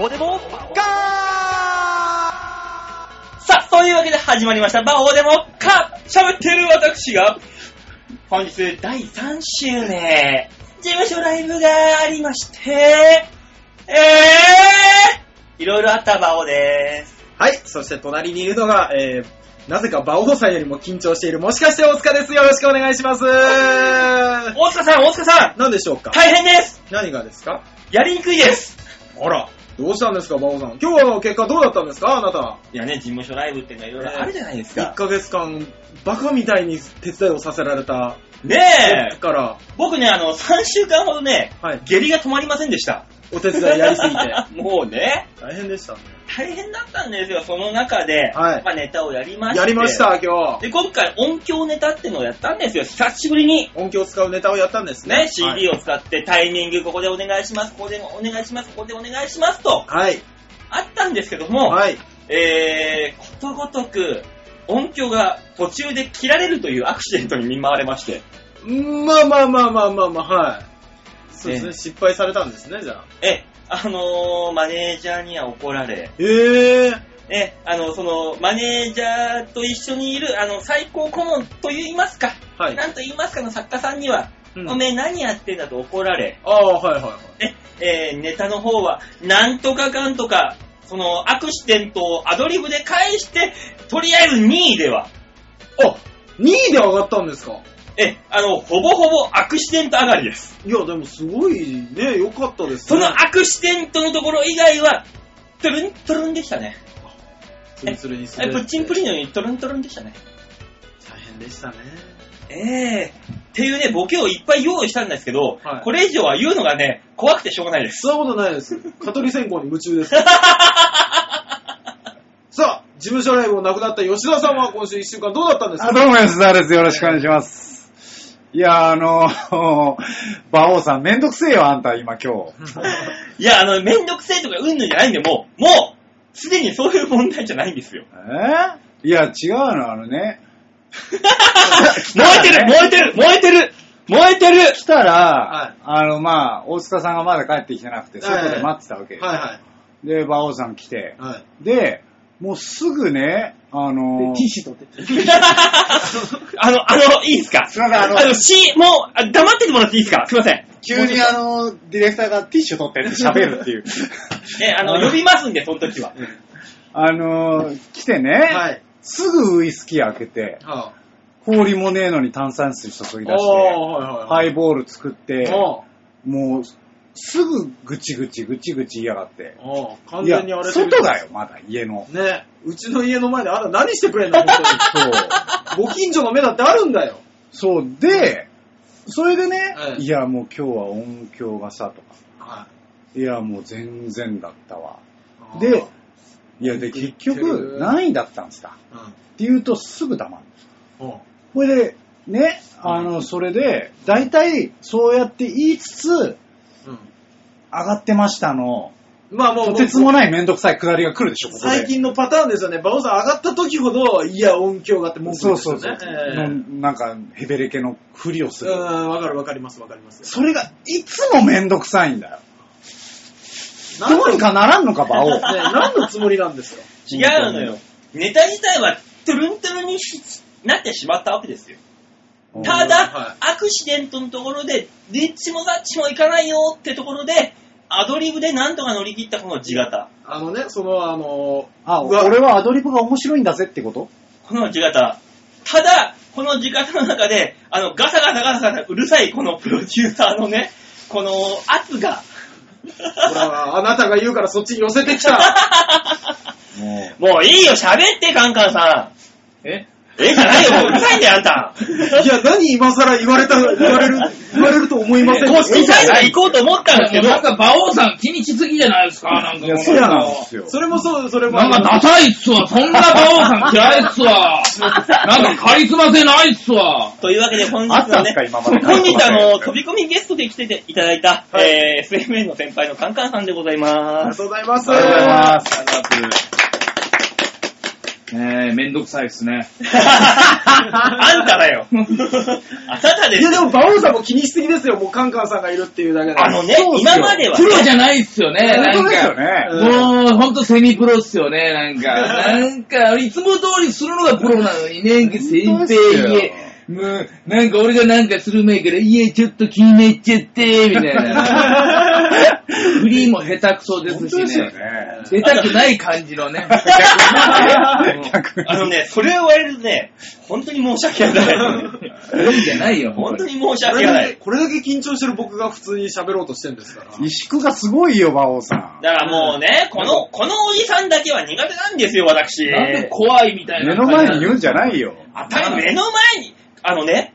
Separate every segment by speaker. Speaker 1: オでもガ
Speaker 2: さあ、というわけで始まりました。魔法でもか喋ってる私が、本日第3週目、事務所ライブがありまして、えー、いろいろあった魔王でーす。
Speaker 3: はい、そして隣にいるのが、えー、なぜか馬王さんよりも緊張している、もしかして大塚です。よろしくお願いします。な
Speaker 2: 大塚さん、大塚さん
Speaker 3: んでしょうか
Speaker 2: 大変です
Speaker 3: 何がですか
Speaker 2: やりにくいです
Speaker 3: あら、どうしたんですか、馬王さん。今日の結果どうだったんですかあなた。
Speaker 2: いやね、事務所ライブってのはいろいろあるじゃないです
Speaker 3: 1
Speaker 2: か。
Speaker 3: ヶ月間、バカみたいに手伝いをさせられた、
Speaker 2: ねえ、
Speaker 3: から、
Speaker 2: 僕ね、あの、3週間ほどね、
Speaker 3: はい、
Speaker 2: 下痢が止まりませんでした。
Speaker 3: お手伝いやりす ぎて。
Speaker 2: もうね、
Speaker 3: 大変でしたね。
Speaker 2: 大変だったんですよ、その中で。
Speaker 3: はい
Speaker 2: まあネタをやりました。
Speaker 3: やりまし。た、今日。
Speaker 2: で、今回音響ネタってのをやったんですよ、久しぶりに。
Speaker 3: 音響を使うネタをやったんですね。
Speaker 2: ね、CD を使ってタイミング、ここでお願いします、ここでお願いします、ここでお願いしますと、
Speaker 3: はい。
Speaker 2: あったんですけども、
Speaker 3: はい。
Speaker 2: えー、ことごとく、音響が途中で切られるというアクシデントに見舞われまして、
Speaker 3: まあまあまあまあまあまあ、はい。そうです
Speaker 2: ね
Speaker 3: ね、失敗されたんですね、じゃあ。
Speaker 2: え、あのー、マネージャーには怒られ、
Speaker 3: ええ
Speaker 2: え、あの、その、マネージャーと一緒にいる、あの、最高顧問と言いますか、
Speaker 3: はい
Speaker 2: なんと言いますかの作家さんには、
Speaker 3: うん
Speaker 2: おめえ何やってんだと怒られ、
Speaker 3: ああ、はいはいはい。
Speaker 2: ね、えーネタの方は、なんとかかんとか、その、アクシデントをアドリブで返して、とりあえず2位では、
Speaker 3: あ、2位で上がったんですか
Speaker 2: え、あの、ほぼほぼアクシデント上がりです。
Speaker 3: いや、でもすごいね、良かったです
Speaker 2: そ
Speaker 3: ね。
Speaker 2: のアクシデントのところ以外は、トゥルントゥルンでしたね。
Speaker 3: ツルツルに
Speaker 2: え、
Speaker 3: 滑っ
Speaker 2: プ
Speaker 3: て
Speaker 2: ッチンプリンのようにトゥルントゥルンでしたね。
Speaker 3: 大変でしたね。
Speaker 2: ええっていうね、ボケをいっぱい用意したんですけど、
Speaker 3: はい
Speaker 2: これ以上は言うのがね、怖くてしょうがないです。
Speaker 3: そんなことない です。蚊取り線香に夢 中です。さあ、事務所ライブをなくなった吉田さんは今週1週間どうだったんです
Speaker 4: あ
Speaker 3: か
Speaker 4: どうも、吉沢です。よろしくお願いします。いや、あの、 馬王さん、めんどくせえよ、あんた、今、今日。
Speaker 2: いや、あの、めんどくせえとかうんぬんじゃないんで、もう、もう、すでにそういう問題じゃないん ですよ。
Speaker 4: えー、いや、違うの、あのね。
Speaker 2: 燃えてる燃えてる燃えてる燃えて る
Speaker 4: 来たら、
Speaker 3: はい
Speaker 4: あの、まあ、大塚さんがまだ帰ってきてなくて、
Speaker 3: はい
Speaker 4: 外で待ってたわけよ。
Speaker 3: はいは
Speaker 4: で、馬王さん来て
Speaker 3: い。。はい。
Speaker 4: で、もうすぐね、あの、
Speaker 3: ティッシュ取って。
Speaker 2: あの、あの、いいですか
Speaker 4: すいませんあの
Speaker 2: あの、し、もう、あ黙っててもらっていいですかすいません。
Speaker 4: 急にあの、ディレクターがティッシュ取ってって喋るっていう。
Speaker 2: え、あの、呼びますんで、その時は。
Speaker 4: あの、来てね、
Speaker 3: はい。
Speaker 4: すぐウイスキー開けて、
Speaker 3: は
Speaker 4: 氷もねえのに炭酸水注
Speaker 3: い
Speaker 4: ぎ
Speaker 3: あ
Speaker 4: 出
Speaker 3: あ、
Speaker 4: して、
Speaker 3: は
Speaker 4: ハ
Speaker 3: いはいはい。
Speaker 4: イボール作って、
Speaker 3: あ
Speaker 4: もう、すぐぐちぐちぐちぐち言いやがって。
Speaker 3: あ、ああ、完
Speaker 4: いや
Speaker 3: 全に荒れ、てる。
Speaker 4: 外だよ、まだ、家の。
Speaker 3: ねうちの家の前であんた何してくれんだ、本
Speaker 4: そう。
Speaker 3: 当に。ご近所の目だってあるんだよ。
Speaker 4: そう、で、それでね、
Speaker 3: はい
Speaker 4: い、や、もう今日は音響がさ、とか。
Speaker 3: はい
Speaker 4: や、もう全然だったわ。
Speaker 3: い
Speaker 4: で、いや、
Speaker 3: 文
Speaker 4: で、
Speaker 3: 句言
Speaker 4: 結
Speaker 3: ってる
Speaker 4: 局、何位だったんですか
Speaker 3: うん
Speaker 4: って言うと、すぐ黙
Speaker 3: う
Speaker 4: る。
Speaker 3: ん
Speaker 4: これで、ね、あの、それで、大体、そうやって言いつつ、
Speaker 3: うん
Speaker 4: 上がってましたの、
Speaker 3: まあもう、
Speaker 4: とてつもないめんどくさいくだりが来るでしょ、ここで。
Speaker 3: 最近のパターンですよね。馬王さん上がった時ほど、いや、音響がって文句
Speaker 4: そ
Speaker 3: 言
Speaker 4: う
Speaker 3: で
Speaker 4: ん
Speaker 3: す
Speaker 4: そ
Speaker 3: よ
Speaker 4: う
Speaker 3: ね。
Speaker 4: そう。
Speaker 3: ええ
Speaker 4: のなんか、ヘベレケのふりをする。
Speaker 3: うん、わかるわかりますわかります。
Speaker 4: それが、いつもめんどくさいんだよ。
Speaker 3: な
Speaker 4: どうにかならんのか、馬王。
Speaker 3: ね何のつもりなんですか
Speaker 2: 違うのよ。ネタ自体は、トゥルントゥルンにしなってしまったわけですよ。
Speaker 4: うん
Speaker 2: ただ
Speaker 3: は、
Speaker 2: アクシデントのところで、リッチもザッチもいかないよってところで、アドリブでなんとか乗り切ったこの地形。
Speaker 3: あのね、その、あの、
Speaker 4: あ、
Speaker 3: うわ
Speaker 4: 俺はアドリブが面白いんだぜってこと
Speaker 2: この地形。ただ、この地形の中で、あの、ガサガサガサガサうるさいこのプロデューサーのね、この圧が、
Speaker 3: ほらあなたが言うからそっちに寄せてきた。
Speaker 4: も
Speaker 2: もういいよ、喋って、カンカンさ
Speaker 3: え
Speaker 2: ん。えじゃないよ、もううるさいんだよ、あんた。
Speaker 3: いや、何今更言われた、言われる、言われると思いません
Speaker 2: 公式サイトに行こうと思ったんですけど、
Speaker 5: なんか、馬王さん気にしすぎじゃないですか、な
Speaker 4: う。
Speaker 5: んかこの。
Speaker 4: いや、そうなんですよ。
Speaker 3: それもそう、それも。
Speaker 5: なんか、ダサいっすわ。そんな馬王さん嫌いっす わ。なんか、カリスマ性ないっすわ。
Speaker 2: というわけで本日
Speaker 4: あった
Speaker 2: の
Speaker 4: ん
Speaker 2: ね
Speaker 4: す、か、今まで。
Speaker 2: 本日あの、飛
Speaker 4: び。
Speaker 2: び込みゲストで来ていただいた、
Speaker 3: はい
Speaker 2: えー、SMN の先輩のカンカンさんでござい
Speaker 3: あり
Speaker 2: ま
Speaker 3: が
Speaker 2: す。
Speaker 3: とうございます。
Speaker 4: ありがとうございます
Speaker 2: ありがとうございます。
Speaker 5: ねえ、めんどくさいですね。
Speaker 2: あんただよ。 あなたで
Speaker 3: い
Speaker 2: す
Speaker 3: やでも、馬王さんも気にしすぎですよ。もうカンカンさんがいるっていうだけで。
Speaker 2: あのね
Speaker 4: そう、っすよ
Speaker 2: 今までは
Speaker 5: プ
Speaker 2: ね、
Speaker 5: ロじゃないっすよね、なん
Speaker 4: 本当ですよ
Speaker 5: か。
Speaker 4: ね。
Speaker 3: うん
Speaker 5: もう、ほんとセミプロっすよね、なんか。なんか、いつも通りするのがプロなのにね、先
Speaker 4: 本当っすよ
Speaker 5: 生、いえ、もう、なんか俺がなんかする前から、いえ、ちょっと気になっちゃって、みたいな。 フリーも下手くそで
Speaker 4: 本
Speaker 5: す
Speaker 4: 当
Speaker 5: し
Speaker 4: ですよ
Speaker 5: ね。
Speaker 4: ね。
Speaker 5: 出たくない感じ のね。
Speaker 4: 逆に
Speaker 2: あのね、それを言われるとね、本当に申し訳ない。
Speaker 5: いいんじゃないよ。
Speaker 2: 本当に申し
Speaker 3: こ
Speaker 2: 訳
Speaker 3: れ
Speaker 2: な
Speaker 3: だけ
Speaker 2: い。
Speaker 3: これだけ緊張してる僕が普通に喋ろうとしてるんですから。
Speaker 4: 萎縮がすごいよ、馬王さん。
Speaker 2: だからもうね、この、このおじさんだけは苦手なんですよ、私。
Speaker 5: なんで怖いみたい
Speaker 4: 目
Speaker 5: な。
Speaker 4: の前に言うんじゃないよ。
Speaker 2: 当たり目の前に、あのね、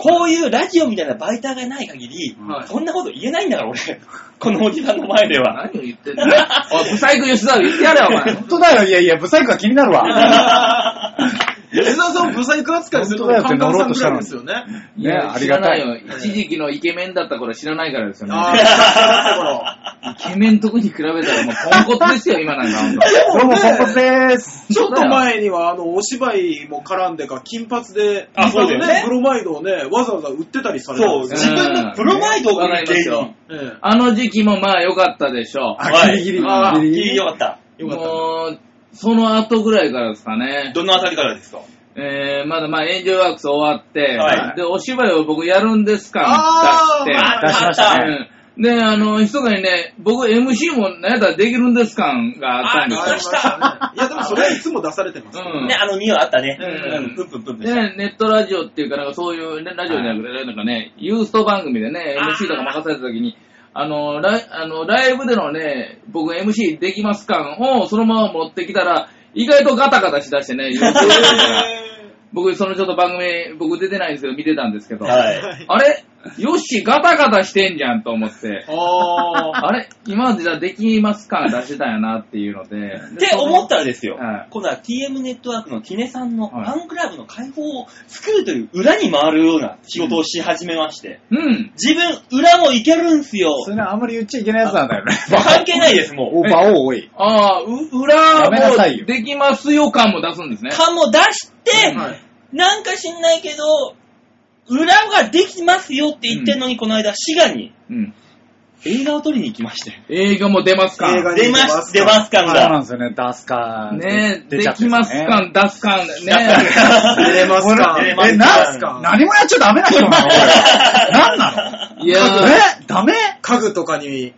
Speaker 2: こういうラジオみたいな媒体がない限り、
Speaker 3: はい
Speaker 2: そんなこと言えないんだから、俺。このおじさんの前では。
Speaker 5: 何を言ってんだよ。 おい、ブサイク吉沢言ってやれよ、お前。
Speaker 4: 本当だよ、いやいや、ブサイクが気になるわ。
Speaker 3: 吉沢さんをブサイク扱いするのがカンカンさんぐらいですよね。
Speaker 5: い
Speaker 4: ね、
Speaker 5: や
Speaker 4: ありがたい
Speaker 5: 知。らないよ。一時期のイケメンだった頃は知らないからですよね。
Speaker 3: ああ、
Speaker 5: イケメンとこに比べたらもうポンコツですよ、今なんかほ んと。
Speaker 4: どうも、ポンコツでーす。
Speaker 3: ちょっと前には、あの、お芝居も絡んでか、金髪で、
Speaker 2: あそうだよね
Speaker 3: 金髪のブロマイドをね、わざわざ売ってたりされた
Speaker 2: そ
Speaker 3: ん
Speaker 2: う、
Speaker 3: です
Speaker 2: 自
Speaker 3: よ。
Speaker 2: 分のプロマイドを売
Speaker 5: わか
Speaker 2: る
Speaker 5: りま
Speaker 2: 芸
Speaker 5: すよ
Speaker 2: 人。
Speaker 3: ええ
Speaker 5: あの時期もまあ良かったでしょ
Speaker 4: あ、ギリギリ、
Speaker 3: はい
Speaker 4: ギリギ
Speaker 2: いい
Speaker 4: リ。
Speaker 2: よかった。
Speaker 5: う。
Speaker 3: よかった
Speaker 5: もう、その後ぐらいからですかね。
Speaker 2: どのあたりからですか
Speaker 5: えー、まだまあエンジョイワークス終わって、
Speaker 2: はい
Speaker 5: で、お芝居を僕やるんですか
Speaker 3: あー
Speaker 5: 出して。
Speaker 2: あ
Speaker 4: 出しましたね。
Speaker 5: うんで、あの、密かにね、僕 MC も何やったらできるんです感があったんで
Speaker 2: あ
Speaker 5: すよ
Speaker 2: りました
Speaker 3: ねいや、でもそれはいつも出されてますよ。
Speaker 5: うん
Speaker 2: ね、あの匂いあったね。
Speaker 5: うん
Speaker 2: うん、プンプンプンプンした。
Speaker 5: ね、ネットラジオっていうか、なんかそういう、ね、ラジオじゃなくて、なんかね、ユースト番組でね、
Speaker 2: あー
Speaker 5: MC とか任された時に、あの、ライあのライブでのね、僕 MC できます感をそのまま持ってきたら、意外とガタガタしだしてね、 僕、そのちょっと番組、僕出てないんですけど、見てたんですけど、
Speaker 2: はい。
Speaker 5: あれよっし、ガタガタしてんじゃんと思って、
Speaker 3: ああ。
Speaker 5: あれ今までじゃあできます感出してたんやなっていうので、
Speaker 2: って思ったらですよ
Speaker 5: はい、
Speaker 2: 今度は TM ネットワークのキネさんのフ
Speaker 5: はい
Speaker 2: ァンクラブの開放を作るという裏に回るような仕事をし始めまして、
Speaker 5: うん。
Speaker 2: 自分裏もいけるんすよ。
Speaker 4: それねあんまり言っちゃいけないやつなんだよね。
Speaker 2: 関係ないです、もう。
Speaker 4: お、馬王多い。
Speaker 5: ああ、う
Speaker 4: や
Speaker 5: 裏
Speaker 4: めなさい
Speaker 5: も
Speaker 4: よ
Speaker 5: できますよ感も出すんですね。
Speaker 2: かも出して、
Speaker 3: はい
Speaker 2: なんか知んないけど、裏ができますよって言ってんのに、この間、滋賀に
Speaker 5: うん。
Speaker 2: 映画を撮りに行きまして。
Speaker 5: 映画も出ますか
Speaker 3: 映画に
Speaker 2: 出ます、出ます感
Speaker 4: そうな
Speaker 2: が。
Speaker 4: んですよね、出すか。
Speaker 5: ねえ、
Speaker 4: 出
Speaker 5: で
Speaker 4: ちゃって
Speaker 5: き
Speaker 4: んで
Speaker 5: ます
Speaker 4: すよね
Speaker 5: か出すかね
Speaker 3: 出れますか
Speaker 2: 出れます
Speaker 4: え、
Speaker 2: か
Speaker 4: なんか何もやっちゃダメな人なのこれ何なの
Speaker 5: いやー、
Speaker 4: え、ダメ
Speaker 3: 家具とかに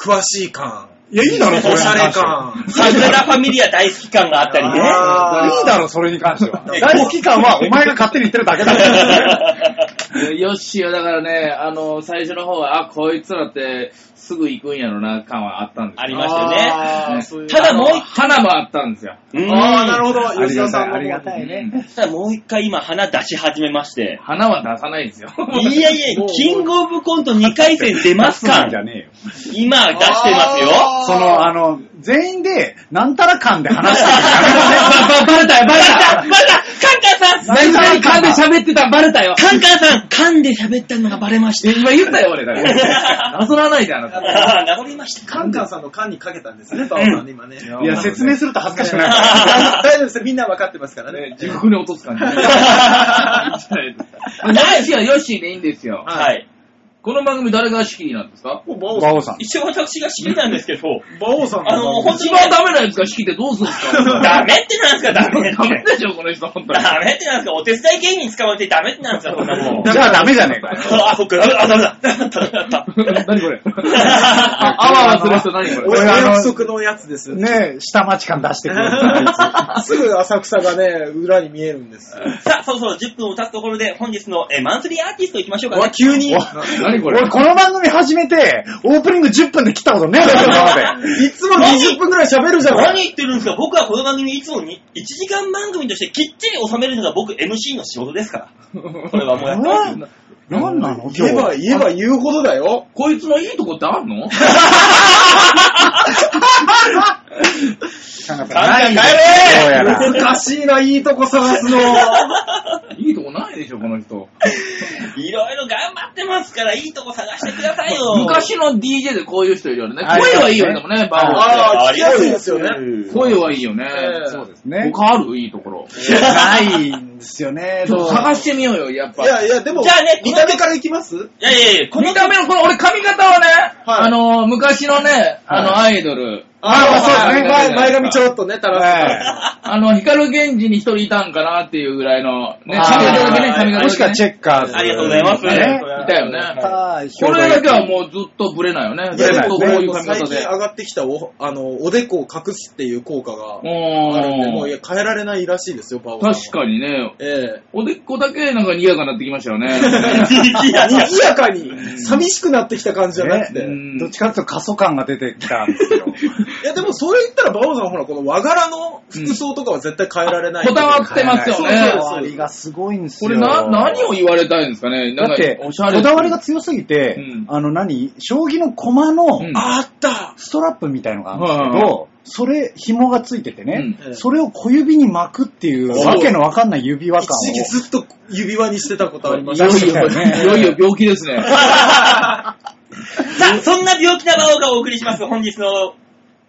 Speaker 3: 詳しい感。
Speaker 4: いや、いいだろ、それ
Speaker 3: お
Speaker 4: に
Speaker 3: しゃれ
Speaker 4: 関しては。
Speaker 3: 感。
Speaker 2: サグラダ・ファミリア大好き感があったりね。
Speaker 3: あー
Speaker 4: いいだろ、それに関しては。
Speaker 2: ね
Speaker 4: 大好き感はお前が勝手に言ってるだけだよ。
Speaker 5: よっしーよ、だからね、あの、最初の方は、あ、こいつらって、すぐ行くんやろな、感はあったんですよ
Speaker 2: ありましたよね
Speaker 3: あ
Speaker 5: ね
Speaker 3: ーそういう
Speaker 2: ただもう一
Speaker 5: あの花もあったんですよ。
Speaker 2: うん
Speaker 3: ああ、なるほど。
Speaker 4: あり
Speaker 3: 吉田
Speaker 4: がた
Speaker 3: さ
Speaker 4: い、
Speaker 3: ん
Speaker 4: ありがたいね。
Speaker 2: そしたらもう一回今花出し始めまして。
Speaker 5: 花は出さないんですよ。
Speaker 2: いやいや、キングオブコント2回戦出ますか
Speaker 4: んじゃねえよ。
Speaker 2: 今出してますよ。
Speaker 4: その、あの、全員で、なんたら感で話してる。
Speaker 5: バレたよ、
Speaker 2: バ
Speaker 5: バレ
Speaker 2: レたバ
Speaker 5: た
Speaker 2: レたカンカンさん
Speaker 5: 何々勘で喋ってた、バレたよ。
Speaker 2: カンカンさん勘で喋ったのがバレました。
Speaker 5: 今言ったよ、俺。だ から。なぞらないで、あなた。
Speaker 2: ああ、名残りました。
Speaker 3: カンカンさんの缶にかけたんですね、バオさんね、今ね。
Speaker 5: や
Speaker 4: いや、説明すると恥ずかしくない。
Speaker 3: 大丈夫ですよ、みんな分かってますからね。
Speaker 5: 地獄に落と す感じ。いいんじゃないですかないしはよしでいいんですよ。
Speaker 2: はい。
Speaker 5: この番組誰が仕切りなんですか
Speaker 3: 馬
Speaker 4: 馬
Speaker 3: 王
Speaker 4: 王
Speaker 3: さ
Speaker 4: さん。
Speaker 2: 一応私が仕切りなんですけど、
Speaker 3: ん。馬王さんの
Speaker 2: あの、本当に
Speaker 5: 一番ダメなやつが仕切ってどうするんですか
Speaker 2: ダメってなんですか、ダメって。
Speaker 5: ダメでしょ、この人、本当 に。
Speaker 2: ダメってなんですか、お手伝い芸人捕まえてダメってなんですか、そんなもん。
Speaker 4: じゃあダメじゃねえかよ。
Speaker 2: あ、そっか、ダメだ、あダメだ。ダメだ。
Speaker 5: 何 これああわあわする人何こ
Speaker 3: お
Speaker 5: れ
Speaker 4: 俺あの
Speaker 3: 約束のやつですよ。
Speaker 4: ねえ、下町感出してくれる。
Speaker 3: すぐ浅草がね、裏に見えるんですよ。
Speaker 2: さあ、そろそろ10分を経つところで、本日のえーマンスリーアーティストいきましょうか
Speaker 3: わ
Speaker 2: ね。
Speaker 3: 急に。い
Speaker 5: 何これ
Speaker 4: 俺、この番組始めて、オープニング10分で切ったことねえだろ、今まで。
Speaker 3: つも20分くらい喋るじゃな
Speaker 2: 何
Speaker 3: い。
Speaker 2: 言ってるんですか僕はこの番組いつもに1時間番組としてきっちり収めるのが僕 MC の仕事ですから。これはもう やってますよ。
Speaker 4: なんなの今日
Speaker 3: 言えば言えば言うほどだよ。
Speaker 5: こいつのいいとこってあ んの
Speaker 4: なんか
Speaker 2: 簡単帰れ
Speaker 4: どうやら。
Speaker 3: 難しいな、いいとこ探すの。
Speaker 5: いいとこないでしょ、この人。
Speaker 2: いろいろ頑張ってってますから、いいとこ探してくださいよ。
Speaker 5: 昔の DJ でこういう人いるよね。
Speaker 4: ありますね
Speaker 5: 声はいいよね、でもね、バオ
Speaker 3: あー
Speaker 2: ありがとう
Speaker 3: うん
Speaker 5: 声はいいよね。
Speaker 3: えー
Speaker 4: そうですね。
Speaker 5: 他あるいいところ。ち
Speaker 4: ないんですよね。
Speaker 5: ょっと
Speaker 4: どう
Speaker 5: 探してみようよ、やっぱ。
Speaker 3: いやいや、でも、
Speaker 2: じゃあね
Speaker 3: 見た目からいきます
Speaker 2: いやいやいや、この
Speaker 5: 見た目の、この俺髪型はね、
Speaker 3: はい
Speaker 5: あのー、昔のね、あの、アイドル、
Speaker 3: あー、そうですね。
Speaker 5: はい
Speaker 3: 前前髪ちょろっとね、垂らしてたら。
Speaker 5: あの、光源氏に一人いたんかなっていうぐらいの、ね、髪
Speaker 4: あー
Speaker 5: 型だけね、髪型
Speaker 4: もしく
Speaker 5: だ
Speaker 4: は
Speaker 5: け
Speaker 4: チ
Speaker 5: ね。
Speaker 4: ェッカーズ。
Speaker 2: ありがとうございます。
Speaker 4: ね
Speaker 5: いたよね
Speaker 4: はい
Speaker 5: これだけはもうずっとブレないよね。
Speaker 3: い
Speaker 5: ず
Speaker 3: や
Speaker 4: ブレな
Speaker 5: っと
Speaker 3: で
Speaker 5: こ
Speaker 3: も
Speaker 5: う
Speaker 3: ね
Speaker 5: いう髪型
Speaker 3: 最
Speaker 5: で
Speaker 3: 近。上がってきたお、あの、おでこを隠すっていう効果があるんで、も
Speaker 5: お
Speaker 3: うい
Speaker 5: ー
Speaker 3: や変えられないらしいですよ、バオさんは。
Speaker 5: 確かにね、
Speaker 3: え
Speaker 5: おでっこだけなんか賑やかになってきましたよね。
Speaker 2: いや
Speaker 3: え。
Speaker 2: いや
Speaker 3: 賑やかに、寂しくなってきた感じじゃなくて。
Speaker 5: ね
Speaker 4: どっちかというと過疎感が出てきたんですよ。
Speaker 3: いや、でもそれ言ったら、バオさんほら、この和柄の服装とかは絶対変えられない。
Speaker 5: こだわってますよ
Speaker 3: そうそう
Speaker 5: ね
Speaker 3: そう。
Speaker 4: ありがすごいんです
Speaker 5: こ
Speaker 4: よ。
Speaker 5: れな、何を言われたいんですかね。な
Speaker 4: だ
Speaker 5: んか
Speaker 4: って、、
Speaker 5: お
Speaker 4: こ
Speaker 5: しゃれ。
Speaker 4: だわりが強すぎて
Speaker 5: うん、
Speaker 4: あの何将棋の駒の
Speaker 5: うん
Speaker 3: あった
Speaker 4: ストラップみたいのがあるん
Speaker 5: は
Speaker 4: です
Speaker 5: いは
Speaker 4: け
Speaker 5: い
Speaker 4: ど、それ、紐がついててね
Speaker 3: う、ん
Speaker 4: それを小指に巻くっていう、
Speaker 5: そう
Speaker 4: わけのわかんない指輪感を。
Speaker 3: 一時期ずっと指輪にしてたことありま
Speaker 5: い
Speaker 3: した
Speaker 5: よ
Speaker 4: 出
Speaker 3: ね。
Speaker 4: して
Speaker 5: い
Speaker 4: きたよ
Speaker 5: よ、
Speaker 4: ね
Speaker 5: いよいよ病気です ね。
Speaker 2: さあ、そんな病気な馬王がお送りします、本日の。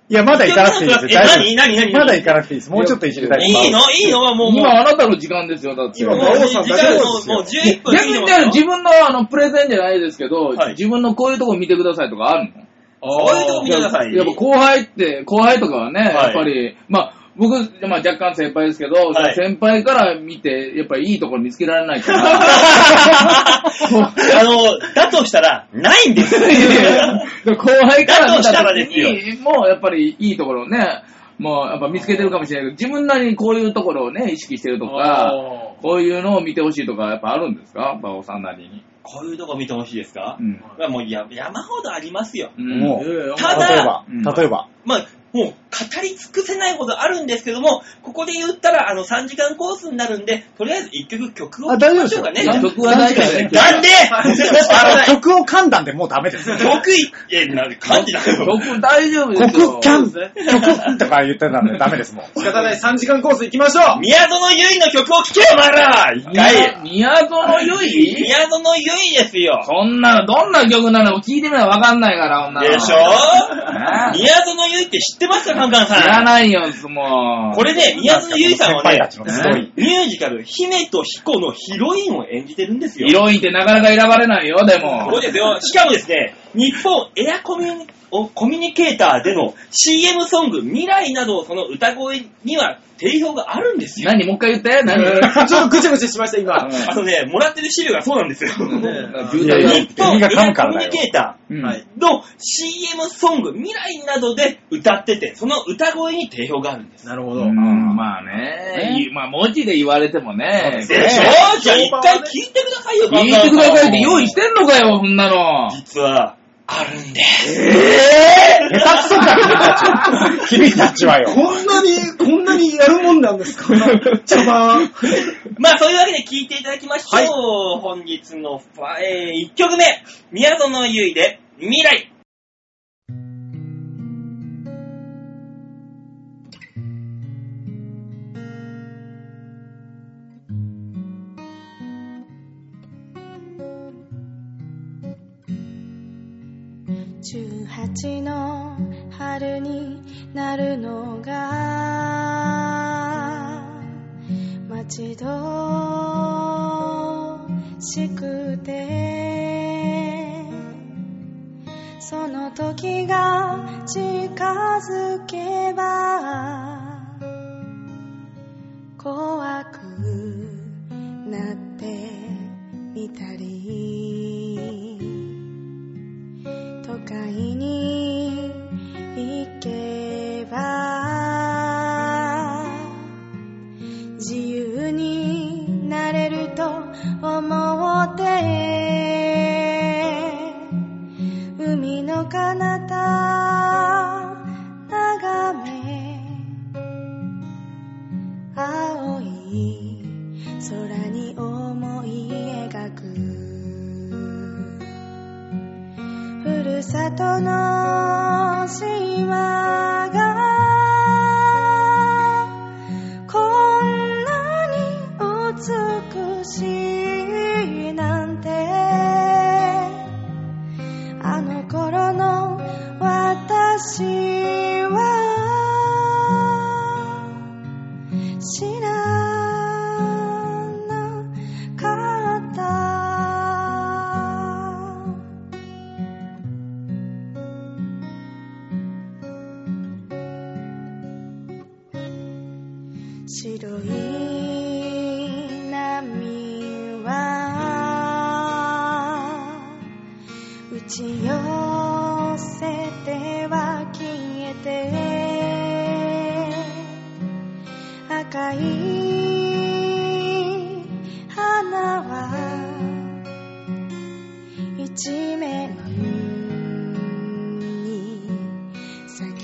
Speaker 4: いや、まだ行かなくていいですよ。
Speaker 2: え
Speaker 4: 大丈夫で
Speaker 2: 何
Speaker 4: す
Speaker 2: 何何
Speaker 4: まだ行かなくていいです。もうちょっといじりたいです
Speaker 2: いいのいいのもう、もう
Speaker 5: 今、あなたの時間ですよ、だって。
Speaker 3: 今
Speaker 2: も
Speaker 3: 馬王
Speaker 2: う、
Speaker 3: さん
Speaker 2: 時
Speaker 3: だけ
Speaker 2: 間
Speaker 3: ですよ
Speaker 2: もう、もう11分。
Speaker 5: 逆にだから自分のあのプレゼンじゃないですけど、
Speaker 2: はい
Speaker 5: 自分のこういうとこ見てくださいとかあるの
Speaker 2: こういうとこ見てください。
Speaker 5: やっぱ後輩って、後輩とかはね、
Speaker 2: い
Speaker 5: やっぱり、まあ、僕、まあ若干先輩ですけど、
Speaker 2: はい
Speaker 5: 先輩から見て、やっぱりいいところ見つけられないから、
Speaker 2: あの、だとしたら、ないん ですよ。
Speaker 5: いやいや 後輩から見
Speaker 2: だとしたら
Speaker 5: た
Speaker 2: です
Speaker 5: 時
Speaker 2: よ
Speaker 5: に、もうやっぱりいいところをね、もうやっぱ見つけてるかもしれないけど、自分なりにこういうところをね、意識してるとか、こういうのを見てほしいとか、やっぱあるんですか馬尾さんなりに。
Speaker 2: こういうとこ見てほしいですか
Speaker 5: うん
Speaker 2: もうや山ほどありますよ。
Speaker 5: うん
Speaker 4: も
Speaker 3: ええ
Speaker 2: ただ
Speaker 4: 例えば
Speaker 5: うん、
Speaker 4: 例えば。
Speaker 2: まあ、もう語り尽くせないほどあるんですけども、ここで言ったら、あの、3時間コースになるんで、とりあえず1曲曲を
Speaker 4: あ
Speaker 2: 聴き
Speaker 4: 大丈夫
Speaker 2: ま
Speaker 4: で
Speaker 2: し
Speaker 4: す
Speaker 2: ょう
Speaker 4: よ
Speaker 2: かね。
Speaker 5: いや曲は大丈夫です
Speaker 2: なんで
Speaker 4: あの曲を噛んだんでもうダメです。曲
Speaker 2: 曲いえ、なんで感じだよ。
Speaker 5: 僕大丈夫ですよ。
Speaker 4: キャン、曲とか言ってたんでダメですもん。
Speaker 3: 仕方ない、3時間コース行きましょう
Speaker 2: 宮園ゆいの曲を聴けよ、お前ら一回。
Speaker 5: 宮宮園ゆい
Speaker 2: 宮園ゆいですよ。
Speaker 5: そんなの、どんな曲なのか聞いてみればわかんないから、女の。
Speaker 2: でしょ
Speaker 5: ああ
Speaker 2: 宮園ゆいって知ってますか、カンカン
Speaker 5: 知
Speaker 2: さん。
Speaker 5: らないよ、もう。
Speaker 2: これね、宮園ゆいさんは
Speaker 4: 先輩
Speaker 2: ね
Speaker 4: たち、のストーリ
Speaker 2: ミュージカル、姫と彦のヒロインを演じてるんですよ。
Speaker 5: 色いってなかなか選ばれないよ、でも。
Speaker 2: そうですよ。しかもですね、日本エアコミュニコミュニケーターでの CM ソング、未来など、その歌声には定評があるんですよ。
Speaker 5: 何もう一回言って何
Speaker 3: ちょっとぐちゃぐちゃしました、今。
Speaker 5: うん
Speaker 2: あとね、もらってる資料がそうなんですよ。
Speaker 3: ね
Speaker 5: 渋
Speaker 4: いや
Speaker 5: 滞
Speaker 4: いや
Speaker 5: が
Speaker 2: 日本
Speaker 4: 君
Speaker 2: エ
Speaker 4: が噛
Speaker 2: ア
Speaker 4: むか
Speaker 2: コ
Speaker 4: ら
Speaker 2: ミュ
Speaker 4: だよ
Speaker 2: ニケータ
Speaker 5: うん
Speaker 3: はい
Speaker 2: ーの CM ソング、未来などで歌ってて、その歌声に定評があるんです。
Speaker 3: なるほ
Speaker 5: う
Speaker 3: ど。
Speaker 5: んまあね
Speaker 4: ね
Speaker 5: いまあ文字で言われてもね。
Speaker 4: そう
Speaker 2: で
Speaker 4: です
Speaker 2: しょ
Speaker 4: ね
Speaker 2: じゃあ一回聞いてくださいよ、
Speaker 5: 聞いてくださいって用意してんのかよ、そんなの。
Speaker 2: 実は、あるんです。
Speaker 4: 下手くそか、君たち。君たちはよ。
Speaker 3: こんなに、こんなにやるもんなんですか茶番。
Speaker 2: まあ、そういうわけで聞いていただきましょう。本日の、え1曲目、宮園ゆいで、未来。
Speaker 1: 18の春になるのが待ち遠しくてその時が近づけば怖くなってみたり都会に行けば自由になれると思って海の彼方眺め青い空に思い描くふるさとの島がこんなに美しいなんてち寄せては消えて赤い花は一面に咲き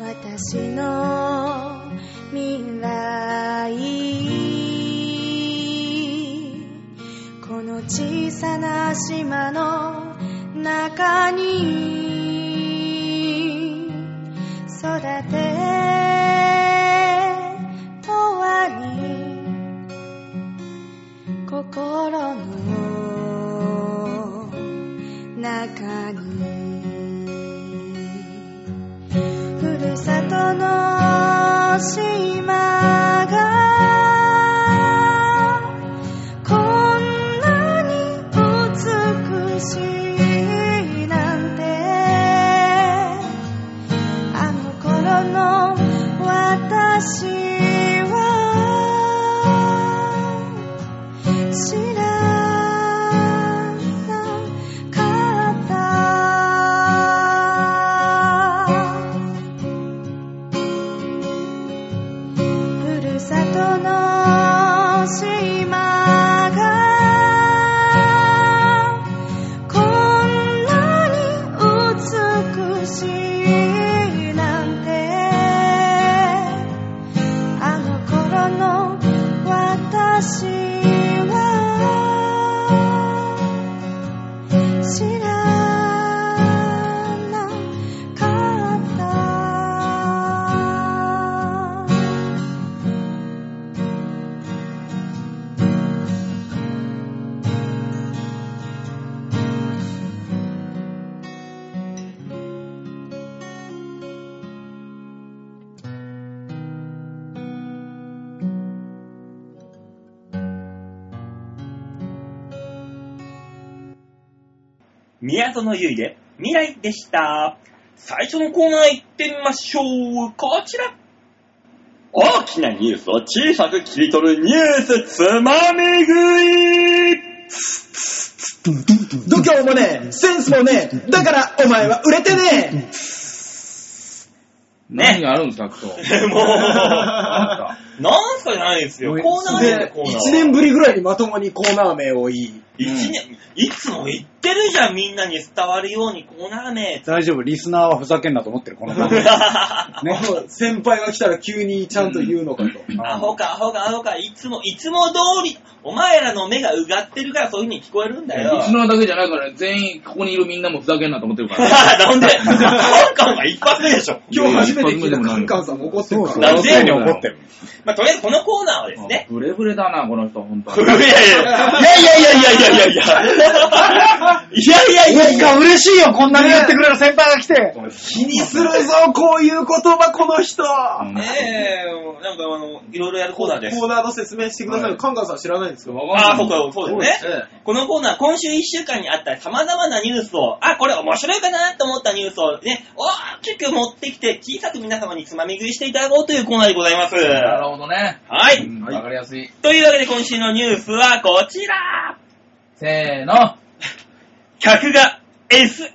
Speaker 1: 私の未来この小さな島の中に育て永遠に心の中にふるさとの島がこんなに美しいなんてあの頃の私は知らなかったふるさとの島がこんなに美しいなんてあの頃の私は知らなかった
Speaker 2: 宮園ゆいで未来でした。最初のコーナー行ってみましょう。こちら。大きなニュースを小さく切り取るニュースつまみ食い
Speaker 3: 度胸もねえ、センスもねえ、だからお前は売れてね
Speaker 5: 何
Speaker 2: ね。
Speaker 5: があるんですか、今日。
Speaker 2: もう、
Speaker 4: あ
Speaker 2: なんすかじゃないですよ。
Speaker 4: もう
Speaker 2: コーナーで
Speaker 3: え。
Speaker 2: すよ
Speaker 3: で、
Speaker 2: コーナーは。
Speaker 3: 1年ぶりぐらいにまともにコーナー名を言い。
Speaker 2: 一年、いつも言ってるじゃん、みんなに伝わるようにコーナー名。
Speaker 4: 大丈夫、リスナーはふざけんなと思ってる、こ の感じ。ね。
Speaker 3: もう先輩が来たら急にちゃんと言うのかと。
Speaker 2: アホか、アホか、アホか、いつも、いつも通り、お前らの目がうがってるからそういう風に聞こえるんだよ。
Speaker 5: うちのだけじゃないからね、全員、ここにいるみんなもふざけんなと思ってる からね。
Speaker 2: なんでカンカンが一発目でしょ。
Speaker 3: 今日初めて聞いたカンカンさんも怒って
Speaker 4: そ
Speaker 3: る
Speaker 4: う
Speaker 3: か
Speaker 4: そう、
Speaker 3: ら。
Speaker 2: だ
Speaker 4: あ
Speaker 2: っ
Speaker 4: の
Speaker 2: て
Speaker 4: せいに怒ってる。
Speaker 2: まあ、とりあえずこのコーナーはですね。
Speaker 5: ブレブレだな、この人、ほんと
Speaker 2: い やいやいやいやいやいやいやいやいやいやいやいや
Speaker 4: なんか嬉しいよ、こんなにやってくれる先輩が来て。
Speaker 3: 気にするぞ、こういう言葉、この人コ
Speaker 2: ねえ、なんかあの、いろいろやるコーナーです。
Speaker 3: ーナーの説明してくださいよ。カンカンさん知らないんですよ。
Speaker 2: ああ、そうか、そうですね。
Speaker 3: ええ
Speaker 2: このコーナー、今週1週間にあった様々なニュースを、あ、これ面白いかなと思ったニュースをね、大きく持ってきて、小さく皆様につまみ食いしていただこうというコーナーでございます。
Speaker 5: なる
Speaker 2: は
Speaker 5: ほどね。
Speaker 2: い。
Speaker 5: うんわかりやすい。
Speaker 2: というわけで今週のニュースはこちら
Speaker 5: せーの。
Speaker 2: 客が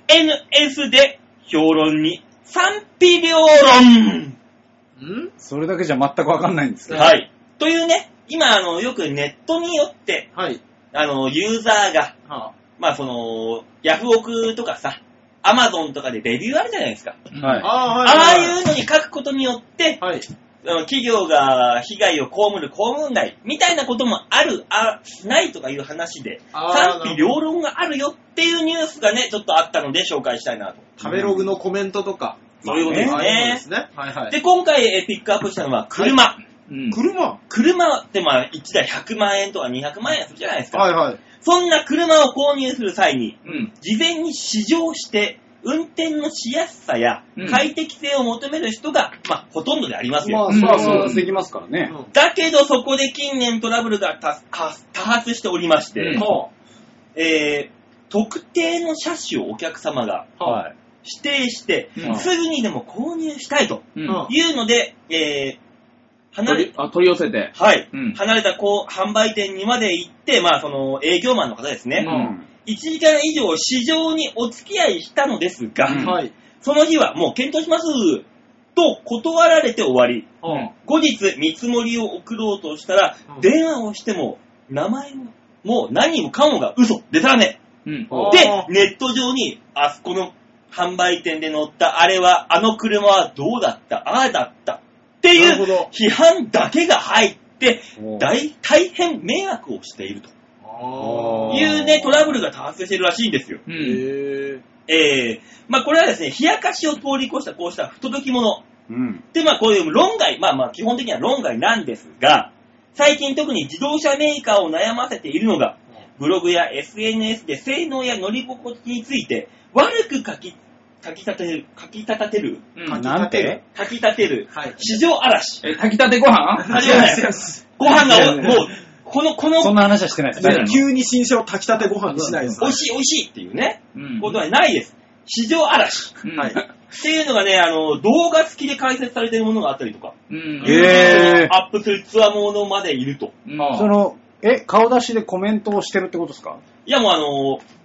Speaker 2: SNS で評論に賛否両論
Speaker 5: ん
Speaker 4: それだけじゃ全くわかんないんですけど。
Speaker 2: はい。というね、今、あの、よくネットによって、
Speaker 3: はい。
Speaker 2: あの、ユーザーが、
Speaker 3: は
Speaker 2: まあ、その、ヤフオクとかさ、アマゾンとかでレビューあるじゃないですか。
Speaker 4: はい
Speaker 3: あ
Speaker 2: ああ
Speaker 3: あ、はい。
Speaker 2: いうのに書くことによって、
Speaker 3: はい。
Speaker 2: あの企業が被害を被る、被んない、みたいなこともある、あ、ないとかいう話で、
Speaker 3: あー
Speaker 2: 賛否両論があるよっていうニュースがね、ちょっとあったので紹介したいなと。
Speaker 3: 食べログのコメントとか。
Speaker 2: そういうことです
Speaker 3: ああいうので
Speaker 2: ね
Speaker 3: す。ね。はいは
Speaker 2: で、
Speaker 3: い。
Speaker 2: 今回えーピックアップしたのは車。
Speaker 5: うん。
Speaker 3: 車
Speaker 2: 車ってまあ1台100万円とか200万円するじゃないですか。
Speaker 3: はいはい。
Speaker 2: そんな車を購入する際に、
Speaker 5: うん。
Speaker 2: 事前に試乗して、運転のしやすさや
Speaker 5: うん
Speaker 2: 快適性を求める人が、まあ、ほとんどでありますよ。
Speaker 4: まあ、そらそうできますからね。
Speaker 2: だけど、そこで近年トラブルが多発多発しておりまして、
Speaker 5: うん
Speaker 3: は
Speaker 2: えー特定の車種をお客様が
Speaker 4: はい。
Speaker 2: 指定して、
Speaker 5: うん
Speaker 2: すぐにでも購入したいと
Speaker 3: う
Speaker 5: う
Speaker 3: ん
Speaker 5: ん。
Speaker 2: いうので、えー離
Speaker 5: 取り
Speaker 2: れ、
Speaker 5: あ取り寄せて。
Speaker 2: はい、
Speaker 5: うん
Speaker 2: 離れたこう販売店にまで行って、まあ、その営業マンの方ですね、
Speaker 5: う
Speaker 4: うんん。
Speaker 2: 1時間以上市場にお付き合いしたのですが、
Speaker 4: うん
Speaker 3: はい。
Speaker 2: その日はもう検討しますと断られて終わり、
Speaker 5: うん。
Speaker 2: 後日見積もりを送ろうとしたら、
Speaker 3: うん
Speaker 2: 電話をしても名前ももう何もかもが嘘でたらめ
Speaker 5: うん。
Speaker 3: あ
Speaker 2: で
Speaker 3: ー
Speaker 2: ネット上にあそこの販売店で乗ったあれはあの車はどうだったああだったってい
Speaker 3: なるほ
Speaker 2: う
Speaker 3: ど
Speaker 2: 批判だけが入って
Speaker 4: おう
Speaker 2: 大大変迷惑をしていると
Speaker 4: あー
Speaker 2: いうねトラブルが多発しているらしいんですよ
Speaker 5: う
Speaker 3: へ
Speaker 5: ん。
Speaker 3: ー
Speaker 2: えー、まあこれはですね冷やかしを通り越したこうした不届き者
Speaker 4: うん。
Speaker 2: で、まあこういう論外、まあまあ基本的には論外なんですが、最近特に自動車メーカーを悩ませているのが、ブログや SNS で性能や乗り心地について悪く書き、書き立てる、書き立てる、
Speaker 5: う
Speaker 3: うん
Speaker 5: ん。
Speaker 4: なんて
Speaker 2: 書き立てる、
Speaker 3: はい。
Speaker 2: 市場 嵐。
Speaker 5: え、炊きたてご飯
Speaker 2: あ、違う
Speaker 3: 違う違
Speaker 2: ね
Speaker 3: う。
Speaker 2: ご飯
Speaker 4: い
Speaker 2: が
Speaker 4: や
Speaker 2: お、
Speaker 4: いや
Speaker 2: もう、この、この、
Speaker 4: そんな話はしてないです。
Speaker 5: ね
Speaker 4: 大丈夫
Speaker 3: 急に新車を炊きたてご飯にしないです。
Speaker 2: 美味しい美味しいっていうね、
Speaker 5: うん
Speaker 2: ことはないです。市場嵐。
Speaker 5: うん
Speaker 3: はい
Speaker 2: っていうのがね、あの、動画付きで解説されているものがあったりとか、
Speaker 5: うん。
Speaker 4: へー
Speaker 2: アップするツアーものまでいると。
Speaker 5: まあ
Speaker 4: その、え、顔出しでコメントをしてるってことですか
Speaker 2: いやもうあの、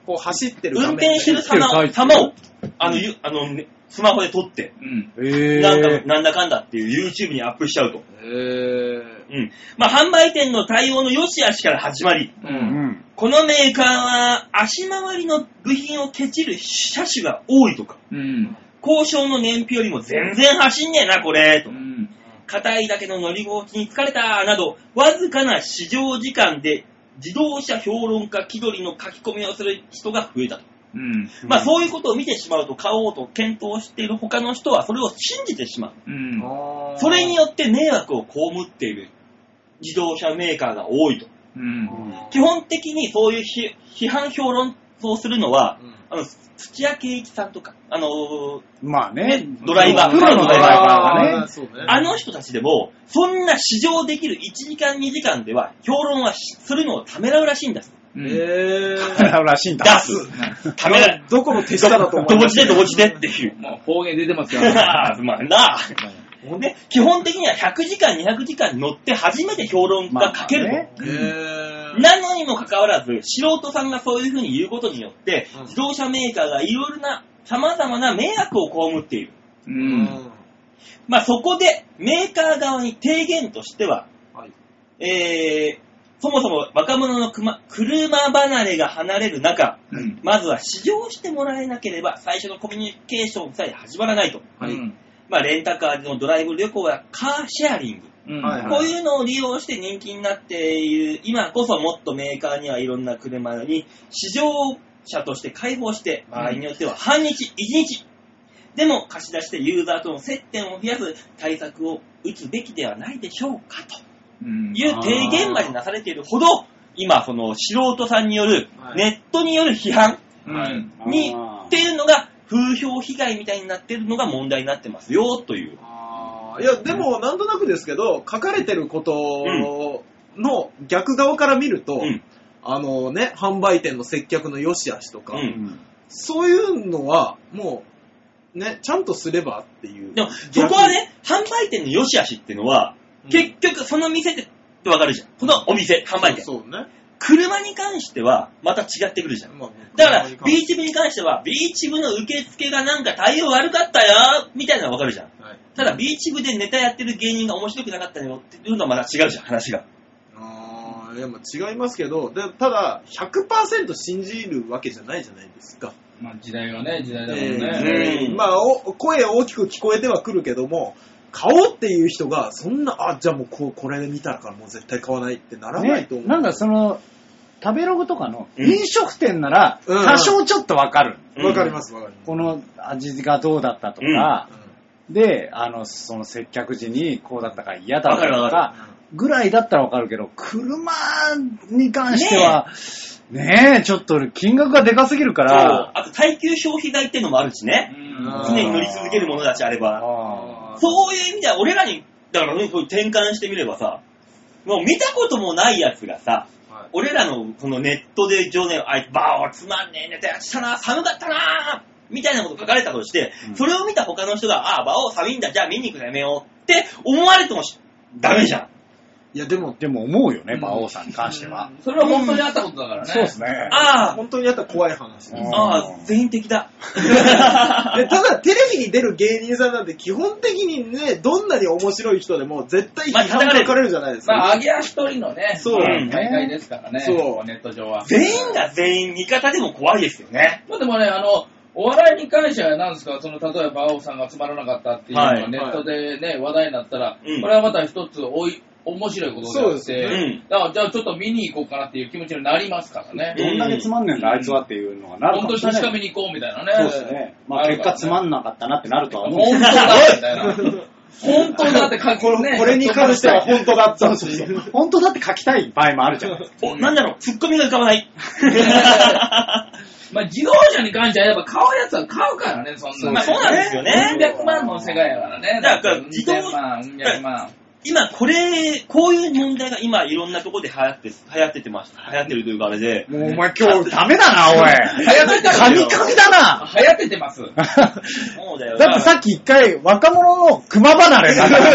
Speaker 3: こう走ってる画
Speaker 2: 運
Speaker 3: 面
Speaker 2: 転してる様
Speaker 4: 知って
Speaker 2: を
Speaker 4: る
Speaker 2: 様をあの、ゆあのねスマホで撮って、
Speaker 5: うん。
Speaker 4: え
Speaker 2: なんか
Speaker 4: ー。
Speaker 2: なんだかんだっていう YouTube にアップしちゃうと。
Speaker 5: えー。
Speaker 2: うん。まあ、販売店の対応の良し悪しから始まり、
Speaker 5: う。
Speaker 4: うんん。
Speaker 2: このメーカーは足回りの部品をケチる車種が多いとか、
Speaker 5: うん。
Speaker 2: 交渉の燃費よりも全然走んねえな、これ、
Speaker 5: う
Speaker 2: と。
Speaker 5: ん。
Speaker 2: 硬いだけの乗り心地に疲れた、など、わずかな試乗時間で自動車評論家気取りの書き込みをする人が増えたと。
Speaker 5: うん。
Speaker 2: まあそういうことを見てしまうと買おうと検討している他の人はそれを信じてしまう。
Speaker 5: うん。
Speaker 3: あー
Speaker 2: それによって迷惑を被っている自動車メーカーが多いと。
Speaker 5: うん。
Speaker 2: 基本的にそういう批批判評論をするのは、
Speaker 3: うん
Speaker 2: あの、土屋圭一さんとか、あのー
Speaker 4: まあね
Speaker 2: ね、ドライバー
Speaker 4: プロのドライバーが
Speaker 3: あ
Speaker 4: ね。
Speaker 3: そうね
Speaker 2: あの人たちでも、そんな試乗できる1時間2時間では、評論はしするのをためらうらしいんだ。
Speaker 5: うん。
Speaker 3: へー
Speaker 4: あ らしいんだ。
Speaker 2: 出す。ためらう。
Speaker 3: どこの手下だと思
Speaker 2: ど
Speaker 3: い
Speaker 2: ぼ
Speaker 3: ま
Speaker 2: ち
Speaker 3: す
Speaker 2: でどぼちでっていう。
Speaker 5: まあ方言出てますよ。
Speaker 2: ああ、 まあなあ。で、基本的には100時間、200時間乗って初めて評論
Speaker 4: まあ
Speaker 2: が書けると。
Speaker 4: ね
Speaker 3: へー
Speaker 2: なのにもかかわらず、素人さんがそういうふうに言うことによって
Speaker 3: うん、
Speaker 2: 自動車メーカーがいろいろな、様々な迷惑を被っている。
Speaker 5: う。
Speaker 3: うん
Speaker 2: まあそこで、メーカー側に提言としては、
Speaker 3: はい
Speaker 2: えー、そもそも若者の車車離れが離れる中、
Speaker 5: うん。
Speaker 2: まずは試乗してもらえなければ最初のコミュニケーションさえ始まらないと。
Speaker 5: は
Speaker 3: う
Speaker 5: い。
Speaker 2: まあレンタカーでのドライブ旅行やカーシェアリング、
Speaker 5: うん。
Speaker 3: はいはい
Speaker 2: こういうのを利用して人気になっている、今こそもっとメーカーにはいろんな車に試乗車として開放して、場合によっては半日、1日、でも貸し出してユーザーとの接点を増やす対策を打つべきではないでしょうかと
Speaker 5: うん。
Speaker 2: いう提言までなされているほど、今その素人さんによる
Speaker 3: はい
Speaker 2: ネットによる批判
Speaker 5: うん。
Speaker 2: に
Speaker 4: あー
Speaker 2: っていうのが風評被害みたいになってるのが問題になってますよという。
Speaker 3: あーいや、でも、なんとなくですけど、書かれてることの逆側から見ると、
Speaker 2: うん
Speaker 3: あのね、販売店の接客の良し悪しとか、
Speaker 2: う
Speaker 4: うんん
Speaker 3: そういうのは、もう、ね、ちゃんとすればっていう。
Speaker 2: でも、そこはね、販売店の良し悪しっていうのは、
Speaker 3: うん
Speaker 2: 結局その店でってわかるじゃん。このお店、販
Speaker 3: 逆
Speaker 2: 売
Speaker 3: に、
Speaker 2: 店。
Speaker 3: そうそうね。
Speaker 2: 車に関しては、また違ってくるじゃん。
Speaker 3: まあ
Speaker 2: だから、ビーチ部に関しては、ビーチ部の受付がなんか対応悪かったよ、みたいなのはわかるじゃん。
Speaker 3: はい
Speaker 2: ただ、ビーチ部でネタやってる芸人が面白くなかったよっていうのはまた違うじゃん、話が。
Speaker 3: あーいやまあ違いますけど、でただ、100%信じるわけじゃないじゃないですか。
Speaker 5: まあ時代はね、時代だもんね。
Speaker 3: えー
Speaker 2: うん
Speaker 3: まあ、お声大きく聞こえてはくるけども、買おうっていう人が、そんな、あ、じゃあもうこうこれで見たからもう絶対買わないってならない
Speaker 4: ね
Speaker 3: と思う。
Speaker 4: なんかその、食べログとかの
Speaker 2: うん
Speaker 4: 飲食店なら、
Speaker 3: うん
Speaker 4: 多少ちょっとわかる。
Speaker 2: うん
Speaker 3: わかります、わかります。
Speaker 4: この味がどうだったとか、で、あの、その接客時にこうだったから嫌だったと
Speaker 2: わかるわ
Speaker 4: か、ぐらいだったらわかるけど、車に関しては、ねえ、ちょっと金額がでかすぎるか
Speaker 2: そう
Speaker 4: ら、
Speaker 2: あと、耐久消費財っていうのもあるしね。
Speaker 5: うん
Speaker 2: 常に乗り続けるものだし、あれば。
Speaker 4: あ
Speaker 2: そういう意味では、俺らに、だからね、こう転換してみればさ、もう見たこともないやつがさ、
Speaker 3: はい
Speaker 2: 俺らのこのネットで上年、あいつ、バーをつまんねえネタやってたな、寒かったなみたいなこと書かれたとして、
Speaker 4: うん
Speaker 2: それを見た他の人が、ああ、バオ寒いんだ、じゃあ見に行くのやめようって思われてもしダメじゃん。
Speaker 3: いや、でも、
Speaker 4: でも思うよね、馬王さんに関しては。
Speaker 5: それは本当にあったことだからね。
Speaker 4: そうですね。
Speaker 2: あ
Speaker 3: 本当にやったら怖い話です。
Speaker 4: うん
Speaker 2: あ、ああ、全員的だ。
Speaker 3: でただ、テレビに出る芸人さんなんて基本的にね、どんなに面白い人でも絶対批
Speaker 2: まあ叩
Speaker 3: 判
Speaker 2: かれる
Speaker 3: 書かれるじゃないですか。
Speaker 5: まあ、アギア一人のね、
Speaker 3: そう
Speaker 5: 大会ですからね、
Speaker 3: そう
Speaker 5: ネット上は。
Speaker 2: 全員が全員味方でも怖いですよね。
Speaker 5: まあでもね、あの、お笑いに関しては何ですか、その、例えば、馬王さんがつまらなかったっていうの
Speaker 2: は
Speaker 5: が
Speaker 2: い
Speaker 5: ネットでね、話題になったら、
Speaker 2: うん
Speaker 5: これはまた一つおい、面白いことであっ
Speaker 3: そうで
Speaker 5: て、
Speaker 3: す
Speaker 2: ね
Speaker 5: だからじゃあちょっと見に行こうかなっていう気持ちになりますからね。
Speaker 4: どんだけつまんねえんだ、あいつはっていうのがなるか
Speaker 5: 本当
Speaker 4: も
Speaker 5: に
Speaker 4: しれない。
Speaker 5: 確かめに行こうみたいなね。
Speaker 4: そうですね。まあ、結果つまんなかったなってなるとは
Speaker 5: 本
Speaker 4: 思
Speaker 5: 当
Speaker 4: う。
Speaker 5: だみたいな。本当だって書き、ね、
Speaker 3: これに関しては本当だったんですよ。
Speaker 4: 本当だって書きたい場合もあるじゃないですか。
Speaker 2: お、なんだろう、ツッコミが浮かばない。
Speaker 5: まあ、自動車に関してはやっぱ買うやつは買うからね、そんな
Speaker 2: まあそうなんですよね。
Speaker 5: 300万の世界やからね。
Speaker 2: だから自動
Speaker 5: 400万、400万。
Speaker 2: 今これ、こういう問題が今いろんなところで流行って、流行っててます。流行ってるというかあれで。
Speaker 4: もうお前今日ダメだな、おい。
Speaker 5: 流行ってた
Speaker 4: カ
Speaker 5: よ
Speaker 4: ミカミだな。
Speaker 5: 流行っててます。
Speaker 2: そうだよ。
Speaker 4: だってさっき一回若者の熊離れだ から、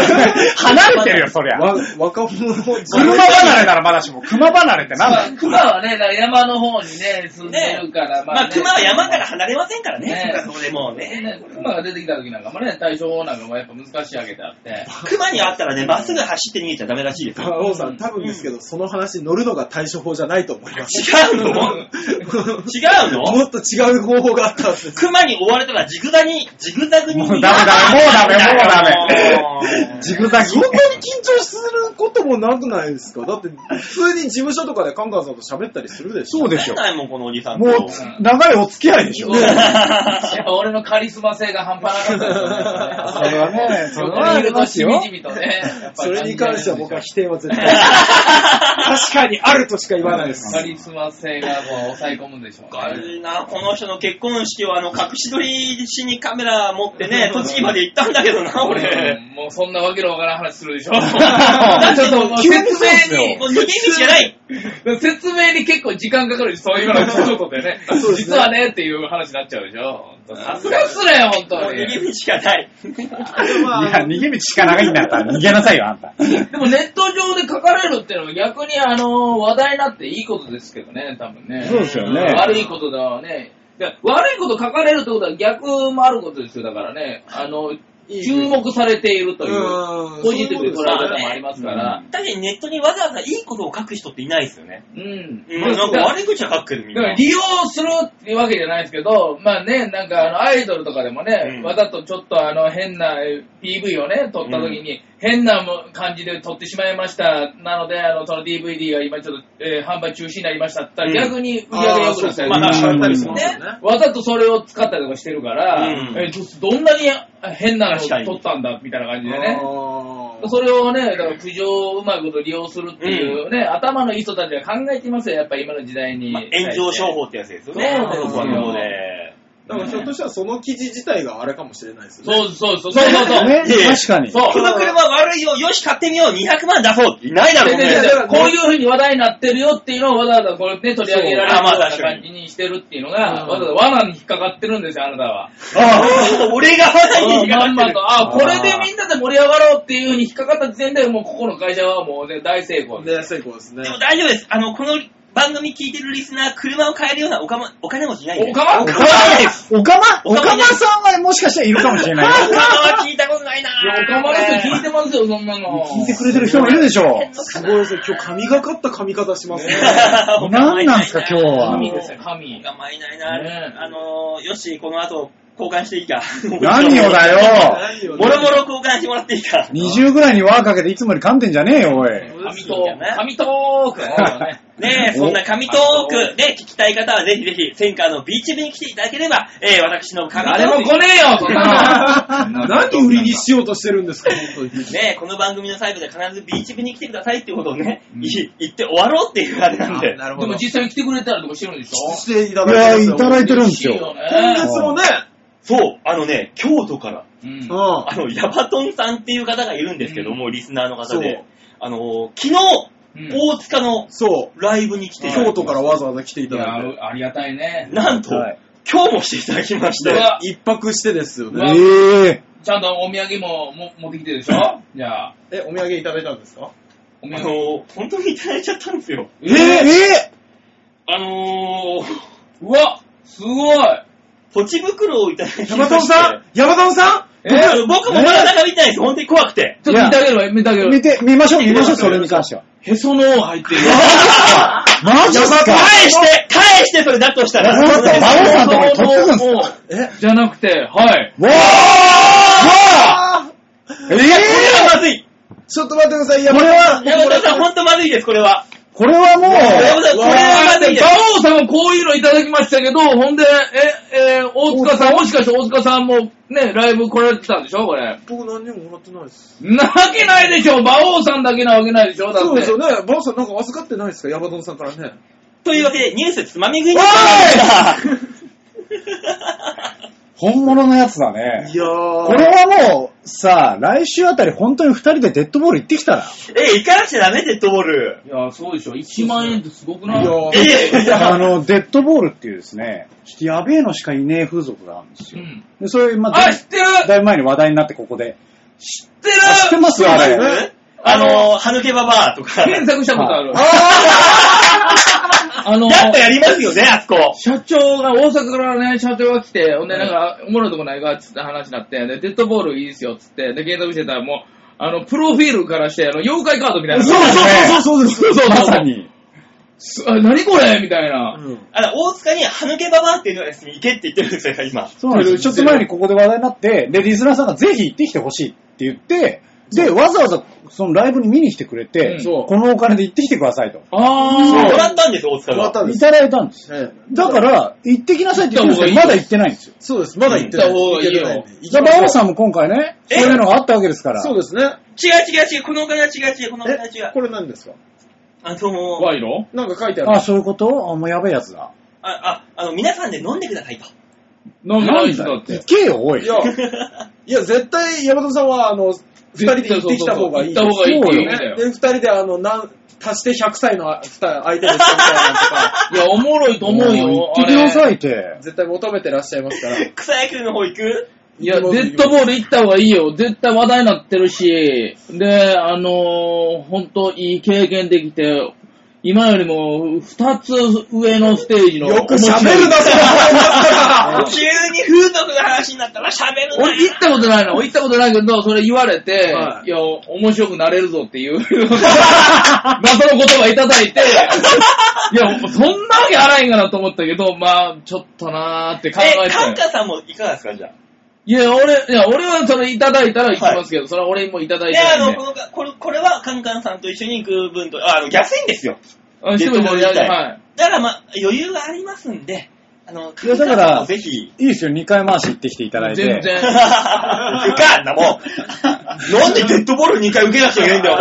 Speaker 4: 離れてるよ、そりゃ。
Speaker 3: わ若者の
Speaker 4: 車離れならまだしも、熊離れってなんだ
Speaker 5: まあ、熊はね、だから山の方にね、住んでるから、
Speaker 2: まあ、
Speaker 5: ね
Speaker 2: 熊は山から離れませんからね。
Speaker 5: ね
Speaker 2: そこはそこでもうね。
Speaker 5: ね熊が出てきた時なんかもね、対処法なんかもやっぱ難しいわけであって。
Speaker 2: 熊に会ったらね、まっすぐ走って逃げちゃダメらしいですよ。
Speaker 3: 馬王さん、多分ですけど、その話に乗るのが対処法じゃないと思います。
Speaker 2: 違う の違うの
Speaker 3: もっと違う方法があったんです。
Speaker 2: 熊に追われたらジグザに、ジグザグに。
Speaker 4: もうダメダメもうダメもう
Speaker 2: ダ
Speaker 4: ジグザギ。
Speaker 3: そんなに緊張することもなくないですかだって、普通に事務所とかでカンカンさんと喋ったりするでしょ
Speaker 4: そうで
Speaker 2: メ
Speaker 4: しょ。
Speaker 2: ないもん、このおじさんと。
Speaker 4: もう、長いお付き合いで しょ。
Speaker 5: やっぱ俺のカリスマ性が半端なかった
Speaker 4: それはね、そ
Speaker 5: そ
Speaker 4: れ
Speaker 5: こ
Speaker 4: はあ
Speaker 5: にい
Speaker 4: り
Speaker 5: ると
Speaker 4: ま
Speaker 5: し
Speaker 4: す
Speaker 5: み
Speaker 4: よ
Speaker 5: じ。みとね。やっぱ
Speaker 3: そ
Speaker 5: り
Speaker 3: れに関しては僕は
Speaker 5: 感じ
Speaker 3: 否定は 絶対。確かにあるとしか言わないです。
Speaker 5: られるでしょカリスマ性がこう抑え込むんでしょうね。
Speaker 2: 悪いな、この人の結婚式はあの、隠し撮りしにカメラ持ってね、栃木まで行ったんだけどな、
Speaker 5: う
Speaker 2: 俺。
Speaker 5: んもうそんなわけのわからん話するでし ょ。
Speaker 4: ちょっと
Speaker 5: もう
Speaker 4: 急にそうっ
Speaker 5: 説
Speaker 4: すよ
Speaker 5: 明に
Speaker 2: もう逃げ道じゃない
Speaker 5: 説明に結構時間かかるし、そういう話することでね。
Speaker 3: そうですね
Speaker 5: 実はねっていう話になっちゃうでしょ。さすがっすね、本
Speaker 2: もう
Speaker 5: 当
Speaker 2: 逃げ
Speaker 5: に。
Speaker 2: 道がない。
Speaker 4: いや、逃げ道しか長いんだったら逃げなさいよ、あんた。
Speaker 5: でもネット上で書かれるっていうのは逆にあの、話題になっていいことですけどね、多分ね。
Speaker 4: そうですよね
Speaker 5: 悪いことだわね。いや悪いこと書かれるってことは逆もあることですよ、だからね。あの、注目されているという、
Speaker 3: うん
Speaker 5: ポジティブに捉え
Speaker 2: ら
Speaker 5: 方もありますから。
Speaker 2: 確かにネットにわざわざいいことを書く人っていないですよね。
Speaker 5: うん。
Speaker 2: うん、なんか悪い口は書くけど、みん
Speaker 5: だから
Speaker 2: な。
Speaker 5: 利用するっていうわけじゃないですけど、まあね、なんかあのアイドルとかでもね、
Speaker 2: うん
Speaker 5: わざとちょっとあの変な PV をね、撮った時に、変なも感じで撮ってしまいました。なので、あの、その DVD が今ちょっと、えー販売中止になりましたって言ったら、
Speaker 2: うん
Speaker 5: 逆に売り上げ
Speaker 3: あ
Speaker 5: 良
Speaker 3: あ
Speaker 5: く
Speaker 3: そう
Speaker 5: な
Speaker 3: で
Speaker 5: っ
Speaker 3: す
Speaker 5: た
Speaker 3: ね。
Speaker 2: ま
Speaker 5: り
Speaker 2: あ
Speaker 5: ね
Speaker 2: な
Speaker 3: 学んだりしますよね。
Speaker 5: わざとそれを使ったりとかしてるから、
Speaker 2: うん
Speaker 5: えーどどんなにあ変なのを
Speaker 2: 確かに
Speaker 5: 撮ったんだみたいな感じで
Speaker 3: あ
Speaker 5: ね。
Speaker 3: ー
Speaker 5: それをね、だから苦情をうまいこと利用するっていうね、頭のいい人たちが考えてますよ、やっぱり今の時代に。
Speaker 2: まあ炎上商法ってやつですよね。
Speaker 5: そうですよ
Speaker 2: 僕はもうね
Speaker 3: だからひょっとしたらその記事自体があれかもしれないですよね。
Speaker 5: そうそうそう、そうそうそう。
Speaker 4: ね
Speaker 2: いやいや
Speaker 4: 確かに。
Speaker 5: そう
Speaker 2: この車悪いよ、よし、買ってみよう、200万出そう。いないだろ、
Speaker 5: で
Speaker 2: こんな
Speaker 5: で
Speaker 2: やつ
Speaker 5: でこういう風に話題になってるよっていうのをわざわざこれね、取り上げられる
Speaker 2: そう
Speaker 5: よ
Speaker 2: あまあ
Speaker 5: うな
Speaker 2: 確かに
Speaker 5: 感じにしてるっていうのが、わざわざ罠に引っかかってるんですよ、あなたは。
Speaker 2: ああ、俺が罠に
Speaker 5: う
Speaker 2: 引っ
Speaker 5: ん
Speaker 2: か
Speaker 5: ま
Speaker 2: か
Speaker 5: ん
Speaker 2: って
Speaker 5: ま
Speaker 2: る。
Speaker 5: と、あ、これでみんなで盛り上がろうっていう風に引っかかった時点で、もうここの会社はもうね、大成功です。
Speaker 3: で、成功ですね
Speaker 2: で。も大丈夫です。あの、この番組聞いてるリスナー、車を買えるようなおかまお金持ちいないんで
Speaker 5: おかま
Speaker 2: お
Speaker 5: お
Speaker 2: か
Speaker 5: か
Speaker 2: ま
Speaker 5: ま
Speaker 2: です。
Speaker 4: おかま、おかまさんはもしかしたらいるかもしれないよ。
Speaker 2: おかまは聞いたことないない
Speaker 5: や、おかまの人聞いてますよ、そんなの。
Speaker 4: 聞いてくれてる人もいるでしょ
Speaker 3: すごいですね。今日神がかった髪型しますね。
Speaker 4: う。何なんですか、今日は。
Speaker 5: 神ですよ、神。
Speaker 2: おかまいないな。
Speaker 5: ねえ
Speaker 2: あのー、よし、この後、交換していいか。
Speaker 4: 何をだよ。
Speaker 3: 何よ
Speaker 2: もろもろ交換してもらっていいか。
Speaker 4: 20ぐらいに輪かけていつもより噛んでんじゃねえよ、おい。
Speaker 5: 神トーク。神トーク。ね
Speaker 2: ねえ、
Speaker 4: お
Speaker 2: そんな神トークで聞きたい方はぜひぜひ、センカーのビーチ部に来ていただければ、えー、私の神ト
Speaker 5: 誰も
Speaker 2: ー
Speaker 5: 来ねえよ、そんな
Speaker 3: 何売りにしようとしてるんですか、本当に。
Speaker 2: ク、ねえ、この番組の最後で必ずビーチ部に来てくださいっていうことをね、い言って終わろうっていうあれなんで。
Speaker 3: なる
Speaker 5: の。でも実際に来てくれたりとかしてるんでしょ
Speaker 3: していた
Speaker 4: いや
Speaker 3: だいて
Speaker 4: ー、いただいてるんです
Speaker 5: いいよ
Speaker 4: よ。
Speaker 3: 今
Speaker 5: ね。
Speaker 3: 月もね、
Speaker 2: そう、あのね、京都から、
Speaker 5: うん
Speaker 3: うん
Speaker 2: あの、ヤバトンさんっていう方がいるんですけども、リスナーの方
Speaker 3: そ
Speaker 2: で
Speaker 3: う、
Speaker 2: あのー、昨日、
Speaker 5: うん
Speaker 2: 大塚の
Speaker 3: そ
Speaker 2: ライブに来
Speaker 3: う、
Speaker 2: て、
Speaker 3: 京都からわざわざ来てい
Speaker 5: い
Speaker 3: た
Speaker 5: や、
Speaker 3: だい
Speaker 5: ありがたいね。
Speaker 2: なんと、
Speaker 4: はい
Speaker 2: 今日もしていただきまして
Speaker 5: う、わ
Speaker 3: て、一泊してですよ
Speaker 5: うわ
Speaker 3: ね。
Speaker 4: ええ
Speaker 5: ちゃんとお土産もも持ってきてるでしょじゃあ、
Speaker 3: え、お土産いただいたんですか
Speaker 5: お
Speaker 2: あ
Speaker 5: 土産。
Speaker 2: のー、本当にいただいちゃったんですよ。
Speaker 5: え
Speaker 4: ええ
Speaker 2: あのー、
Speaker 5: うわすごい
Speaker 2: ポチ袋をいただきまして
Speaker 4: ヤマトンさんヤマトンさん
Speaker 5: えー
Speaker 2: 僕僕もなかなか見たいです。本当に怖くて。
Speaker 5: ちょっと見てあげるわ、見てあげ
Speaker 4: 見
Speaker 5: る。
Speaker 4: て、見ましょう、見ましょう、それに関しては。
Speaker 5: へその緒入ってる。
Speaker 4: マジっすか
Speaker 2: 返して返してそれだとしたら。
Speaker 4: ちょっと馬王さんとこに
Speaker 5: へその
Speaker 4: 取ってくんすか
Speaker 5: 緒のじゃなくて、はい。
Speaker 4: わ
Speaker 2: こ
Speaker 4: あわあえ
Speaker 2: れはまずい
Speaker 3: ちょっと待ってください、
Speaker 4: これは、
Speaker 2: 山田さん、本当まずいです、これは。
Speaker 4: これはも
Speaker 2: 山
Speaker 4: う、
Speaker 2: 田さん、これはまずいです。
Speaker 5: 馬王さんもこういうのいただきましたけど、ほんで、え、えー大塚さん、もしかして大塚さんもね、ライブ来られてたんでしょこれ。
Speaker 3: 僕何にももらってないです。
Speaker 5: なわけないでしょ馬王さんだけなわけないでしょだ
Speaker 3: そう
Speaker 5: っ
Speaker 3: です
Speaker 5: て
Speaker 3: よ。ね。バオさんなんか預かってないですかヤマトンさんからね。
Speaker 2: というわけで、ニュースつまみ食いにしてまいりました。
Speaker 4: 本物のやつだね。
Speaker 3: やー
Speaker 4: これはもう、さあ、来週あたり本当に二人でデッドボール行ってきたら。
Speaker 2: え、行かなくちゃダメ、デッドボール。
Speaker 5: いや、そうでしょ。1万円ってすごくない
Speaker 3: いや
Speaker 5: う
Speaker 3: ー
Speaker 2: え、い
Speaker 4: あ
Speaker 2: や、
Speaker 4: の、デッドボールっていうですね、ちょっとやべえのしかいねえ風俗があるんですよ。
Speaker 5: ん。
Speaker 4: で、それ、まあ、
Speaker 5: あ、
Speaker 4: だい
Speaker 5: 知ってる
Speaker 4: だいぶ前に話題になってここで。
Speaker 5: 知ってる
Speaker 4: あ知ってますよ、あれ。
Speaker 2: あの、歯抜けババアとか。
Speaker 5: 検索したことある。 あの、
Speaker 2: やっぱやりますよね、あそこ。
Speaker 5: 社長が、大阪からね、社長が来て、ほんで、なんか、おもろいとこないか、つって話になって、で、デッドボールいいですよ、つって、で、検索してたら、もう、あの、プロフィールからして、あの、妖怪カードみたいな。
Speaker 4: そうそう
Speaker 5: そうそうそう。
Speaker 4: まさに。
Speaker 5: す。 あ何これみたいな。
Speaker 3: うん
Speaker 2: あの、大塚に歯抜けババアっていうのがですね、行けって言ってるんですよ、今。
Speaker 4: そうなんですよ。ちょっと前にここで話題になって、で、リスナーさんがぜひ行ってきてほしいって言って、で、わざわざそのライブに見に来てくれて、
Speaker 5: うん
Speaker 3: そう
Speaker 4: このお金で行ってきてくださいと。
Speaker 2: も
Speaker 5: あ
Speaker 2: らったんですよ、大塚
Speaker 3: もらっ
Speaker 2: が。
Speaker 3: たんで
Speaker 4: い
Speaker 3: す。
Speaker 4: ただいたんです。
Speaker 3: ええ
Speaker 4: だか、ら、行ってきなさいって言ってるんですけど、
Speaker 5: 行っ
Speaker 4: ま
Speaker 5: た方が
Speaker 4: だ
Speaker 5: いいよ
Speaker 4: 行ってないんですよ。
Speaker 3: そうです。まだ行ってない。
Speaker 5: 行った方がいい
Speaker 3: 行
Speaker 5: よ
Speaker 3: けてな
Speaker 4: じゃあ、馬王さんも今回ね、
Speaker 2: え
Speaker 4: そういうのがあったわけですから。
Speaker 3: そうですね。
Speaker 2: 違う違う違う、このお金は違う違う、このお金は違
Speaker 3: え、
Speaker 2: う。
Speaker 3: これ何ですか
Speaker 2: あ、どう
Speaker 5: あ、
Speaker 2: も、
Speaker 5: 賄賂
Speaker 3: なんか書いてある。
Speaker 4: あ、そういうことあ、もうやべえやつだ。
Speaker 2: あ、あ、あの、皆さんで飲んでくださいと。
Speaker 5: なんかないんだ
Speaker 4: 行
Speaker 5: って。
Speaker 4: けよ、おい。
Speaker 3: いや、 いや、絶対、山本さんは、あの、二人で行ってきた方がいい。
Speaker 5: 行った方がいいって
Speaker 4: そうよ
Speaker 5: 言うんだよ。
Speaker 3: で、二人で、あの、なん、足して100歳の二人相手でしたみたいなとか、
Speaker 5: いや、おもろいと思う
Speaker 4: も
Speaker 5: よ。
Speaker 4: 行ってきな
Speaker 5: あ
Speaker 4: さ
Speaker 5: れ
Speaker 4: いって。
Speaker 3: 絶対求めてらっしゃいますから。
Speaker 2: 草野球の方行く
Speaker 5: いや、デッドボール行った方がいいよ。絶対話題になってるし、で、あのー、ほんといい経験できて、今よりも二つ上のステージの。
Speaker 3: よく喋るな、その
Speaker 2: あ急に風俗の話になったら喋るな
Speaker 5: 俺行ったことないの。俺行ったことないけど、それ言われて、
Speaker 3: はい
Speaker 5: い、や、面白くなれるぞってい う、謎の言葉いただいて、いや、そんなわけあらへんかなと思ったけど、まあ、ちょっとなーって考え
Speaker 2: え、
Speaker 5: て。
Speaker 2: カンカさんもいかがですか、じゃあ。
Speaker 5: いや、俺、いや、俺はそれいただいたら行きますけど、それは俺もいただい
Speaker 2: い
Speaker 5: て
Speaker 2: や、あ
Speaker 5: るん
Speaker 2: の、
Speaker 5: で
Speaker 2: こ。のか、これ、これはカンカンさんと一緒に行く分と、ああの、安いんですよ。
Speaker 5: あしても
Speaker 2: デッドボール行きたい
Speaker 5: はい。
Speaker 2: だから、まあ、余裕がありますんで、あの、カ
Speaker 4: いや
Speaker 2: ンカ
Speaker 4: だ
Speaker 2: ン
Speaker 4: か
Speaker 2: さん
Speaker 4: ら
Speaker 2: もぜひ。
Speaker 4: いいですよ、2回回し行ってきていただいて。
Speaker 5: 全 然。
Speaker 2: いかんな、もう。なんでデッドボール2回受けなくちゃいけないんだよ、お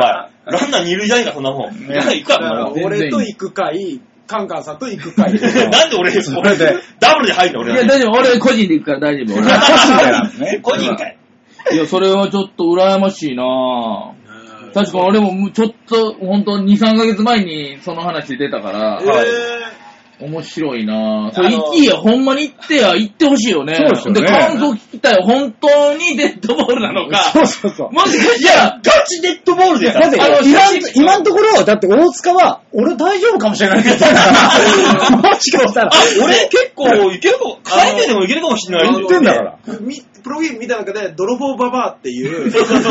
Speaker 2: 前。ランナー2塁じゃないか、そんなもん。だから行く
Speaker 3: だ
Speaker 2: か、
Speaker 3: か
Speaker 2: もう
Speaker 3: ら俺と行く会、カンカンさんと行く会。
Speaker 2: なんで俺、
Speaker 4: そ
Speaker 2: 俺
Speaker 4: れで
Speaker 2: ダブルで入るの
Speaker 5: い
Speaker 2: 俺
Speaker 5: や、大丈夫。俺個人で行くから 大丈夫。
Speaker 4: 個人でなんです
Speaker 2: ね
Speaker 4: ね。
Speaker 2: 個人かい。
Speaker 5: 俺いや、それはちょっと羨ましいなぁ。確か俺もちょっと、ほんと2、3ヶ月前にその話出たから、
Speaker 2: はい
Speaker 5: 面白いなぁ。それ
Speaker 2: あの
Speaker 5: 行きや、ほんまに行ってや、行ってほしいよね。
Speaker 4: そうですよね
Speaker 5: で、感想聞きたい。本当にデッドボールなのか。
Speaker 4: そうそうそう。
Speaker 5: もしか
Speaker 2: い
Speaker 5: した
Speaker 2: や
Speaker 5: ら、、
Speaker 2: ガチデッドボールで
Speaker 4: だって
Speaker 5: あの
Speaker 4: 今
Speaker 5: 写
Speaker 4: ん、
Speaker 5: 真
Speaker 4: 今のところ、だって大塚は、俺大丈夫かもし れないって言ってたから、もしかしたら、
Speaker 2: あ、俺結構いけるかも、海外でもいけるかもしれない。
Speaker 4: 言ってんだから。
Speaker 3: みプロフィール見た中で、泥棒ババアっていう、
Speaker 2: そうそうそう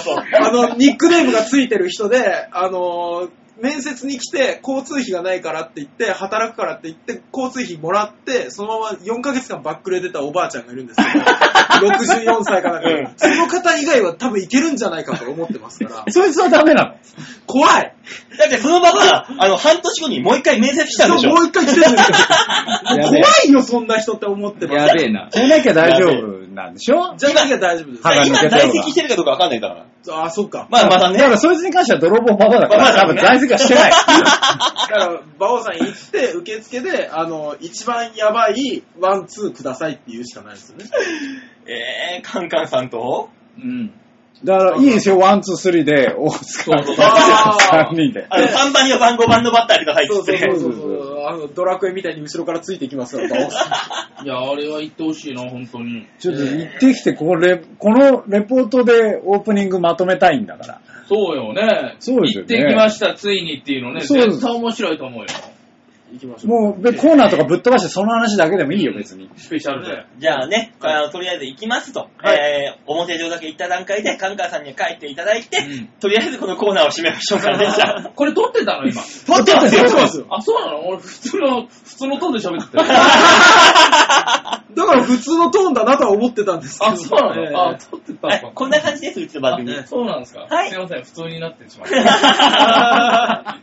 Speaker 2: そう。
Speaker 3: あの、ニックネームがついてる人で、あの、面接に来て、交通費がないからって言って、働くからって言って、交通費もらって、そのまま4ヶ月間バックレ出たおばあちゃんがいるんですけど、64歳かなんか、
Speaker 2: うん
Speaker 3: その方以外は多分いけるんじゃないかと思ってますから、
Speaker 4: そいつはダメなの。
Speaker 3: 怖い
Speaker 2: だってそのまま、あの、半年後にもう一回面接したんでしょ
Speaker 3: もう一回来てるんですよ。
Speaker 4: やべ
Speaker 3: 怖
Speaker 4: え
Speaker 3: いよ、そんな人って思ってます。
Speaker 5: やべえな。
Speaker 4: じゃなきゃ大丈夫なんでしょ
Speaker 3: じゃなきゃ大丈夫です。
Speaker 4: はい
Speaker 2: 今在籍してるかどうかわかんないんだから。
Speaker 3: あ、そっか。
Speaker 2: まあまだ
Speaker 4: だか
Speaker 2: ね
Speaker 4: ら。そいつに関しては泥棒ババアだか
Speaker 2: ババアだ
Speaker 4: ら、多
Speaker 2: から
Speaker 4: 分
Speaker 2: ね
Speaker 4: 在籍はしてない。
Speaker 3: だから、馬王さん行って、受付で、あの、一番やばいワンツーくださいって言うしかないですよね。
Speaker 2: えー、カンカンさんと
Speaker 5: うん。
Speaker 4: だから、いいですよ、ワン、ツー、スリーで、大塚
Speaker 5: そうそう
Speaker 4: 3人で。
Speaker 2: あの、3番には番5番のバッターでくださいっつ
Speaker 3: そう
Speaker 2: って。
Speaker 3: そうそうそう
Speaker 4: そうそう
Speaker 3: の、あの、ドラクエみたいに後ろからついていきますから、倒す。
Speaker 5: いや、あれは言ってほしいな、本当に。
Speaker 4: ちょっと行ってきて、これ、このレポートでオープニングまとめたいんだから。
Speaker 5: そうよね。
Speaker 4: そうですよね
Speaker 5: 行ってきました、ついにっていうのね、
Speaker 4: そうです
Speaker 5: 絶対面白いと思うよ。
Speaker 3: 行きましょう。
Speaker 4: もう、でコーナーとかぶっ飛ばしてその話だけでもいいよ、別に。
Speaker 5: スペシャルで。
Speaker 2: じゃあね、
Speaker 5: はい
Speaker 2: あのとりあえず行きますと、
Speaker 5: はい
Speaker 2: えー、表上だけ行った段階で、カンカンさんには帰っていただいて、
Speaker 5: うん
Speaker 2: とりあえずこのコーナーを締めましょうからね、じゃあ。
Speaker 5: これ撮ってたの、今。
Speaker 4: 撮ってます
Speaker 3: 撮ってますよ
Speaker 5: あ、そうなの俺、普通の、普通のトーンで喋ってた よ。
Speaker 3: だから普通のトーンだなとは思ってたんですけど。
Speaker 5: あ、そうなの、
Speaker 3: ええ
Speaker 5: あ、撮ってた
Speaker 2: は
Speaker 5: の
Speaker 2: い
Speaker 5: か。
Speaker 2: こんな感じです、うちの番組。
Speaker 5: あそうなんですか。
Speaker 2: はい
Speaker 5: すいません、普通になってしまった。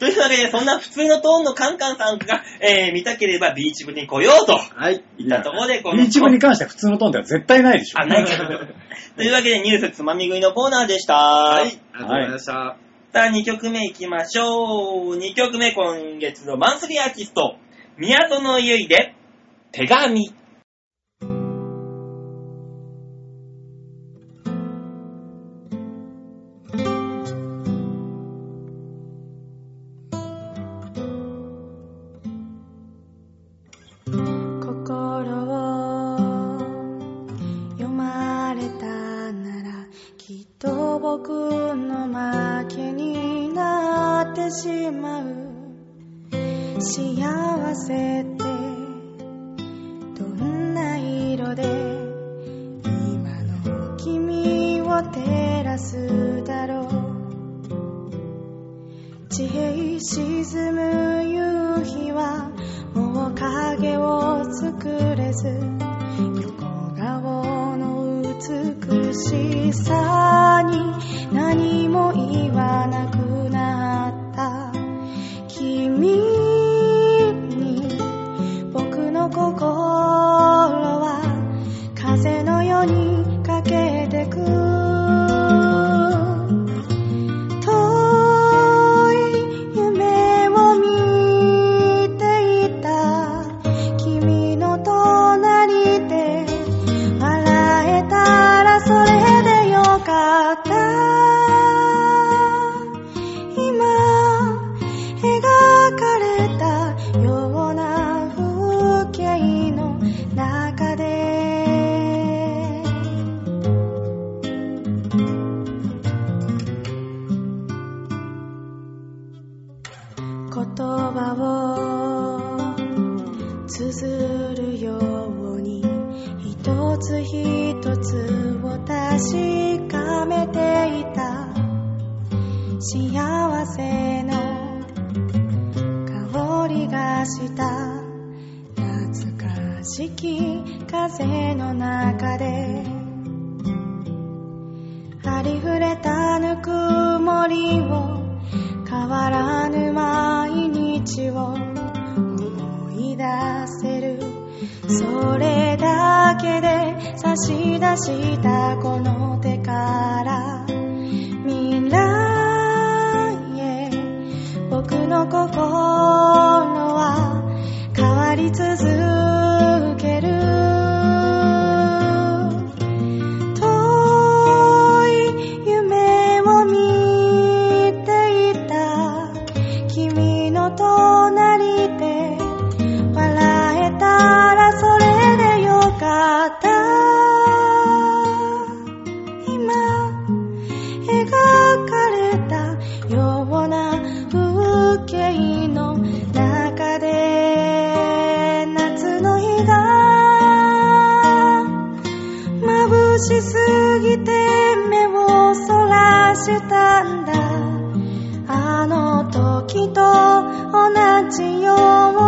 Speaker 2: というわけで、そんな普通のトーンのカンカンさんが、えー、見たければビーチ部に来ようと。
Speaker 3: はい。
Speaker 2: いったところで、この。
Speaker 4: ビーチ部に関しては普通のトーンでは絶対ないでしょ
Speaker 2: あ、。ないけど。というわけで、ニュースつまみ食いのコーナーでした。は
Speaker 3: はい。ありがとうございました。
Speaker 2: さあ、2曲目いきましょう。2曲目、今月のマンスリーアーティスト、宮園ゆいで、手紙。
Speaker 1: 心を読まれたならきっと僕の負けになってしまう幸せってどんな色で今の君を照らすだろう地平沈む夕日はもう影を作れず横顔の美しさに何も言わなくなった君に僕の心は風のように駆けてく遠い夢を見ていた君の隣で笑えたらそれでよかった今描かれたような風景の中で言葉を綴るように一つ一つを確かめていた幸せの香りがした懐かしき風の中でありふれたぬくもりを変わらぬ毎日を思い出せるそれだけで差し出したこの手から未来へ僕の心は変わり続ける遠い夢を見ていた君の隣で笑えたらそれでよかった今描かれたような風景の中で夏の日が眩しすぎて目をそらしたんだあの時と同じよう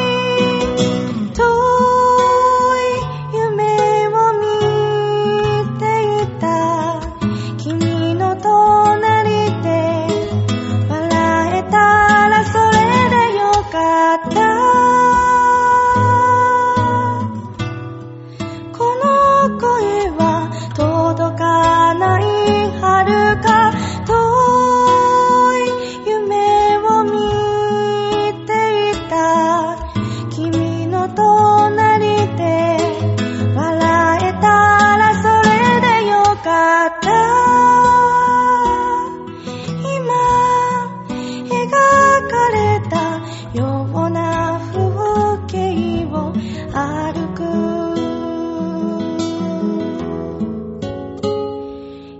Speaker 1: に遠い夢を見ていた君の隣で笑えたらそれでよかったこの声は届かない遥か遠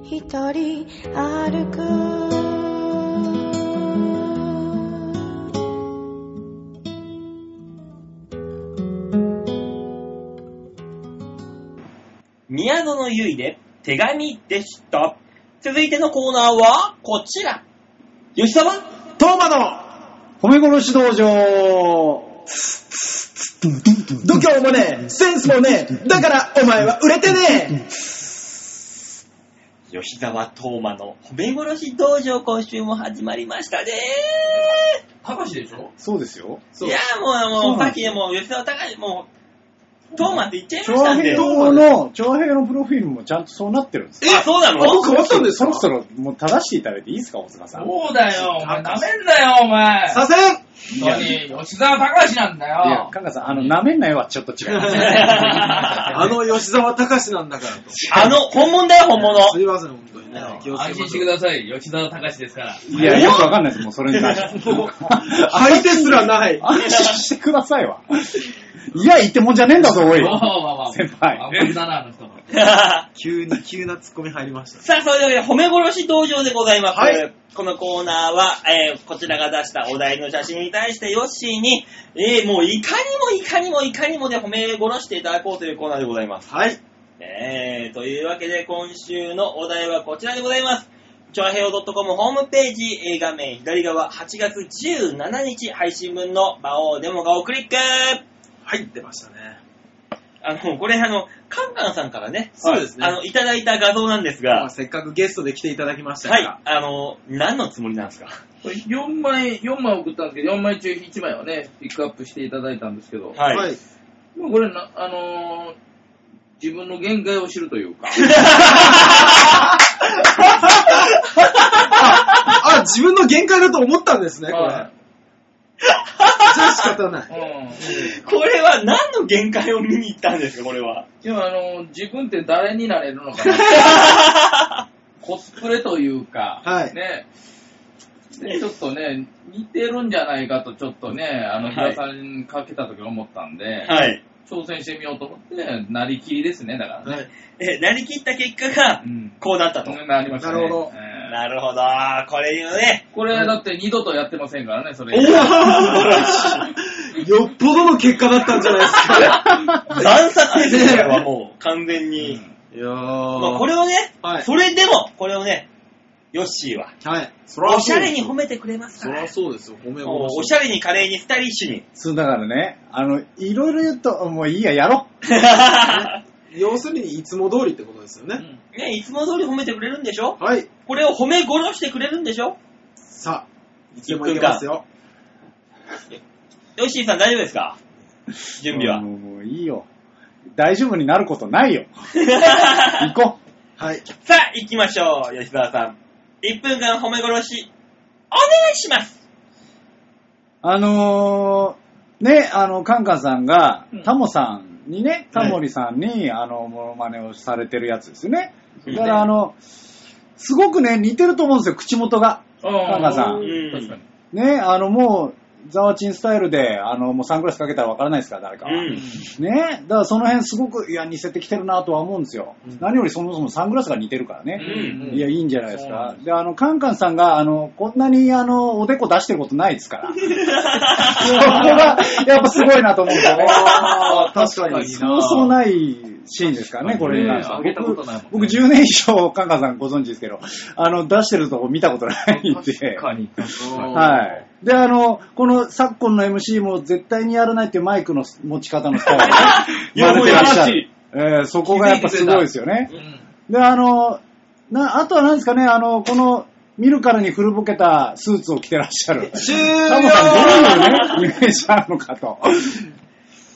Speaker 1: 一人歩く
Speaker 2: 宮野のゆいで手紙でした。続いてのコーナーは、こちら。吉沢
Speaker 3: トーマの
Speaker 4: 褒め殺し道場
Speaker 3: 度胸もねえ、センスもねえ、だからお前は売れてね
Speaker 2: 吉沢東馬の褒め殺し道場今週も始まりましたね
Speaker 5: たかしでしょ
Speaker 4: そうですよ。
Speaker 2: いやもう、もう、さっきねもう吉沢隆もう、東馬って言っちゃいまし
Speaker 4: 長
Speaker 2: たんで。
Speaker 4: 平の、長平のプロフィールもちゃんとそうなってるんです。
Speaker 2: あ、そうなの
Speaker 3: あ僕変わったんです
Speaker 4: そ
Speaker 3: か
Speaker 4: ろそろもう正していただいていいですか、大塚さん。い
Speaker 5: そうだよ、お前、なめんなよ、お前。
Speaker 3: え左遷
Speaker 5: 本当に、吉沢隆なんだ
Speaker 4: や、
Speaker 5: よ。
Speaker 4: カンカさん、あの、舐めんなよはちょっと違います。
Speaker 3: あの吉沢隆なんだからと。す
Speaker 2: あの、本物だよ、本物。
Speaker 3: いません、本当にね。気をつけ
Speaker 5: 安
Speaker 3: ま
Speaker 5: 心
Speaker 3: し
Speaker 5: して
Speaker 3: ょ
Speaker 5: く
Speaker 3: う。
Speaker 5: ださい、吉沢隆ですから。
Speaker 4: いや、よくわかんないです、もうそれに関して。
Speaker 3: 相手すらない。
Speaker 4: 安心してくださいわ。いや、言ってもんじゃねえんだぞ、おい。
Speaker 5: まあまあまあ
Speaker 4: 先輩
Speaker 5: あんまりだな、あの人も。
Speaker 3: 急に、急なツッコミ入りました。
Speaker 2: さあ、それでは、褒め殺し道場でございます。
Speaker 3: はい
Speaker 2: このコーナーは、えーこちらが出したお題の写真に対して、ヨッシーに、えーもういかにもいかにもいかにもで褒め殺していただこうというコーナーでございます。
Speaker 3: はい。
Speaker 2: えー、というわけで、今週のお題はこちらでございます。ちょあへお .com ホームページ、えー画面左側、8月17日配信分の魔王デモ画をクリック
Speaker 3: 入ってましたね。
Speaker 2: あの、これ、あの、カンカンさんからね、
Speaker 3: そうですね
Speaker 2: あの、いただいた画像なんです
Speaker 3: まあ
Speaker 2: が、
Speaker 3: せっかくゲストで来ていただきましたか
Speaker 2: はい
Speaker 3: ら。、
Speaker 2: あの、何のつもりなんですか
Speaker 5: これ4枚、4枚送ったんですけど、4枚中1枚はね、ピックアップしていただいたんですけど、
Speaker 2: はい。
Speaker 3: はい。
Speaker 5: まあこれな、あのー自分の限界を知ると いうか、
Speaker 3: あ、自分の限界だと思ったんですね、これ。じゃ
Speaker 5: は
Speaker 3: あ仕方ない
Speaker 5: い。うん
Speaker 2: これは何の限界を見に行ったんですか、これは。
Speaker 5: でもあのー自分って誰になれるのかな コスプレというか、
Speaker 3: はい
Speaker 5: ね、でちょっとね、似てるんじゃないかと、ちょっとね、あの、
Speaker 2: はい
Speaker 5: 日田さんかけた時思ったんで、
Speaker 2: はい。
Speaker 5: 挑戦してみようと思って、なりきりですね、だからね。
Speaker 2: え、なりきった結果が
Speaker 5: う、ん。
Speaker 2: こうなったと。
Speaker 5: なりましたね。
Speaker 3: なるほど
Speaker 5: えー
Speaker 2: なるほど。これよね。
Speaker 5: これだって二度とやってませんからね、それ。
Speaker 3: よっぽどの結果だったんじゃないですか。
Speaker 2: 惨殺ですね、これはもう、完全に。
Speaker 3: いや
Speaker 2: まあ、
Speaker 3: ー
Speaker 2: これをね、
Speaker 3: はい
Speaker 2: それでも、これをね、ヨッシーは、
Speaker 3: はい。そ
Speaker 2: おしゃれに褒めてくれます
Speaker 3: そ
Speaker 2: か
Speaker 3: り
Speaker 2: ら
Speaker 3: ゃ。そうですよ、褒め
Speaker 2: もう
Speaker 3: 殺し。
Speaker 2: おしゃれに華麗にスタイリッシュ に。
Speaker 4: そう、だからね、あの、いろいろ言うと、もういいや、やろ
Speaker 3: 要するに、いつも通りってことですよ
Speaker 5: う
Speaker 3: ね。
Speaker 5: ん
Speaker 2: ね、いつも通り褒めてくれるんでしょ
Speaker 3: はい。
Speaker 2: これを褒め殺してくれるんでしょ
Speaker 3: さあ、いつでもいけますよ。
Speaker 2: ヨッシーさん大丈夫ですか
Speaker 4: う。
Speaker 2: 準備は。
Speaker 4: もうもういいよ。大丈夫になることないよ。行こう。
Speaker 3: はい。
Speaker 2: さあ、行きましょう、吉沢さん。1分間褒め殺し、お願いします
Speaker 4: あのー、ね、あの、カンカンさんが
Speaker 5: うん、
Speaker 4: タモさんにね、
Speaker 3: は
Speaker 4: タ
Speaker 3: い
Speaker 4: モリさんに、あの、モノマネをされてるやつですよね。
Speaker 2: うん
Speaker 4: だから、あの、すごくね、似てると思うんですよ、口元が。
Speaker 5: カ
Speaker 4: ンカンさん
Speaker 2: うん
Speaker 5: 確かに。
Speaker 4: ね、あの、もう、ザワチンスタイルで、あの、もうサングラスかけたらわからないですから、誰かは。
Speaker 2: うん
Speaker 4: ね、だからその辺すごく、いや、似せてきてるなとは思うんですよ。
Speaker 3: うん
Speaker 4: 何よりそもそもサングラスが似てるからね。
Speaker 5: うん
Speaker 4: いや、いいんじゃないです
Speaker 5: そうな
Speaker 4: か
Speaker 5: ん。
Speaker 4: で、あの、カンカンさんが、あの、こんなに、あの、おでこ出してることないですから。そこが、やっぱすごいなと思うんですよね。
Speaker 3: あー確かに。
Speaker 4: そうそうないシーンですからね、これに関しては
Speaker 5: あげたことないもんね
Speaker 4: 僕僕10年以上、カンカンさんご存知ですけど、あの、出してるとこ見たことないんで。
Speaker 5: 確かに。
Speaker 4: はい。で、あの、この昨今の MC も絶対にやらないっていうマイクの持ち方のスタイルをね
Speaker 5: いや
Speaker 4: 真似てらっしゃ
Speaker 5: もう
Speaker 4: る。えーそこがやっぱすごいですよね
Speaker 5: う。ん
Speaker 4: で、あの、な、あとは何ですかね、あの、この、見るからに古ぼけたスーツを着てらっしゃる。
Speaker 3: 終
Speaker 4: タモさんどういうね、イメージあるのかと。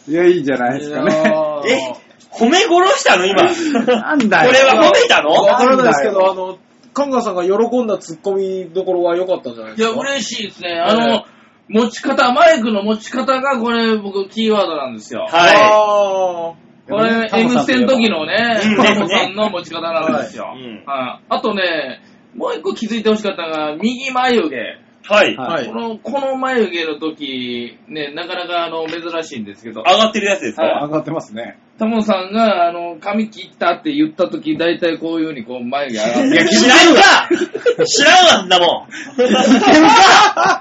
Speaker 4: いや、いいんじゃないですかね。
Speaker 3: 了
Speaker 2: え、褒め殺したの今。これ
Speaker 4: なんだよ。
Speaker 2: は褒めたの
Speaker 3: わからないですけ
Speaker 4: なんだ
Speaker 3: ど、あの、カンガさんが喜んだツッコミどころは良かったんじゃない
Speaker 5: い
Speaker 3: です
Speaker 5: や、
Speaker 3: か。
Speaker 5: 嬉しいですね。あの、持ち方、マイクの持ち方がこれ、僕、キーワードなんですよ。
Speaker 2: は
Speaker 3: あ
Speaker 5: これ、
Speaker 4: タモ
Speaker 5: M
Speaker 4: さん
Speaker 5: ス
Speaker 4: とい
Speaker 5: テ
Speaker 4: えば
Speaker 5: の時のね、
Speaker 2: うん
Speaker 5: タモさんの持ち方なんですよ。
Speaker 2: はいうん
Speaker 5: はいあとね、もう一個気づいてほしかったのが、右眉毛。
Speaker 2: はい。
Speaker 4: は
Speaker 3: は
Speaker 4: い
Speaker 3: い
Speaker 5: この、この眉毛の時、ね、なかなかあの、珍しいんですけど、
Speaker 2: 上がってるやつですか、
Speaker 4: 上がってますね。
Speaker 5: タモさんが、あの、髪切ったって言った時、大体こういう風にこう、眉毛上がって
Speaker 4: いや
Speaker 2: 知らんか知らんわ、そんなもん。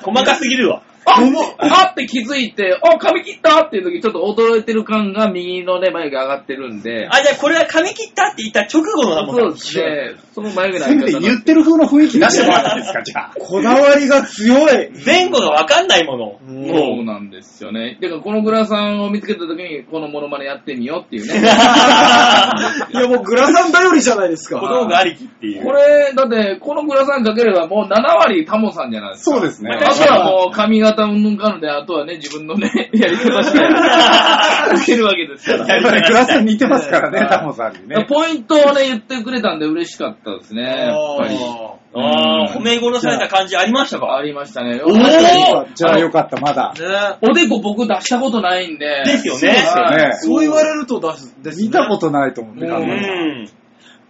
Speaker 2: 細かすぎるわ。
Speaker 5: ああって気づいて、あ、髪切ったっていう時、ちょっと驚いてる感が右のね、眉毛上がってるんで、
Speaker 2: あ、じゃあこれは髪切ったって言った直後のだもん
Speaker 5: そうですね、その眉毛の
Speaker 4: せめ
Speaker 5: 上
Speaker 4: て
Speaker 5: がり
Speaker 4: 言
Speaker 5: 方。
Speaker 4: ってる風の雰囲気出してもらったんですか、じゃあ。
Speaker 3: こだわりが強い。
Speaker 2: 前後がわかんないもの。
Speaker 3: うん
Speaker 2: も
Speaker 5: そうなんですよね。てか、このグラさんを見つけた時に、このモノマネやってみようってい うね。
Speaker 3: いやもうグラサン頼りじゃないです
Speaker 2: う、小
Speaker 3: か。
Speaker 2: 道具ありきっていう。
Speaker 5: これ、だって、このグラさんかければもう7割タモさんじゃないですか。
Speaker 4: そうですね。
Speaker 2: ま
Speaker 5: あとはもう髪型うんぬんかんので、あとはね、自分のね、やり方して、受けるわけですか
Speaker 2: や
Speaker 5: ら。
Speaker 2: り方
Speaker 4: グラさん似てますから
Speaker 5: は
Speaker 4: ね、
Speaker 5: い
Speaker 4: タモさんにね。
Speaker 5: ポイントをね、言ってくれたんで嬉しかったですね、やっぱり。
Speaker 3: あ
Speaker 2: ああ、褒め殺された感じありました
Speaker 5: あ
Speaker 2: か
Speaker 5: りましたね。
Speaker 2: おー
Speaker 4: じゃあよかった、まだ。
Speaker 3: ーね
Speaker 5: おでこ僕出したことないんで。
Speaker 2: ですよね。
Speaker 5: はい
Speaker 4: ね
Speaker 3: そう言われると出すですね。
Speaker 4: 見たことないと思って、
Speaker 5: うん
Speaker 4: 多
Speaker 2: う
Speaker 4: 分
Speaker 2: ん。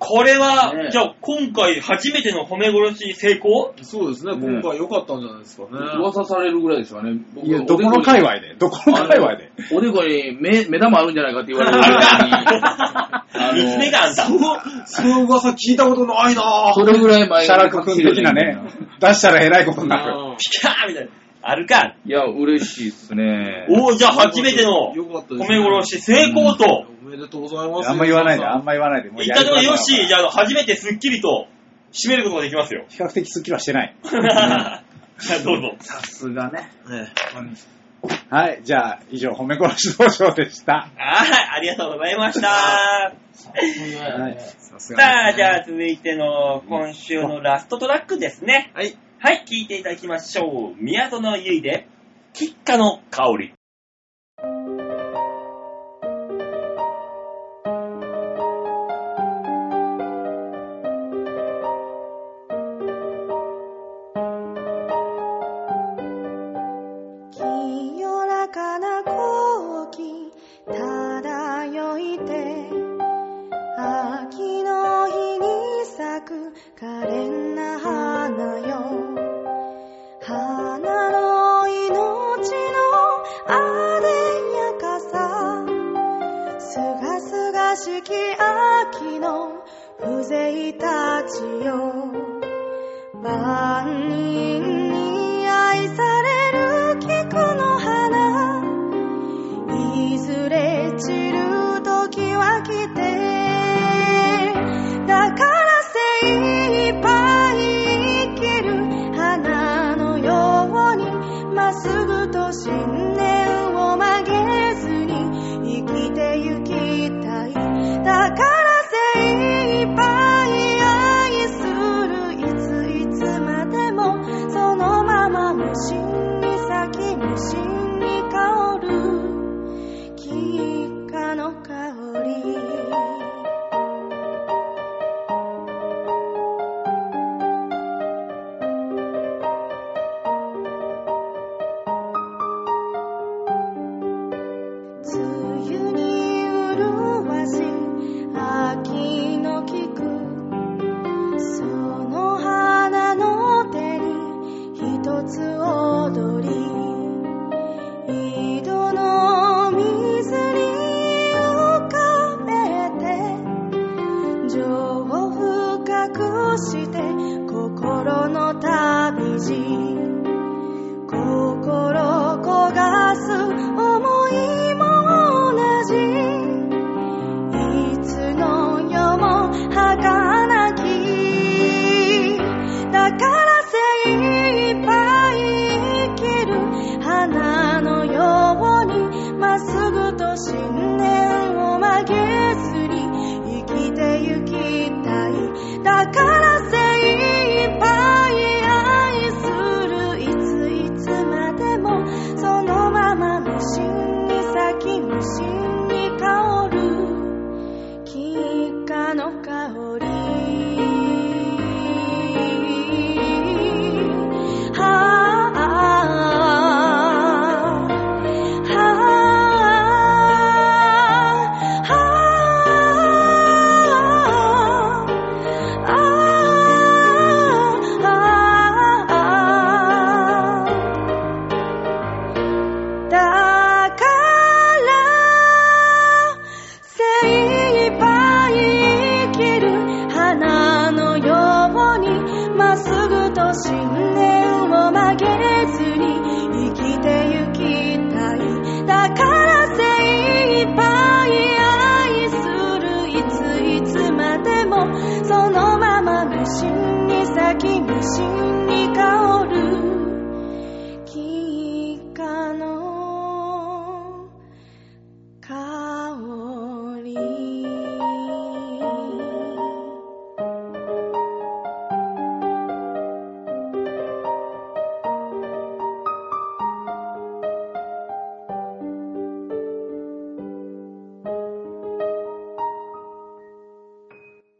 Speaker 2: これは、
Speaker 5: ね
Speaker 2: じゃあ今回初めての褒め殺し成功
Speaker 3: そうですね、今回良かったんじゃないですかね。
Speaker 5: 噂されるぐらいですかね。僕
Speaker 4: いや、どこの界隈でどこの界隈で
Speaker 5: おでこに目目玉あるんじゃないかって言われるぐ らい
Speaker 2: 三
Speaker 5: に。
Speaker 2: つ目があんた。
Speaker 3: その、その噂聞いたことないな
Speaker 5: あの。
Speaker 3: ぁ。
Speaker 5: それぐらい前
Speaker 4: シャラク君的なね。、出したら偉いことになる。
Speaker 2: ピカーみたいな。あるか。
Speaker 5: いや、嬉しいっすね。
Speaker 2: おお、じゃあ初めての
Speaker 3: よかった
Speaker 2: 褒
Speaker 3: です
Speaker 2: め殺し成功と。
Speaker 3: おめでとうございます。
Speaker 4: あんま言わないで、あんま言わないで。もう
Speaker 2: 一
Speaker 4: やり
Speaker 2: 旦
Speaker 4: 方
Speaker 2: で
Speaker 4: だ
Speaker 2: も
Speaker 4: から
Speaker 2: よし、じゃあ初めてスッキリと締めることができますよ。
Speaker 4: 比較的スッキリはしてない。
Speaker 2: じゃあどうぞ。
Speaker 3: さすがね。
Speaker 4: はい、じゃあ、以上、褒め殺し道場でした。
Speaker 2: はい、ありがとうございました。
Speaker 4: はい
Speaker 3: さすが。
Speaker 2: さあ、じゃあ続いての今週のラストトラックですね。
Speaker 3: はい。
Speaker 2: はい、聞いていただきましょう。宮園ゆいで、喫下の香り。
Speaker 1: 清らかな空気漂いて秋の日に咲く可憐な花よ花の命のあでやかさすがすがしき秋の風情たちよ万人に愛される菊の花いずれ散る時は来てだから精一杯生きる花のようにまっすぐと信念を曲げずに生きてゆきたいだから精一杯愛するいついつまでもそのまま無心に咲き無心に香る菊花の香り梅雨に麗しい秋の菊その花の手に一つ踊り井戸の水に浮かべて情を深くして心の旅路心焦がす思いも同じいつの世も儚きだから精一杯生きる花のようにまっすぐと信念を曲げずに生きてゆきたいだから精一杯愛する先に死に香る金貨の香り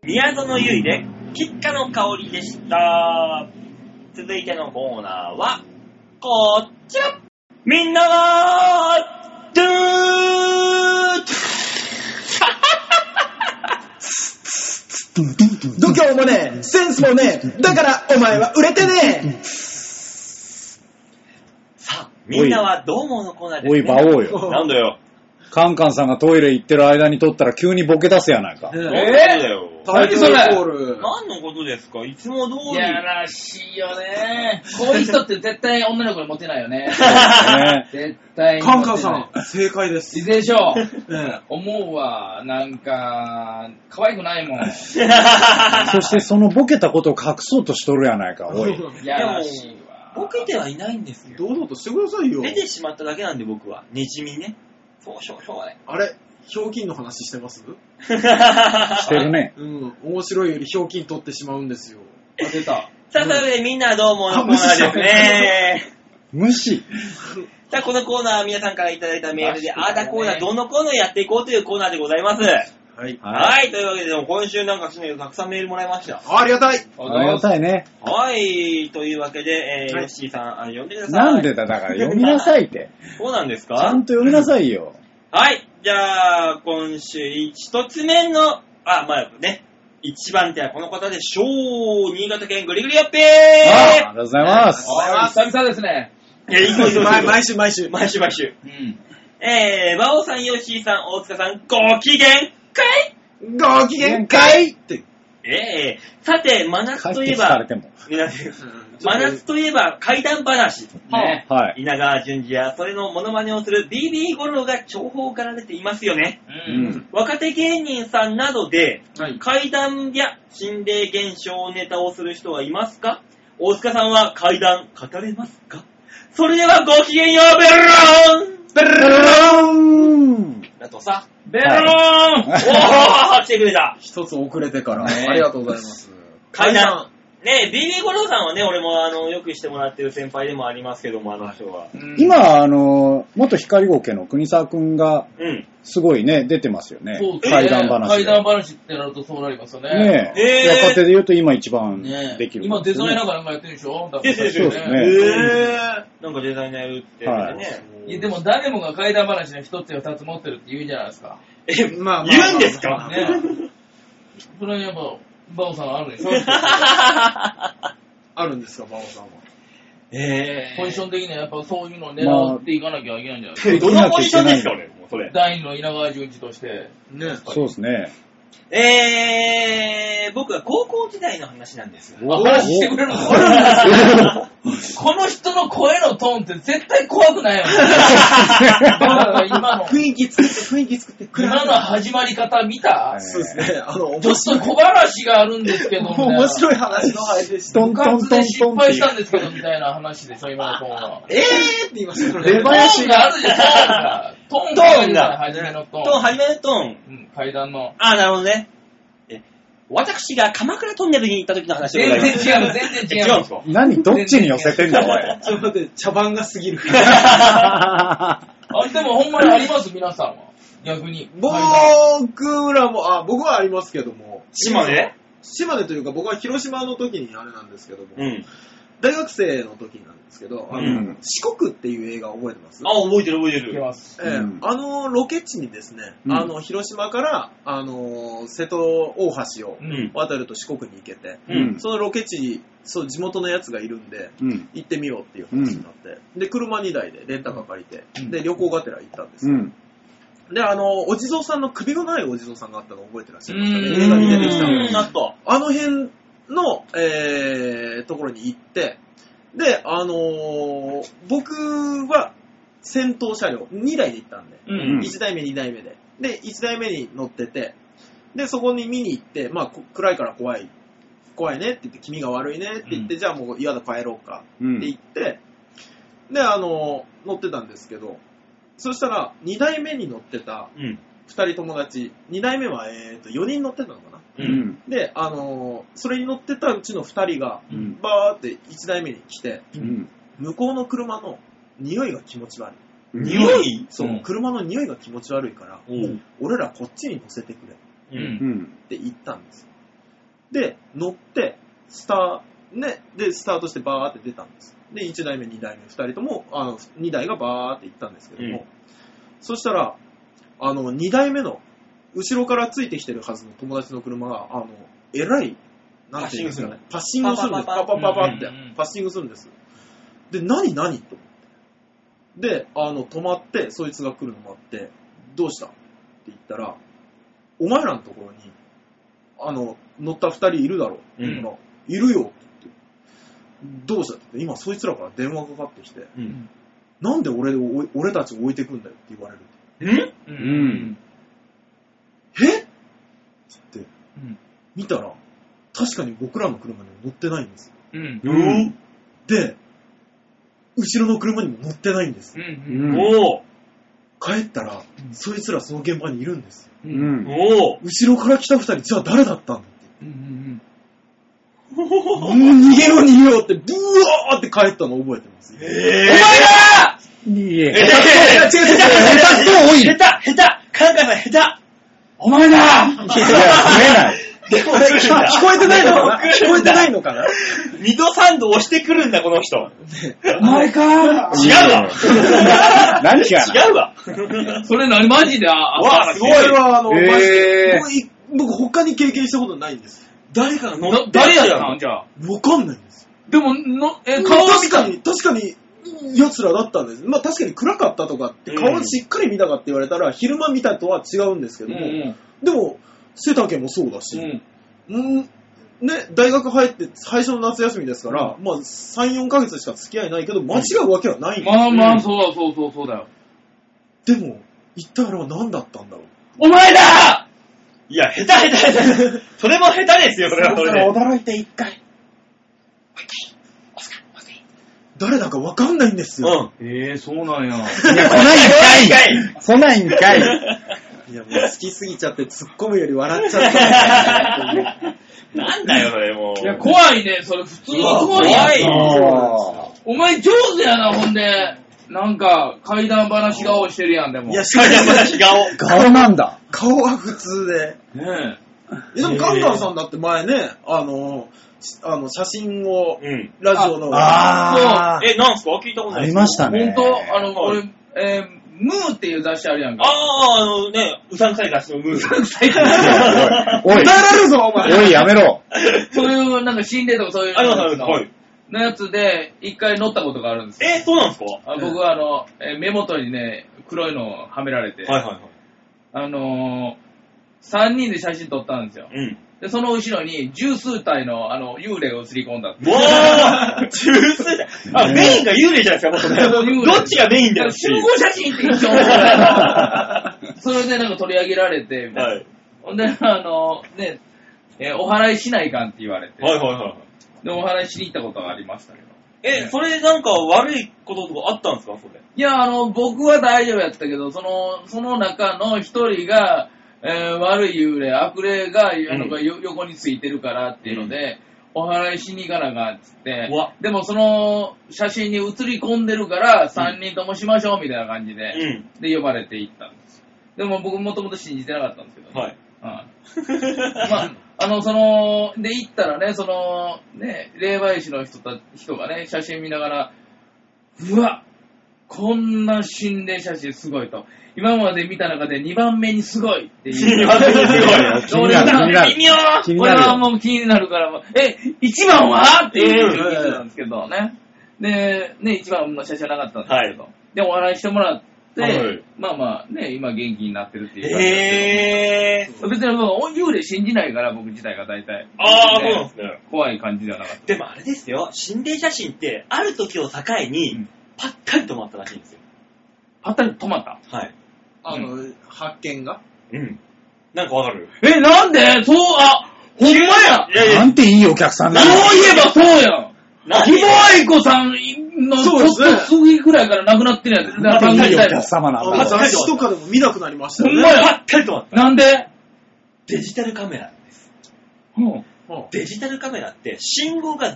Speaker 2: 宮園ゆいで、喫下の香りでした。続いてのコーナーは、こちらみんなは、ドゥー
Speaker 3: 度胸もねえ、センスもねえ、だからお前は売れてね
Speaker 2: さあ、みんなはどうものコーナーです、ね。
Speaker 4: おい、馬王よ。
Speaker 2: なんだよ。
Speaker 4: カンカンさんがトイレ行ってる間に撮ったら急にボケ出すやないか。
Speaker 3: え。
Speaker 2: どういうこ
Speaker 5: え
Speaker 2: とだよ。
Speaker 3: タイトルコール。
Speaker 2: 何のことですかいつも通り。
Speaker 5: いやらしいよね。 こういう人って絶対女の子にモテないよね。
Speaker 4: ね
Speaker 5: 絶対にモテ
Speaker 3: カ
Speaker 5: ない。
Speaker 3: ンカンさん、正解です。
Speaker 5: いずれにしょう。
Speaker 3: ええ
Speaker 5: 思うわ。なんか、可愛くないもん。
Speaker 4: そしてそのボケたことを隠そうとしとるやないか、おい。
Speaker 5: いやらしいわ。
Speaker 2: ボケてはいないんですよ。
Speaker 3: 堂々としてくださいよ。
Speaker 2: 出てしまっただけなんで僕は。ねじみね。そうしょうしょうがない。
Speaker 3: あれ、ひょうきんの話してます
Speaker 4: してるね。
Speaker 3: うん、面白いよりひょうきん取ってしまうんですよ。
Speaker 5: あ出た。
Speaker 2: さあ、それでみんなはどうものコーナーですね。
Speaker 4: 無視。
Speaker 2: さあ、このコーナーは皆さんからいただいたメールで、あーだコーナー、どのコーナーやっていこうというコーナーでございます。は、
Speaker 3: はい。
Speaker 4: はい
Speaker 2: というわけで、でも今週なんかすね、たくさんメールもらいました。
Speaker 3: あありがたい
Speaker 4: ありがたいね。
Speaker 2: はい、というわけで、えー、
Speaker 3: はい
Speaker 2: ヨッシーさん、あ呼んでください。
Speaker 4: なんでだ、だから読みなさいっ て。
Speaker 2: そうなんです
Speaker 4: ちゃ
Speaker 2: か
Speaker 4: んと読みなさいよ。
Speaker 2: はい、じゃあ、今週一つ目の、あ、まあね、一番手はこの方でしょう。新潟県ぐりぐりやっぺ
Speaker 4: ああり
Speaker 2: ー
Speaker 4: がとうございます。
Speaker 5: あ久々ですね。
Speaker 2: いや、いいぞいいぞいいぞ
Speaker 3: 毎毎週毎週。
Speaker 2: 毎週毎週。
Speaker 5: うん。
Speaker 2: えー、馬王さん、ヨッシーさん、大塚さん、ご機嫌かい
Speaker 3: ご機嫌かいって。
Speaker 2: えー、さて、真
Speaker 4: 帰
Speaker 2: 夏
Speaker 4: っ
Speaker 2: と
Speaker 4: て
Speaker 2: いえ
Speaker 4: 聞かれ
Speaker 2: ば、
Speaker 4: ても。
Speaker 2: 皆さん真夏といえば怪談話。
Speaker 5: ね。
Speaker 4: はい。
Speaker 2: 稲川淳二やそれのモノマネをする BB 五郎が重宝から出ていますよね。
Speaker 5: う。
Speaker 4: うんん。
Speaker 2: 若手芸人さんなどで、
Speaker 3: はい。
Speaker 2: 怪談や心霊現象ネタをする人はいますか大塚さんは怪談語れますかそれではごきげんよう、ベローン
Speaker 4: ベローン
Speaker 2: だとさ。
Speaker 5: ベローン、
Speaker 2: おー、来てくれた
Speaker 3: 一つ遅れてから。
Speaker 5: ね
Speaker 3: ありがとうございます。
Speaker 2: 階段。ねえ、BB 五郎さんはね、俺もあの、よくしてもらってる先輩でもありますけども、あの人は。
Speaker 5: うん、
Speaker 4: 今、あの、元光合家の国沢くんが、
Speaker 2: うん。
Speaker 4: すごいね、出てますよね
Speaker 5: そう。です
Speaker 4: 怪
Speaker 5: ね
Speaker 4: 談話
Speaker 5: 怪
Speaker 4: で。
Speaker 5: 談話ってなるとそうなりますよね。
Speaker 4: ね
Speaker 2: え
Speaker 4: え。
Speaker 2: えー
Speaker 4: 若手で言うと今一番
Speaker 5: ね
Speaker 4: できる。
Speaker 5: 今デザイナーかなんかやってるでしょだから
Speaker 2: ですですです
Speaker 4: そうです
Speaker 2: え
Speaker 4: ね
Speaker 2: ー、なんかデザイナーやるって、
Speaker 4: はい
Speaker 2: ね。
Speaker 5: いやでも誰もが怪談話の一つや二つ持ってるって言うじゃないですか。
Speaker 2: え、
Speaker 3: まあまあ
Speaker 2: 言うんですか
Speaker 5: ねそれはやっぱ、バオさんあるでしょ
Speaker 3: あるんですか、馬王さんは。
Speaker 2: え
Speaker 5: ポジション的にはやっぱそういうのを狙っていかなきゃいけないんじゃないですか。
Speaker 2: ン。どのポジションですか、俺。もうそれ。
Speaker 5: 第二の稲川淳二として。
Speaker 3: ね
Speaker 4: そうですね。
Speaker 2: えー、僕は高校時代の話なん です。
Speaker 5: あ話してくれるの この人の声のトーンって絶対怖くないよね。今の、
Speaker 3: 雰囲気作って、雰囲気作って、
Speaker 5: 今の始まり方見た
Speaker 4: はい
Speaker 3: そうですね。あの、面
Speaker 5: ちょっ
Speaker 3: 白い
Speaker 5: と。小話があるんですけど、みたいな
Speaker 3: 面白い話の話でした。
Speaker 4: ト
Speaker 3: え
Speaker 4: ン
Speaker 5: 部
Speaker 4: トン
Speaker 5: 活
Speaker 4: トン
Speaker 5: で
Speaker 4: ト
Speaker 5: 失
Speaker 4: ンっ
Speaker 5: 敗
Speaker 4: て
Speaker 5: したんですけど、みたいな話でしょ、今のトーンは。
Speaker 3: ーって言いました
Speaker 5: トーン
Speaker 3: ね。
Speaker 5: があるじゃん、トーンが。トーンがあるじゃん、初めのト
Speaker 2: トーン、
Speaker 5: ーン。
Speaker 2: はじめのトーン。
Speaker 5: うん、階段の。
Speaker 2: あー、なるほどね。え私が鎌倉トンネルに行った時の話で
Speaker 5: 全
Speaker 2: ござい
Speaker 5: 然
Speaker 2: ます。
Speaker 5: 違う、全然違
Speaker 2: 違うん
Speaker 5: う
Speaker 2: で。すか
Speaker 4: 何どっちに寄せてんだ、おい。
Speaker 3: ちょっと待って、茶番が過 ぎる。
Speaker 5: あ、でもほんまにあります、皆さんは。逆に。
Speaker 3: 僕らも、あ、僕はありますけども。
Speaker 2: 島根
Speaker 3: 島根というか僕は広島の時にあれなんですけども、
Speaker 2: うん。
Speaker 3: 大学生の時なんですけど、あの
Speaker 4: うん
Speaker 3: 四国っていう映画覚えてます
Speaker 2: あ、覚えてる覚えて
Speaker 5: いけ
Speaker 2: る。
Speaker 5: ます。
Speaker 3: ええ
Speaker 4: うん
Speaker 3: あのロケ地にですね、
Speaker 4: うん
Speaker 3: あの広島からあの瀬戸大橋を
Speaker 2: うん。
Speaker 3: 渡ると四国に行けて、
Speaker 4: うん
Speaker 3: そのロケ地そう地元のやつがいるんで
Speaker 4: うん。
Speaker 3: 行ってみようっていう話になって、で車2台でレンタカー借りて、で旅行がてら行ったんです
Speaker 4: う
Speaker 3: よ、
Speaker 4: ん。
Speaker 3: であのお地蔵さんの首のないお地蔵さんがあったのを覚えてらっしゃいましたね
Speaker 5: うん
Speaker 3: 映画に出てきたの
Speaker 2: うん、あと。
Speaker 3: あの辺の、えーところに行って、で、あのー僕は先頭車両2台で行ったんで、
Speaker 5: うん。
Speaker 3: 1台目、2台目で。で、1台目に乗ってて、で、そこに見に行って、まあ、こ暗いから怖い怖いねって言って、気味が悪いねって言って、じゃあもう嫌だ帰ろうか
Speaker 4: う
Speaker 3: って
Speaker 4: ん。
Speaker 3: 言って、で、あの、乗ってたんですけど、そしたら、2台目に乗ってた
Speaker 2: うん。
Speaker 3: 2人友達、2台目は、えーと、4人乗ってたのかな。
Speaker 4: う
Speaker 2: うん。
Speaker 4: ん。
Speaker 3: で、あの、それに乗ってたうちの2人が、
Speaker 4: うん。
Speaker 3: バーって1台目に来て、
Speaker 4: うん。
Speaker 3: 向こうの車の匂いが気持ち悪い。
Speaker 2: 匂い
Speaker 3: そう、
Speaker 2: ん
Speaker 3: 車の匂いが気持ち悪いから、
Speaker 2: おう。
Speaker 3: 俺らこっちに乗せてくれ。
Speaker 2: う。
Speaker 4: うんん。
Speaker 3: って行ったんですよで、乗って、スター、ね、で、スタートしてバーって出たんです。で、1台目、2台目、2人とも、あの、2台がバーって行ったんですけども、
Speaker 2: うん
Speaker 3: そしたら、あの、2台目の、後ろからついてきてるはずの友達の車が、あの、えらい、なんていうんですかね、パッシングをするんです。パ
Speaker 1: パ
Speaker 3: パパパって
Speaker 2: うんうんうん、
Speaker 3: パッシングするんです。で、何何と思って。で、あの、止まって、そいつが来るのもあって、どうしたって言ったら、お前らのところに、あの、乗った二人いるだろう。
Speaker 2: うん
Speaker 3: ほらいるよって言って。どうしたって言って、今そいつらから電話かかってきて、
Speaker 2: うん。
Speaker 3: なんで俺を、俺たちを置いてくんだよって言われる。
Speaker 2: うん
Speaker 5: う
Speaker 4: うん。
Speaker 3: えっつって、
Speaker 5: うん
Speaker 3: 見たら、確かに僕らの車にも乗ってないんです。
Speaker 5: うん。
Speaker 4: うん。
Speaker 3: で、後ろの車にも乗ってないんです
Speaker 5: う。
Speaker 4: う
Speaker 5: ん。
Speaker 4: ん。
Speaker 2: おう。
Speaker 3: 帰ったら、そいつらその現場にいるんですよ。
Speaker 4: うん。
Speaker 2: おう。
Speaker 3: 後ろから来た二人、じゃあ誰だったんだって。
Speaker 5: うん。
Speaker 3: もう逃げよう逃げようって、ブワーって帰ったの覚えてます。
Speaker 2: ええ。お前だ
Speaker 4: いえ。
Speaker 2: 下手
Speaker 4: 違う違う違う下手くそ多い
Speaker 2: 下手下手カンカンさん下
Speaker 4: お前だいや、増えない。
Speaker 2: 手でも来るんだ
Speaker 3: 聞こえてないの かな聞こえてないのかな
Speaker 2: 二度三度押してくるんだ、この人。
Speaker 4: お前か
Speaker 2: 違う わ
Speaker 4: 何違う
Speaker 2: 違うわ。
Speaker 5: それ何マジであ
Speaker 2: わあ
Speaker 5: あっ
Speaker 2: す
Speaker 5: た話
Speaker 3: こ
Speaker 2: ごい
Speaker 3: れはあの、
Speaker 4: えー
Speaker 3: マジでもうい僕他に経験したことないんです。
Speaker 2: 誰かが乗
Speaker 5: な誰やったんじゃあ。
Speaker 3: わかんないんです。
Speaker 5: でも、の、え、顔見
Speaker 3: 確
Speaker 5: た
Speaker 3: かに、確かに、奴らだったんです。まあ確かに暗かったとかって、顔
Speaker 2: うん
Speaker 3: しっかり見たかって言われたら、昼間見たとは違うんですけ
Speaker 5: うん
Speaker 3: ど
Speaker 5: う
Speaker 3: も、
Speaker 5: ん
Speaker 3: でも、背丈もそうだし、
Speaker 5: うん。
Speaker 3: うん、ね、大学入って最初の夏休みですから、まあ3、4ヶ月しか付き合いないけど、間違うわけはないんです。
Speaker 5: まあまあ、そうだ、そうそう、そうだよ。
Speaker 3: でも、一体あれは何だったんだろう。
Speaker 2: お前だいや、下手下手下手。 それも下手ですよ、それはそれで。
Speaker 4: 驚いて一回。
Speaker 3: 誰だかわかんないんですよ。
Speaker 2: う
Speaker 5: ええ、そうなんや。
Speaker 4: いや、来ないんか い。来ないんかい。
Speaker 3: いや、もう好きすぎちゃって突っ込むより笑っちゃ った。
Speaker 2: ん。なんだよ、それもう。
Speaker 5: いや、怖いね、それ普通に怖いや
Speaker 2: 怖い
Speaker 5: つ。
Speaker 4: あ
Speaker 5: お前上手やな、ほんで。なんか、怪談話顔してるやん、でも。
Speaker 3: いや、
Speaker 5: ね
Speaker 3: し
Speaker 2: しか
Speaker 3: か
Speaker 2: し、
Speaker 3: し、
Speaker 2: 私顔。
Speaker 4: ー顔なんだ。
Speaker 3: 顔は普通で。
Speaker 5: え。
Speaker 3: いや、でもカンカンさんだって前ね、あの、しあの写真を、
Speaker 2: うん。
Speaker 3: ラジオの、
Speaker 4: あー
Speaker 2: え、なんすか聞いたことな
Speaker 4: あ
Speaker 2: いで
Speaker 4: り
Speaker 2: す
Speaker 4: ました
Speaker 5: ほ
Speaker 4: ね
Speaker 5: ん。と、あの、
Speaker 2: は
Speaker 5: 俺
Speaker 2: い、
Speaker 5: えー、ムーっていう雑誌あるやん
Speaker 2: あ
Speaker 5: か。
Speaker 2: あ、あのね、うさんくさい雑誌のムー。
Speaker 5: 最近
Speaker 4: おい、おい
Speaker 3: 訴えられるぞ、お前
Speaker 4: おい、やめろ。
Speaker 5: そういう、なんか心霊とかそういう
Speaker 2: あります、あります。
Speaker 5: の
Speaker 2: はい。
Speaker 5: のやつで、一回乗ったことがあるんですよ。
Speaker 2: え、そうなんすか
Speaker 5: あ僕はあの、えー目元にね、黒いのをはめられて、
Speaker 2: はいは
Speaker 5: あのー、3人で写真撮ったんですよ
Speaker 2: いは。い。
Speaker 5: で、その後ろに十数体のあの幽霊を映り込んだって
Speaker 2: うん。もう、中枢だ。あ、メインが幽霊じゃないですか、もっとね。どっちがメイン だよ、
Speaker 5: 集合写真って言ってもそれでなんか取り上げられて、
Speaker 2: はい。
Speaker 5: ほんで、あの、ね、えーお祓いしないかんって言われて、
Speaker 2: はいはいはい。
Speaker 5: で、お祓いしに行ったことがありましたけど。
Speaker 2: え、それなんか悪いこととかあったんですか、それ。
Speaker 5: いや、あの、僕は大丈夫やったけど、その、その中の一人が、えー悪い幽霊、悪霊が、あの、
Speaker 2: う
Speaker 5: よ横についてるからっていうので、お祓いしに行かなあかんっつって
Speaker 2: うわ、
Speaker 5: でもその写真に写り込んでるから、3人ともしましょうみたいな感じで、
Speaker 2: うん。
Speaker 5: で、呼ばれて行ったんですよ。でも僕もともと信じてなかったんですけど、ね。
Speaker 2: はい。
Speaker 5: うん。まあ、あの、その、で、行ったらね、その、ね、霊媒師の人た人がね、写真見ながら、うわこんな心霊写真すごいと。今まで見た中で2番目にすごいっていう。
Speaker 2: 2番目にすごい
Speaker 4: 気になる気になる
Speaker 5: 俺は
Speaker 4: 気にな
Speaker 5: 俺
Speaker 4: るよ
Speaker 5: はもう気になるから、もうえ、1番はっていうふうに聞いてたんですけどね。で、ね、1番の写真はなかったんですけど。で、お笑いしてもらって、
Speaker 2: はい
Speaker 5: まあまあね、今元気になってるっていう感じですけど
Speaker 2: えー。
Speaker 5: 別にもう幽霊信じないから僕自体が大体。
Speaker 2: ああ、そうなん
Speaker 5: ね
Speaker 2: ですね。
Speaker 5: 怖い感じではなかっ
Speaker 2: でもあれですよ、心霊写真って、ある時を境
Speaker 5: う
Speaker 2: に
Speaker 5: ん、
Speaker 2: ぱったり止まったらしいんですよ。
Speaker 5: た。あったり止まった。
Speaker 2: はい。
Speaker 3: あの、発見が。
Speaker 2: うん。なんかわかる
Speaker 5: え、なんでそう、あ、ほんまや
Speaker 2: いやいや
Speaker 4: なんていいお客さんだ
Speaker 5: そういえばそうやん
Speaker 2: 何
Speaker 5: ひぼ愛子さんのち
Speaker 3: そう
Speaker 5: ょ
Speaker 3: で
Speaker 5: っ
Speaker 3: すね
Speaker 5: と過ぎぐらいから亡くなってるやつ。な
Speaker 4: なん
Speaker 5: ん
Speaker 4: て
Speaker 5: か
Speaker 4: いいお客
Speaker 5: な
Speaker 4: 様なん
Speaker 3: あ
Speaker 4: だ。
Speaker 3: 雑誌とかでも見なくなりました
Speaker 2: ほん
Speaker 3: よ
Speaker 2: ま
Speaker 3: ね。
Speaker 2: やばったりと思った。
Speaker 5: んで
Speaker 2: デジタルカメラ。
Speaker 5: うん
Speaker 2: デジタルカメラって信号が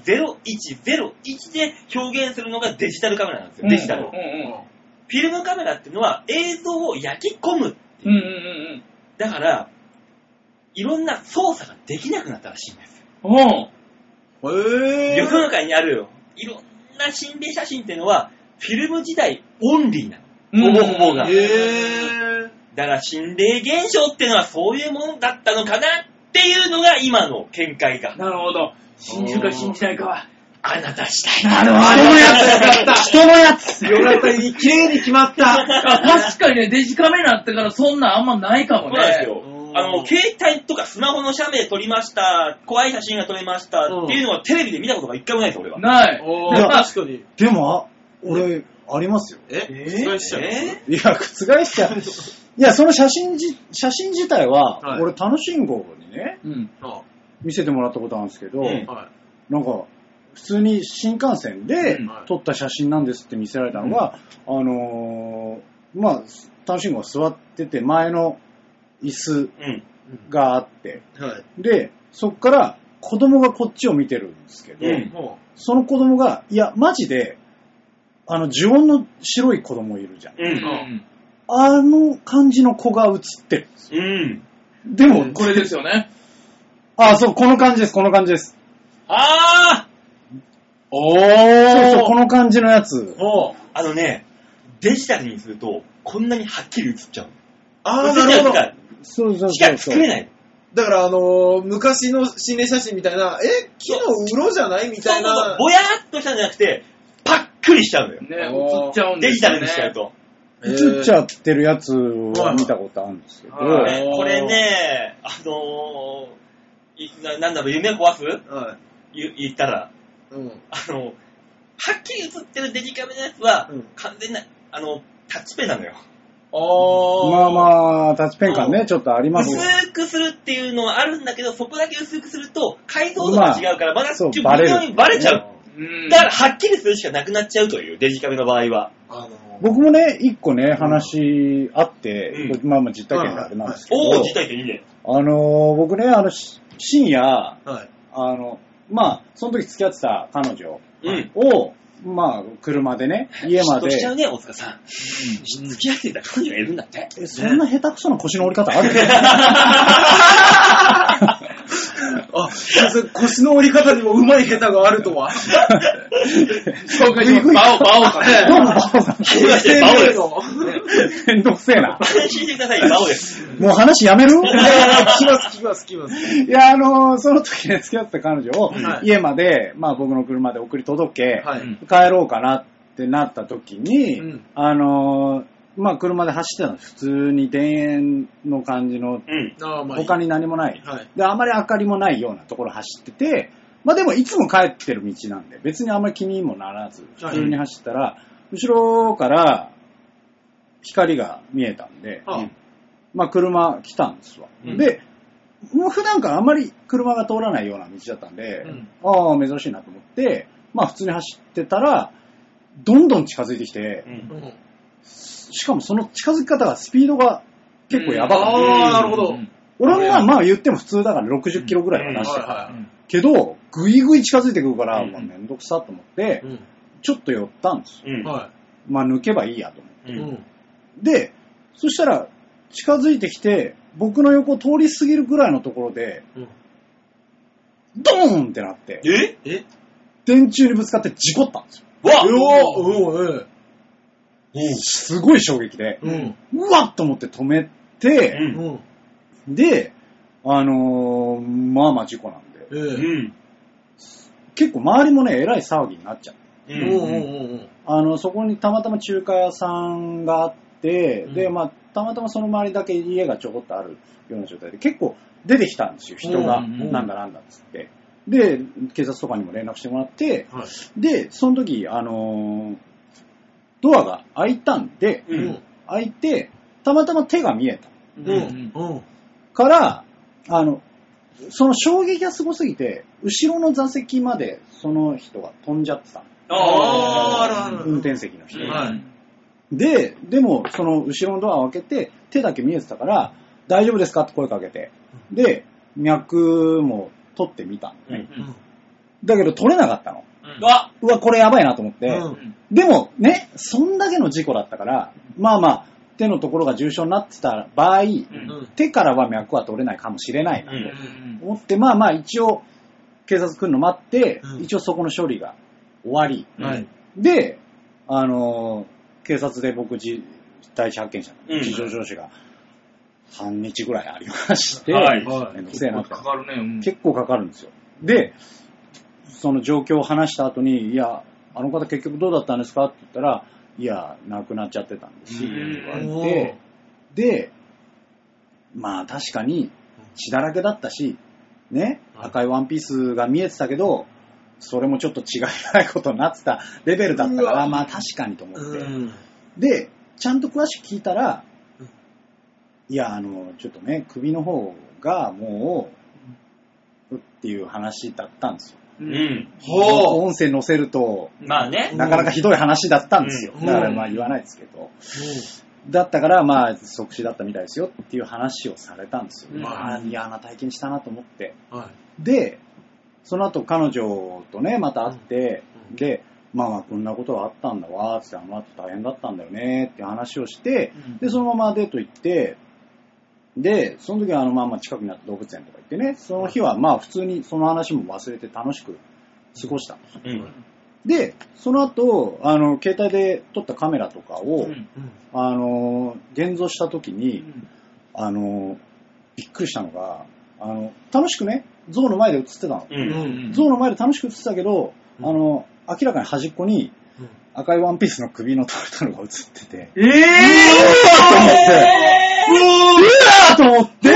Speaker 2: 0101で表現するのがデジタルカメラなんですよ、デジタルを。
Speaker 5: うん
Speaker 2: フィルムカメラっていうのは映像を焼き込む。
Speaker 5: うんうん。うんうん
Speaker 2: だから、いろんな操作ができなくなったらしいんです。
Speaker 5: うんうん。うん
Speaker 3: へ
Speaker 2: 世
Speaker 3: ぇ
Speaker 2: の中にあるいろんな心霊写真っていうのはフィルム時代オンリーなの。ほぼほぼが。
Speaker 3: ー。へぇ
Speaker 2: だから心霊現象っていうのはそういうものだったのかなっていうのが今の見解が。
Speaker 5: なるほど。信じるか信じないかは。
Speaker 2: あなたしたい。
Speaker 5: なる
Speaker 3: あのやつよかっ
Speaker 4: 人のやつ
Speaker 3: た。よかった。綺麗に決まった。
Speaker 5: 確かにね、デジカメラになってからそんなんあんまないか
Speaker 2: そ
Speaker 5: も
Speaker 2: うなんです
Speaker 5: ね。
Speaker 2: よ
Speaker 3: う。ん
Speaker 2: あの、携帯とかスマホの写メ撮りました、怖い写真が撮れました
Speaker 3: うん
Speaker 2: っていうのはテレビで見たことが一回もないです、俺は。
Speaker 5: ない。
Speaker 3: お
Speaker 4: いや
Speaker 3: ー、確かに。
Speaker 4: でも、あ俺、ありますよ。
Speaker 3: え
Speaker 2: え
Speaker 3: 返しちゃう
Speaker 2: え
Speaker 4: いや、覆しちゃう。いや、その写真じ、写真自体は、
Speaker 3: はい
Speaker 4: 俺、楽しんごにね、
Speaker 5: うん。
Speaker 3: あ
Speaker 4: 見せてもらったことあるんですけど、
Speaker 2: うん
Speaker 3: は
Speaker 4: なんか、普通に新幹線で
Speaker 5: うん
Speaker 4: 撮った写真なんですって見せられたのが、あのーまあ、楽しんごが座ってて、前の椅子
Speaker 2: うん。
Speaker 4: があって、
Speaker 3: い。はい。
Speaker 4: で、そっから子供がこっちを見てるんですけど、
Speaker 2: うん
Speaker 3: も
Speaker 4: その子供が、いや、マジで、あの、呪音の白い子供いるじゃん。
Speaker 2: う。
Speaker 5: うんん。
Speaker 4: あの感じの子が映ってるんですよ。
Speaker 2: うん。
Speaker 4: でも、
Speaker 5: これですよね。
Speaker 4: あ、そう、この感じです、この感じです。
Speaker 2: あ
Speaker 4: おーそうそう、この感じのやつ
Speaker 3: う。。もう。
Speaker 2: ーあのね、デジタルにすると、こんなにはっきり映っちゃう。
Speaker 3: あー、なる
Speaker 2: 映
Speaker 3: ほど。
Speaker 2: っちゃう
Speaker 4: そうそうそうそう。
Speaker 2: しか作れない。
Speaker 3: だから、あのー、昔の心霊写真みたいな、え、木のうろじゃないみ
Speaker 2: そう
Speaker 3: た
Speaker 2: そ
Speaker 3: いう
Speaker 2: そう
Speaker 3: な。
Speaker 2: ぼやーっとしたんじゃなくて、パックリしちゃうのよ。
Speaker 5: ね、映っちゃうん
Speaker 2: デ
Speaker 5: で
Speaker 2: ジ
Speaker 5: すよ
Speaker 2: タ
Speaker 5: ね。
Speaker 2: ルにしちゃうと。
Speaker 4: 映っちゃってるやつは見たことあるんですけど、
Speaker 5: はい
Speaker 2: こ
Speaker 5: は
Speaker 4: あ
Speaker 5: い
Speaker 2: れこれね、あのーいな、なんだろう、夢壊す
Speaker 3: はい。
Speaker 2: 言言ったら、
Speaker 3: うん。
Speaker 2: あの、はっきり映ってるデジカメのやつは、
Speaker 3: うん
Speaker 2: 完全な、あの、タッチペンなのよ。
Speaker 3: あ
Speaker 4: まあまあ、タッチペン感
Speaker 2: う
Speaker 4: ね、ちょっとありますけど
Speaker 2: 薄くするっていうのはあるんだけど、そこだけ薄くすると、解像度が違うから、まだち
Speaker 4: そ
Speaker 2: ょ
Speaker 4: う
Speaker 2: っと
Speaker 4: バレ
Speaker 2: 微
Speaker 4: る
Speaker 2: 妙にバレちゃう。
Speaker 5: うん。
Speaker 2: だから、はっきりするしかなくなっちゃうという、デジカメの場合は。
Speaker 3: あの
Speaker 4: 僕もね、一個ね、話あって、
Speaker 2: う
Speaker 4: まあまあ実体験であれなんですけど、
Speaker 2: おお、自体験いいね。
Speaker 4: あのー僕ね、あの、し深夜、
Speaker 3: はい。
Speaker 4: あの、まあ、その時付き合ってた彼女
Speaker 2: うん。
Speaker 4: を、まあ、車でね、家
Speaker 2: 嫉
Speaker 4: まで
Speaker 2: 妬し、ちゃうね、大塚さん。付き合ってた彼女がいるんだって。
Speaker 4: えそんな下手くそな腰の折り方ある
Speaker 3: あ、先生腰の折り方にもうまい下手があるとは。
Speaker 5: 紹介します。バオ、バオさん。
Speaker 4: どうも、バオさん。
Speaker 2: 初めまして、バオです。
Speaker 3: の。
Speaker 4: めんどくせえな。
Speaker 2: 安心してください、バオです。
Speaker 4: もう話やめる
Speaker 3: 聞きます、聞きます、聞きます。
Speaker 4: いや、あのーその時ね、付き合ってた彼女を
Speaker 3: は、い
Speaker 4: 家まで、まあ僕の車で送り届け、
Speaker 3: はい。
Speaker 5: うん
Speaker 4: 帰ろうかなってなった時に、
Speaker 3: うん
Speaker 4: あのーまあ車で走ってたの。普通に田園の感じ
Speaker 2: う
Speaker 4: の、
Speaker 2: ん。
Speaker 3: あーまあいい
Speaker 4: 他に何もない。
Speaker 3: はい
Speaker 4: で、あまり明かりもないようなところ走ってて、まあでもいつも帰ってる道なんで、別にあんまり気にもならず、普通に走ったら、後ろから光が見えたんで、
Speaker 3: あ
Speaker 4: まあ、車来たんですわ。
Speaker 2: うん
Speaker 4: で、もう普段からあんまり車が通らないような道だったんで、
Speaker 3: うん
Speaker 4: ああ、珍しいなと思って、まあ普通に走ってたら、どんどん近づいてきて
Speaker 2: う、ん。
Speaker 3: うん
Speaker 4: しかもその近づき方がスピードが結構やばかった。
Speaker 3: あー、なるほど。
Speaker 5: う
Speaker 3: はい
Speaker 5: ん
Speaker 4: 俺はまあまあ言っても普通だから60キロぐらいは出してた。
Speaker 3: は
Speaker 4: けど、ぐいぐい近づいてくるから、
Speaker 2: うん
Speaker 4: まあめんどくさと思って
Speaker 3: い。、う
Speaker 4: ちょっと寄ったんですよ。
Speaker 2: うん
Speaker 3: ん。。は
Speaker 4: まあ抜けばいいやと思って。
Speaker 2: う。
Speaker 3: い。うんん。
Speaker 4: で、そしたら近づいてきて、僕の横通り過ぎるぐらいのところで、
Speaker 3: うん
Speaker 4: ドーンってなって、
Speaker 2: え
Speaker 3: え
Speaker 4: 電柱にぶつかって事故ったんですよ。
Speaker 2: わ
Speaker 3: うおうんうん
Speaker 4: すごい衝撃で、
Speaker 3: うん。
Speaker 4: うわっと思って止め
Speaker 2: う
Speaker 4: て、
Speaker 2: ん。
Speaker 3: うん。
Speaker 4: で、あのーまあまあ事故なんで、
Speaker 3: ええ。
Speaker 2: うん。
Speaker 4: 結構周りもね、えらい騒ぎになっちゃう。
Speaker 2: う
Speaker 3: うん
Speaker 2: ん。
Speaker 3: うんうんうん。
Speaker 4: あの、そこにたまたま中華屋さんがあって、
Speaker 3: うん
Speaker 4: で、まあ、たまたまその周りだけ家がちょこっとあるような状態で、結構出てきたんですよ、人が、
Speaker 5: うんうんうん
Speaker 4: なんだなんだっつって。で、警察とかにも連絡してもらって、
Speaker 3: はい。
Speaker 4: で、その時、あのードアが開いたんで、
Speaker 2: う
Speaker 3: うんん。
Speaker 4: 開いて、たまたま手が見えた
Speaker 5: う
Speaker 3: うん
Speaker 5: ん。
Speaker 3: うん。
Speaker 4: から、あの、その衝撃がすごすぎて、後ろの座席までその人が飛んじゃってたの。
Speaker 3: あーあるある
Speaker 4: 運転席の人。
Speaker 2: うん
Speaker 3: はい
Speaker 4: で、でも、その後ろのドアを開けて、手だけ見えてたから、大丈夫ですかって声かけて。で、脈も取ってみたのね。
Speaker 2: うん
Speaker 4: だけど取れなかったの。
Speaker 2: うわ
Speaker 4: うわ、これやばいなと思って。
Speaker 3: うん
Speaker 4: でもね、そんだけの事故だったから、まあまあ、手のところが重症になってた場合、
Speaker 2: うん
Speaker 3: うん
Speaker 4: 手からは脈は取れないかもしれないな
Speaker 2: うん
Speaker 4: と思って、まあまあ一応、警察来るの待って、
Speaker 3: うん
Speaker 4: 一応そこの処理が終わり、
Speaker 2: うん
Speaker 3: はい。
Speaker 4: で、あのー警察で僕、自第一発見者の、
Speaker 2: うん
Speaker 4: 事情聴取が半日ぐらいありまして、
Speaker 2: はい
Speaker 4: めんどくせえなと
Speaker 5: かかるね。うん
Speaker 4: 結構かかるんですよ。で、その状況を話した後に、いや、あの方結局どうだったんですかって言ったら、いや、亡くなっちゃってたんですって言われて、で、まあ確かに血だらけだったし、ね、赤いワンピースが見えてたけど、それもちょっと違いないことになってたレベルだったか
Speaker 3: う
Speaker 4: ら、
Speaker 3: わ
Speaker 4: まあ確かにと思って。
Speaker 3: うん
Speaker 4: で、ちゃんと詳しく聞いたら
Speaker 3: うん、
Speaker 4: いや、あの、ちょっとね、首の方がもう、っていう話だったんですよ。
Speaker 2: う
Speaker 5: うん
Speaker 2: ん。
Speaker 3: ほう。
Speaker 4: 音声載せると、
Speaker 2: まあね。
Speaker 4: なかなかひどい話だったんですよ。
Speaker 3: うん
Speaker 4: だからまあ言わないですけど。
Speaker 3: う
Speaker 4: だったからまあ即死だったみたいですよっていう話をされたんですよ。
Speaker 5: うん
Speaker 4: まあ嫌な体験したなと思って。
Speaker 3: んはい。
Speaker 4: で、その後彼女とね、また会って、
Speaker 3: うん
Speaker 4: で、まあまあこんなことがあったんだわ、つって、あの後大変だったんだよね、って話をして、で、そのままデート行って、で、その時はあのまあまあ近くにあった動物園とか行ってね、その日はまあ普通にその話も忘れて楽しく過ごしたの。
Speaker 2: うん。
Speaker 4: で、その後、あの、携帯で撮ったカメラとかを、
Speaker 5: う
Speaker 3: う
Speaker 5: ん
Speaker 3: ん
Speaker 4: あの、現像した時
Speaker 5: う
Speaker 4: に、
Speaker 5: ん
Speaker 4: あの、びっくりしたのが、あの、楽しくね、像の前で映ってたの。
Speaker 2: う
Speaker 3: うん
Speaker 2: ん。
Speaker 5: うん
Speaker 4: 象の前で楽しく映ってたけど、
Speaker 3: うん
Speaker 4: あの、明らかに端っこに
Speaker 3: うん
Speaker 4: 赤いワンピースの首の取れたのが映ってて、
Speaker 2: えぇー
Speaker 4: あと思って、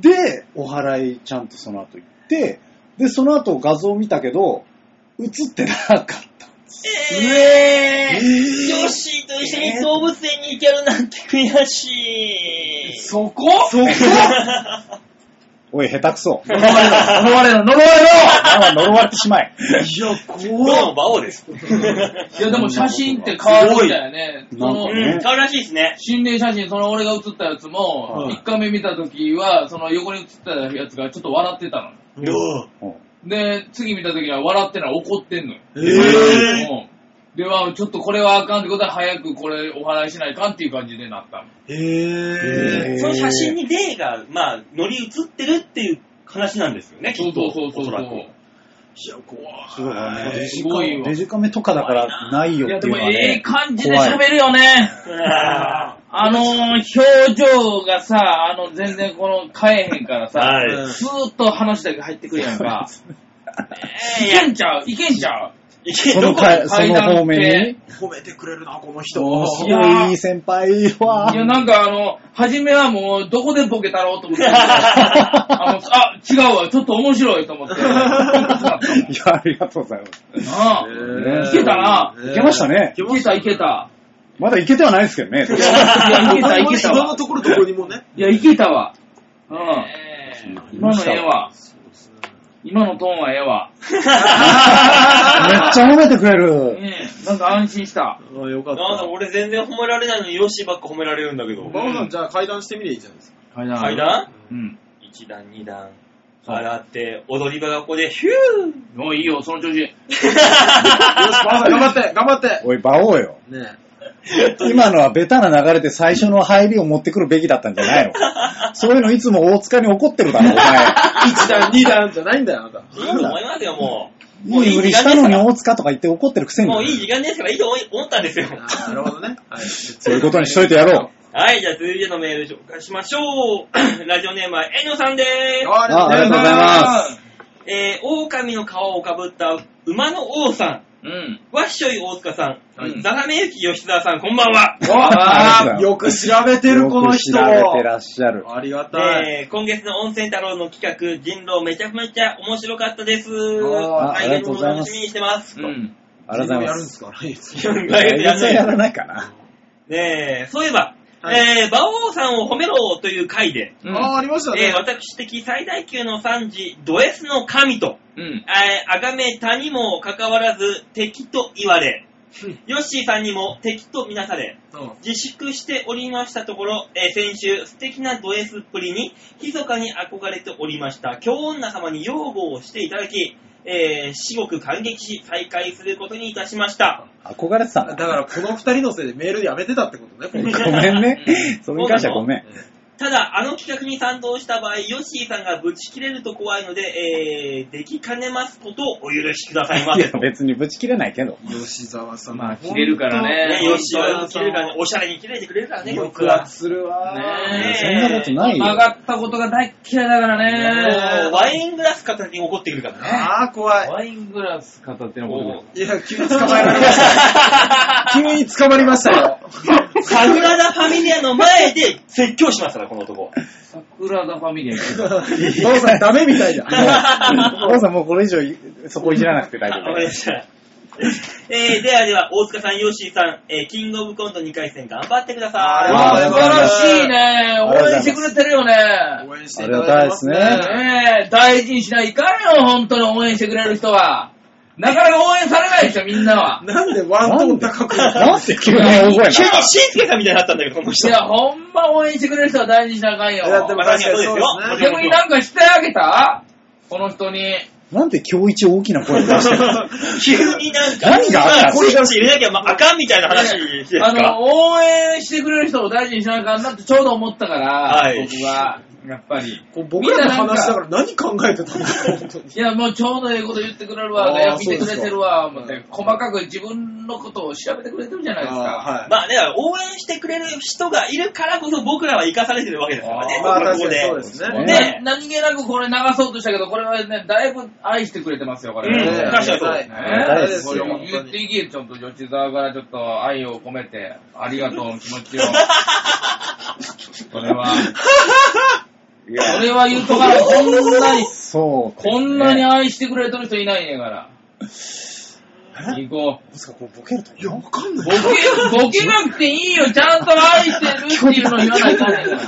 Speaker 4: で、お祓いちゃんとその後行って、で、その後画像見たけど、映ってなかった。
Speaker 2: えぇー
Speaker 4: えー
Speaker 2: ヨッシーと一緒に動物園に行けるなんて悔しい。
Speaker 5: そこそこ
Speaker 4: おい、下手くそ。
Speaker 5: 呪われろ、呪われろ
Speaker 4: あまあ呪われてしまえ。
Speaker 3: いや、
Speaker 2: どうも
Speaker 3: 怖っ。
Speaker 2: 馬王です。うん。
Speaker 5: いや、でも写真って変わるみたいやね。そ
Speaker 4: なんか
Speaker 5: の
Speaker 4: ね
Speaker 2: 変わるらしいですね。
Speaker 5: 心霊写真、その俺が写ったやつ
Speaker 4: は
Speaker 5: も、
Speaker 4: い
Speaker 5: 1回目見た時は、その横に写ったやつがちょっと笑ってたの。
Speaker 4: うん
Speaker 5: で、次見た時は笑ってない、怒ってんのよ。
Speaker 3: え
Speaker 2: ー
Speaker 5: うんでは、ちょっとこれはあかんってことは早くこれお払いしないかんっていう感じでなったの。
Speaker 3: えー
Speaker 4: へー
Speaker 2: その写真に霊が、まあ、乗り移ってるっていう話なんですよね、きっ
Speaker 5: そうそ
Speaker 2: と。
Speaker 5: うそうそう
Speaker 2: お
Speaker 5: そ。
Speaker 2: そうらく。
Speaker 3: いや、怖
Speaker 4: そうだからね、デジ
Speaker 5: す
Speaker 4: カ
Speaker 5: ごい
Speaker 4: メ
Speaker 5: わ
Speaker 4: デジカメとかだからないよ
Speaker 5: いや、
Speaker 4: って
Speaker 5: で
Speaker 4: いう
Speaker 5: も
Speaker 4: のは
Speaker 5: ええ
Speaker 4: ね。
Speaker 5: 感じで喋るよね。
Speaker 2: うわ
Speaker 5: あのー、表情がさ、あの、全然この、変えへんから
Speaker 2: ー
Speaker 5: さ、
Speaker 2: はい。
Speaker 3: うん
Speaker 5: ずーっと話だけ入ってくるやん か。いけんちゃういけんちゃう
Speaker 2: いけ
Speaker 4: そ
Speaker 2: ど
Speaker 4: の
Speaker 2: こ
Speaker 4: かその方面に、
Speaker 3: 褒めてくれるな、この人。
Speaker 4: どうしよ
Speaker 5: いや
Speaker 4: う、いい先輩
Speaker 5: いや、
Speaker 4: は。
Speaker 5: なんかあの、初めはもう、どこでボケたろうと 思って。あの、あ、違うわ、ちょっと面白いと 思って。
Speaker 4: いや、ありがとうございます。
Speaker 5: なあ
Speaker 4: ー
Speaker 5: いけたな。
Speaker 4: いけましたね
Speaker 3: いけ
Speaker 5: い
Speaker 3: ま
Speaker 5: け
Speaker 3: した
Speaker 5: た、
Speaker 3: ね
Speaker 5: いけ。た。
Speaker 4: まだいけてはないですけどね。
Speaker 5: いや、いけた、いけた
Speaker 3: 今の
Speaker 5: わ。
Speaker 3: ところどこにもね。
Speaker 5: いや、いけたわ。うん。今のええわ。今のトーンはええわ。
Speaker 4: めっちゃ褒めてくれる。
Speaker 5: ねえなんか安心した。
Speaker 3: あよかっ
Speaker 2: なんだ、
Speaker 3: た。
Speaker 2: 俺全然褒められないのにヨッシーばっか褒められるんだけど。
Speaker 3: バオさん、じゃあ階段してみりゃいいじゃないですか。
Speaker 5: 階
Speaker 2: 階段
Speaker 5: うん。
Speaker 2: ?1 段、2段。
Speaker 5: そう
Speaker 2: 上がって、踊り場がここで、 ヒュー
Speaker 5: もういいよ、その調子。
Speaker 3: よし、バオさん、頑張って頑張って
Speaker 4: おい、馬王よ。
Speaker 3: ね
Speaker 4: 今のはベタな流れで最初の入りを持ってくるべきだったんじゃないのそういうのいつも大塚に怒ってるだろ、お前。
Speaker 3: 1段、2段じゃないんだよ、あなた。
Speaker 2: いいと思いますよ、もう。 もう
Speaker 4: いい
Speaker 2: いい
Speaker 4: ふり
Speaker 2: 時
Speaker 4: し
Speaker 2: 間です
Speaker 4: たの
Speaker 2: か
Speaker 4: に
Speaker 2: ら。
Speaker 4: 大塚とか言って怒ってるくせに。
Speaker 2: もういい時間ですから、いいと思い思ったんですよ。
Speaker 3: あーなるほどね。はい。
Speaker 4: そういうことにしといてやろう。
Speaker 2: はい、じゃあ続いてのメール紹介しましょう。 ラジオネームはえのさんで
Speaker 3: あ
Speaker 4: あありがとうございます。
Speaker 2: す。えー、狼の皮をかぶった馬の王さ
Speaker 5: うん。
Speaker 2: ん、わっしょい大塚さん、
Speaker 5: はい
Speaker 2: ザラメユキ吉沢さん、こんばんは。
Speaker 3: お
Speaker 4: ありがとうございます
Speaker 3: よく調べてる、この人。
Speaker 4: よく調べてらっしゃる。
Speaker 3: ありがたい。
Speaker 2: えー、今月の温泉太郎の企画、人狼めちゃめちゃ面白かったです。
Speaker 3: ー
Speaker 2: 来
Speaker 4: ありが
Speaker 2: 月
Speaker 4: とうご
Speaker 2: も
Speaker 4: ざいま
Speaker 2: 楽
Speaker 4: す
Speaker 2: しみにしてます。
Speaker 5: うん。
Speaker 4: ありがとうござい
Speaker 3: や
Speaker 4: ま。
Speaker 3: るんですすか来月
Speaker 2: 来月
Speaker 4: 来
Speaker 2: やん
Speaker 4: 月はや
Speaker 2: ない
Speaker 4: らないかな。
Speaker 2: ねえ、そういえば、
Speaker 3: はい
Speaker 2: えー、馬王さんを褒めろという回で、
Speaker 5: うん
Speaker 3: ああ、ありました
Speaker 2: えー。
Speaker 3: ね
Speaker 2: 私的最大級の賛辞、ド S の神と、
Speaker 5: うん。
Speaker 2: えー、あがめたにもかかわらず敵と言われ、ヨッシーさんにも敵とみなされ、
Speaker 3: うん
Speaker 2: 自粛しておりましたところ、えー先週、素敵なド S っぷりに、密かに憧れておりました、京女様に擁護をしていただき、えー、至極感激し、再会することにいたしました。
Speaker 4: 憧れてたん
Speaker 3: だ
Speaker 4: だ。
Speaker 3: から、この二人のせいでメールやめてたってことね、
Speaker 4: ご
Speaker 3: こ
Speaker 4: め
Speaker 3: の人
Speaker 4: んね。それに関してはごめん。
Speaker 2: ただ、あの企画に賛同した場合、ヨッシーさんがブチ切れると怖いので、えー、できかねますことをお許しくださいま
Speaker 4: い
Speaker 2: せ
Speaker 4: や
Speaker 2: と。ね、
Speaker 4: 別にぶち切れないけど。
Speaker 3: 吉沢さん。
Speaker 5: まあ切れるからね
Speaker 2: ヨッシーは
Speaker 3: 本当
Speaker 2: 切れるから、おしゃれに切れてくれるからね、僕
Speaker 3: 僕
Speaker 2: は
Speaker 3: は。するわ。
Speaker 5: ね
Speaker 4: そんなことないよ
Speaker 5: 曲。がったことが大っ嫌いだからね。
Speaker 2: もうワイングラス片手に怒ってくるからね。
Speaker 3: ああ、怖い。
Speaker 5: ワイングラス片手の
Speaker 2: こ
Speaker 5: ことと
Speaker 2: だよ
Speaker 3: いや、急に捕まえられました。急に捕まりましたよ。
Speaker 2: サグラダ・ファミリアの前で説教しますから、この男。
Speaker 5: 桜田ファミリアに。
Speaker 3: 父さんダメみたいだ。
Speaker 4: お母さんもうこれ以上いそこいじらなくて大丈
Speaker 2: あわかりました。えー、ではでは、大塚さん、ヨッシーさん、えー、キングオブコント2回戦頑張ってください。
Speaker 5: わ
Speaker 4: あ
Speaker 5: あ、
Speaker 4: りがとうご
Speaker 5: 素
Speaker 4: ざい
Speaker 5: 晴
Speaker 4: ま
Speaker 5: ら
Speaker 4: す
Speaker 5: しいね。応援してくれてるよね。
Speaker 3: 応援していただいてますね。
Speaker 4: ありがたいで
Speaker 5: ねえ、大事にしないかんよ、本当に応援してくれる人は。なかなか応援されないでしょ、みんなは。
Speaker 3: なんでワントーン高く
Speaker 4: 夫。なんで急に大声なの
Speaker 2: 急にしんすけさんみたいになったんだけど、この人。
Speaker 5: いや、ほんま応援してくれる人は大事にしなあかんよ
Speaker 3: い。やでも
Speaker 2: まあ確かにそうですよ。
Speaker 3: 確かにそうです
Speaker 5: 逆になんかしてあげたこの人に。
Speaker 4: なんで今日一大きな声を出してるの
Speaker 2: 急になんか、
Speaker 4: 何があった
Speaker 2: まあこれ入れなきゃ、まあ、あかんみたいな話です
Speaker 5: あ
Speaker 2: か
Speaker 5: の、応援してくれる人を大事にしなあかんなってちょうど思ったから、
Speaker 2: はい
Speaker 5: 僕は。やっぱり。
Speaker 3: こう僕らの話だから何考えてたんだろう本当に
Speaker 5: いや、もうちょうどええこと言ってくれるわ、
Speaker 3: あー
Speaker 5: いや見てくれてるわ、
Speaker 3: そう
Speaker 5: 思っ
Speaker 3: ですか、
Speaker 5: て細かく自分のことを調べてくれてるじゃないですか。
Speaker 3: あーはい
Speaker 2: まあね、だから応援してくれる人がいるからこそ僕らは生かされてるわけですからね、
Speaker 3: まあ
Speaker 2: この
Speaker 3: 確
Speaker 2: 子
Speaker 3: かに
Speaker 2: で。
Speaker 3: そうですね。
Speaker 4: ね
Speaker 5: な何気なくこれ流そうとしたけど、これはね、だいぶ愛してくれてますよ、これ。
Speaker 2: うん
Speaker 5: ね
Speaker 2: 確かにそうです
Speaker 5: ね
Speaker 3: ありがたいです
Speaker 5: こ
Speaker 3: よ
Speaker 5: れも
Speaker 3: 本当
Speaker 5: 言って
Speaker 3: に
Speaker 5: いきちょっと吉沢からちょっと愛を込めて、ありがとうの気持 ちを。それは、
Speaker 4: い
Speaker 5: それは言うとから、こんな に、
Speaker 4: そう、
Speaker 5: こんなに愛してくれてる人いないねんから。行こう。
Speaker 4: そうこれボケると
Speaker 3: いや、わかんない。
Speaker 5: ボケ、ボケなくていいよ、ちゃんと愛してるっていうの言わないかんねん から。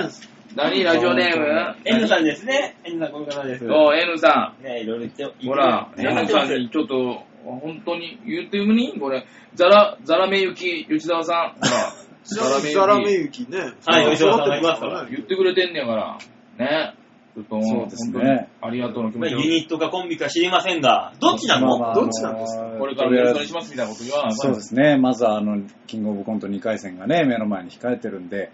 Speaker 5: ねえ。何ラジオネーム
Speaker 2: N さんですね。N さん、この方です。
Speaker 5: おう、N さ
Speaker 2: ね、いろいろ言って、
Speaker 5: ん。ほら、
Speaker 2: 言って
Speaker 5: N
Speaker 2: ます
Speaker 5: さんにちょっと、本当に言ってみにこれ、ザラ、ザラメユキ、吉沢さん。ほら、ザラメ
Speaker 3: ザラメ
Speaker 5: ユ
Speaker 3: ユキね。
Speaker 2: はい
Speaker 3: そう
Speaker 2: 吉沢さんがいますから
Speaker 5: キ。言ってくれてんねやから。ねちょっと、
Speaker 4: そう
Speaker 5: 本
Speaker 4: です
Speaker 5: 当
Speaker 4: ね
Speaker 5: に、ありがとうの気持
Speaker 2: まあ
Speaker 5: ちを
Speaker 2: ユ。ニットかコンビか知りませんが、どっちなの、
Speaker 3: どっちなんです
Speaker 4: か
Speaker 5: これからよろしくお願いしますみたいなこと言わない。
Speaker 4: そうですすね。まずはあの、キングオブコント2回戦がね、目の前に控えてるんで、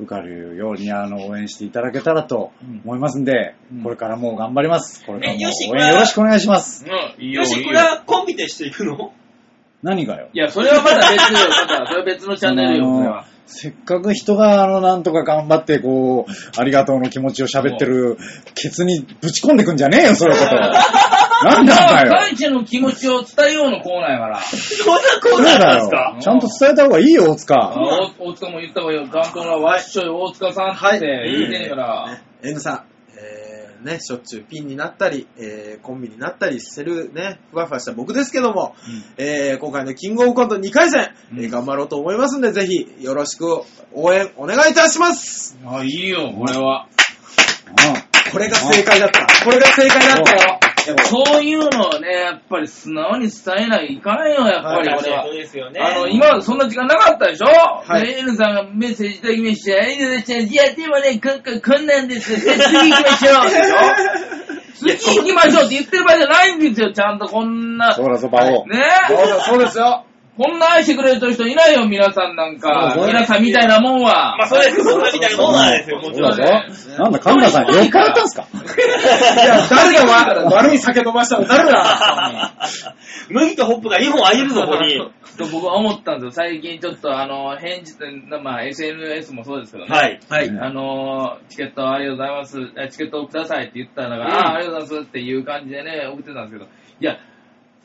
Speaker 4: 受かるようにあの、応援していただけたらと思いますんで、
Speaker 5: うん
Speaker 4: これからもう頑張ります。これからも
Speaker 2: えよし
Speaker 4: 応援よろしくお願いします。
Speaker 5: うん、いいよ。
Speaker 2: よ
Speaker 5: い
Speaker 2: し、
Speaker 5: い
Speaker 2: こ
Speaker 5: よ
Speaker 2: れはコンビでしていくの
Speaker 4: 何がよ
Speaker 5: いや、それはまだ別よ、まだ。それは別のチャンネルよ、それは。
Speaker 4: せっかく人が、あの、なんとか頑張って、こう、ありがとうの気持ちを喋ってる、ケツにぶち込んでくんじゃねえよ、そういうこと。なんなんだよ。
Speaker 5: 大地の気持ちを伝えようのコーナーやから。
Speaker 2: そんなコ
Speaker 4: そう
Speaker 2: ーナー
Speaker 4: だ
Speaker 2: なんです
Speaker 4: よ
Speaker 2: か。
Speaker 4: ちゃんと伝えた方がいいよ、大塚。
Speaker 5: あ大大塚も言った方がいいよ。頑張ろう、わっしょい大塚さんって言ってるから
Speaker 3: ね。N さん、えーね、しょっちゅうピンになったり、えーコンビになったりしてるね、ふわふわした僕ですけども、えー今回のキングオブコント2回戦、えー頑張ろうと思いますんで、ぜひよろしく応援お願いいたします
Speaker 5: あ、いいよ、これは。
Speaker 3: これが正解だった。これが正解だったよ。
Speaker 5: そういうのをね、やっぱり素直に伝えないいかんよ、やっぱり
Speaker 2: 確
Speaker 5: 俺
Speaker 2: かに
Speaker 5: は
Speaker 2: そう。ですよね。
Speaker 5: あの、今までそんな時間なかったでしょはいエルさんがメッセージいただきまして、エルちゃん、いや、でもね、こ、こ、こんなんです。で次行きましょう。でしょ次行きましょうって言ってる場合じゃないんですよ、ちゃんとこんな。
Speaker 4: そ
Speaker 5: ね
Speaker 4: らそばを。
Speaker 3: そうですよ。
Speaker 5: こんな愛してくれる人いないよ、皆さんなんか。
Speaker 4: そうそう
Speaker 5: 皆さんみたいなもんは。
Speaker 2: まあ、そうです。そんなみたいなもんなんですよ、も
Speaker 4: そう
Speaker 2: ちろん。
Speaker 4: だぞ。なんだ、神田さん、酔っ払ったんすか
Speaker 3: いや、誰がわ悪い酒飲ましたの誰だ
Speaker 2: 麦とホップが2本あげるぞ、ここに。
Speaker 5: と僕は思ったんですよ。最近ちょっとあの、返事って、まあ SNS もそうですけどね。
Speaker 2: はい。
Speaker 3: はい
Speaker 5: あのチケットありがとうございます。えチケットをくださいって言ったら、
Speaker 2: うん
Speaker 5: ああ、ありがとうございますっていう感じでね、送ってたんですけど、いや、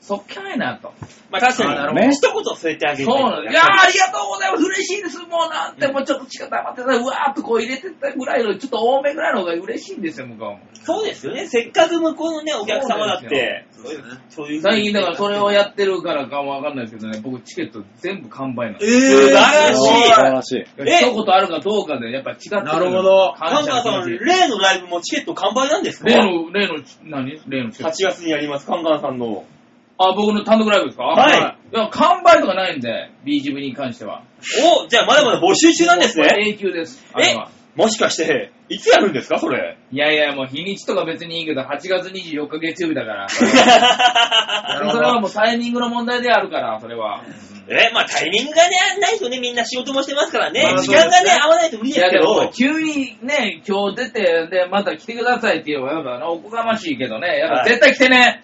Speaker 5: そっけないなと。
Speaker 2: まあ確
Speaker 4: あな
Speaker 2: か
Speaker 4: る
Speaker 2: に、
Speaker 4: ほどね
Speaker 2: 一言添えてあげ
Speaker 5: そう
Speaker 2: る。
Speaker 5: なんです。いやーありがとうございます。嬉しいです。もうなんて、もうちょっと力溜まってた。うわーっとこう入れてたぐらいの、ちょっと多めぐらいの方が嬉しいんですよ、向こうも。
Speaker 2: そうですよね。せっかく向こうのね、お客様だって、
Speaker 3: そうですよ
Speaker 2: そういう。
Speaker 5: 最近だからそれを
Speaker 2: や
Speaker 5: やってるからかもわかんないですけどね、僕チケット全部完売なんです。
Speaker 3: えー
Speaker 2: 素晴らしい
Speaker 4: 素晴らしい。
Speaker 5: 一
Speaker 2: え
Speaker 5: 言あるかどうかで、やっぱ違ってくる
Speaker 3: なるほど
Speaker 5: 感謝
Speaker 2: 神田さ
Speaker 5: の
Speaker 2: ん、
Speaker 5: 気持ち
Speaker 2: 例のライブもチケット完売なんですか
Speaker 5: 例の、例の、何例のチケッ
Speaker 2: 8
Speaker 5: ト。
Speaker 2: 月にやります、カンカンさんの。
Speaker 5: あ、僕の単独ライブですか
Speaker 2: はい
Speaker 5: いや、完売とかないんで、B ジブに関しては。
Speaker 2: お、じゃあまだまだ募集中なんですね。
Speaker 5: 永久です。あれ
Speaker 2: え
Speaker 5: は。
Speaker 2: もしかして、いつやるんですか、そ れ。
Speaker 5: いやいや、もう日にちとか別にいいけど、8月24日月曜日だから。
Speaker 3: なるほ
Speaker 5: そ
Speaker 3: ど
Speaker 5: れはもうタイミングの問題であるから、それは。
Speaker 2: え、まあタイミングがね、ないとね、みんな仕事もしてますからね
Speaker 3: ま、あ
Speaker 2: 時間が
Speaker 3: そうで
Speaker 2: ね、
Speaker 3: すね
Speaker 2: 合わないと無理
Speaker 5: い
Speaker 2: です
Speaker 5: や
Speaker 2: け
Speaker 5: で
Speaker 2: ど
Speaker 5: も、、急にね、今日出て、で、また来てくださいって言えば、やっぱなおこがましいけどね、やっ
Speaker 2: は
Speaker 5: ぱ
Speaker 2: い
Speaker 5: 絶対来てね、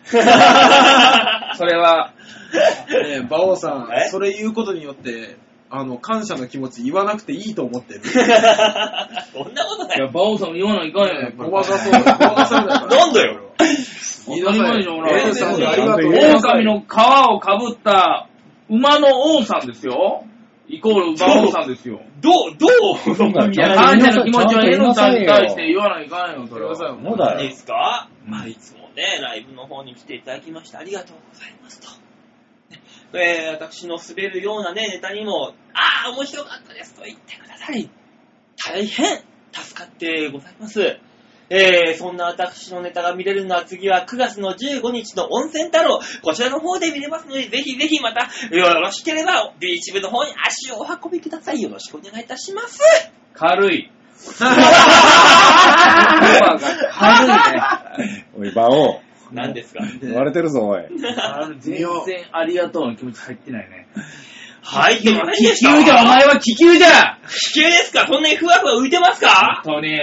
Speaker 5: それは。
Speaker 3: ねえ、馬王さん
Speaker 2: え、
Speaker 3: それ言うことによって、あの、感謝の気持ち言わなくていいと思ってる。
Speaker 2: そんなことないい。
Speaker 5: や、バオさんも言わないかんよ、やっぱり。
Speaker 3: ごまかそう、ごまかそうだから。
Speaker 2: なんだよ。
Speaker 5: 当たり前でしょ、ほら。
Speaker 3: エルさんありがとうございます。
Speaker 5: 狼の皮をかぶった馬の王さんですよ。イコール馬王さんですよ。
Speaker 2: どう、どう
Speaker 4: そうだよ
Speaker 5: いや、感謝の気持ちはエルさんに対して言わないかんよ、それは。
Speaker 3: ごめんなさい
Speaker 4: そうだ
Speaker 2: いい
Speaker 4: よ
Speaker 2: で。すか、
Speaker 5: うん
Speaker 2: まあ、いつもね、ライブの方に来ていただきまして、ありがとうございますと。ねえー私の滑るようなね、ネタにも、ああ、面白かったですと言ってください。大変助かってございます。えー、そんな私のネタが見れるのは次は9月の15日の温泉太郎、こちらの方で見れますので、ぜひぜひまた、よろしければ、ビーチ部の方に足をお運びください。よろしくお願いいたします。
Speaker 5: 軽い。軽いね。
Speaker 4: おい、バオ、
Speaker 2: 何ですか
Speaker 4: 言われてるぞ、おい。
Speaker 5: 全然ありがとうの気持ち入ってないね。
Speaker 2: はい、って何で
Speaker 5: 気
Speaker 2: した
Speaker 5: 球じゃ、お前は気球じゃ
Speaker 2: 地球ですかそんなにふわふわ浮いてますか
Speaker 5: 本当に。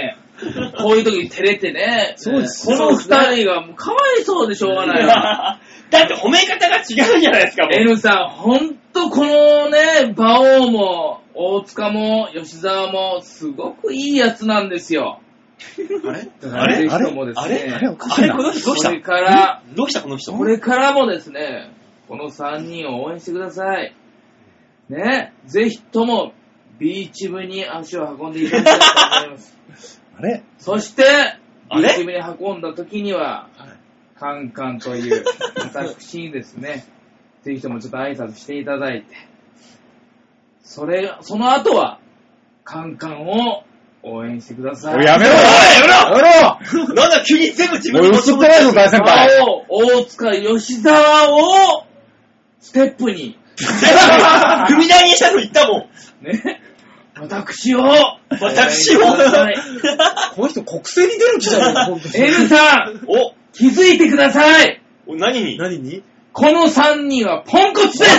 Speaker 5: こういう時に照れてね。
Speaker 4: そうです
Speaker 5: この二人がもうかわいそうでしょうがないわ。
Speaker 2: だって褒め方が違うじゃないですか、もう
Speaker 5: N さん、ほんとこのね、馬王も、大塚も、吉沢も、すごくいいやつなんですよ。
Speaker 3: あれ
Speaker 5: あ
Speaker 2: れ
Speaker 5: あれもです
Speaker 2: あれ
Speaker 5: ね
Speaker 4: あれ、おか
Speaker 2: あ
Speaker 4: しい
Speaker 2: れ、
Speaker 4: な
Speaker 2: こ。の人どうし
Speaker 5: こ
Speaker 2: た
Speaker 5: れから、
Speaker 2: どうしたこの人
Speaker 5: これからもですね、この3人を応援してください。ね、ぜひとも、ビーチ部に足を運んでいただきたいと思います。
Speaker 4: あれ
Speaker 5: そして、
Speaker 2: あれ
Speaker 5: YouTube に運んだ時には、カンカンという私にですね、 ぜひともちょっと挨拶していただいて、それ、その後は、カンカンを応援してください。
Speaker 4: おいやめろ
Speaker 2: おい
Speaker 4: やめろや
Speaker 2: なんだ、急に全部自
Speaker 4: めろお
Speaker 2: 分
Speaker 4: い、
Speaker 2: に
Speaker 4: 映ってないぞ、大先輩。
Speaker 5: 馬を、大塚、吉沢を、ステップに、
Speaker 2: 組台にしたの言ったもん。
Speaker 5: ね、 私を、
Speaker 2: 私を
Speaker 5: 応援してください
Speaker 3: この人国政に出る気じゃ ない本当に
Speaker 5: N さん、
Speaker 2: お、
Speaker 5: 気づいてください
Speaker 2: お何に
Speaker 3: 何に
Speaker 5: この3人はポンコツです
Speaker 4: や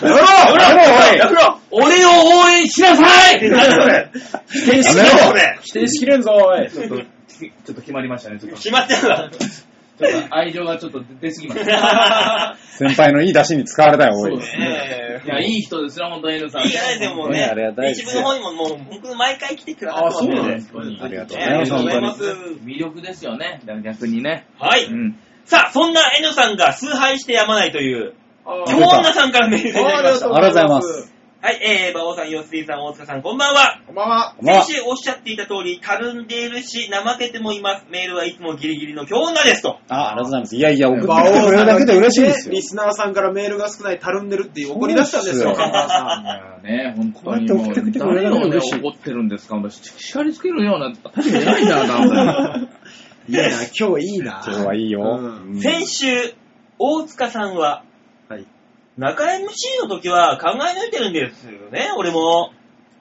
Speaker 4: めろやめろ
Speaker 2: やめろ
Speaker 5: 俺を応援しなさい
Speaker 2: 何それ否定しろ、それ
Speaker 4: 否定しきれんぞ、おい。
Speaker 5: ちょっと、ちょっと決まりましたね、ちょっと。ち
Speaker 2: 決まってるわ。
Speaker 5: ょっと愛情がちょっと出すぎ ました。
Speaker 4: 先輩のいい出しに使われたよ、おい。
Speaker 5: そう
Speaker 2: ね
Speaker 5: いや、いい人ですよ、本当に N さん。
Speaker 2: いいじゃないでもね
Speaker 4: ありが、たいです
Speaker 2: 一部の方にももう、僕毎回来てくださ
Speaker 3: あそうなん
Speaker 2: で
Speaker 3: ですす
Speaker 5: か
Speaker 4: ありがとうご
Speaker 2: ね
Speaker 4: ざ
Speaker 2: あ
Speaker 4: い
Speaker 2: り
Speaker 4: ま
Speaker 2: が
Speaker 4: す、
Speaker 2: とうご
Speaker 4: 本
Speaker 2: ざい
Speaker 4: 当に
Speaker 2: ま。す。
Speaker 5: 魅力ですよね、逆にね。
Speaker 2: は
Speaker 5: う
Speaker 2: い。
Speaker 5: ん。
Speaker 2: さあ、そんな N さんが崇拝してやまないという、今日女さんからメールいただきました。
Speaker 4: ありがとうございます。
Speaker 2: はい、えー、馬王さん、よすいさん、大塚さん、こんばんは。
Speaker 3: こんばんは。
Speaker 4: お前
Speaker 2: 先週おっしゃっていた通り、たるんでいるし、怠けてもいます。メールはいつもギリギリの今日女ですと。
Speaker 4: あ、ありがとうございます。いやいや、送ってきてくれるだけで嬉しいですよ
Speaker 3: リ。スナーさんからメールが少ない、たるんでるって怒り出したんですよ、
Speaker 4: そうですよ
Speaker 3: 神田さん。
Speaker 5: ね、本当にも
Speaker 4: こうやって送ってき
Speaker 5: う、
Speaker 4: てくれ
Speaker 5: 誰
Speaker 4: るの
Speaker 5: をね、
Speaker 4: 嬉しい
Speaker 5: 怒ってるんですか私、叱りつけるような、立場ないな、だん
Speaker 3: いいな、今日いいな。
Speaker 4: 今日はいいよ。
Speaker 3: うん
Speaker 4: うん
Speaker 2: 先週、大塚さんは、
Speaker 3: はい
Speaker 2: 中 MC の時は考え抜いてるんですよね、俺も。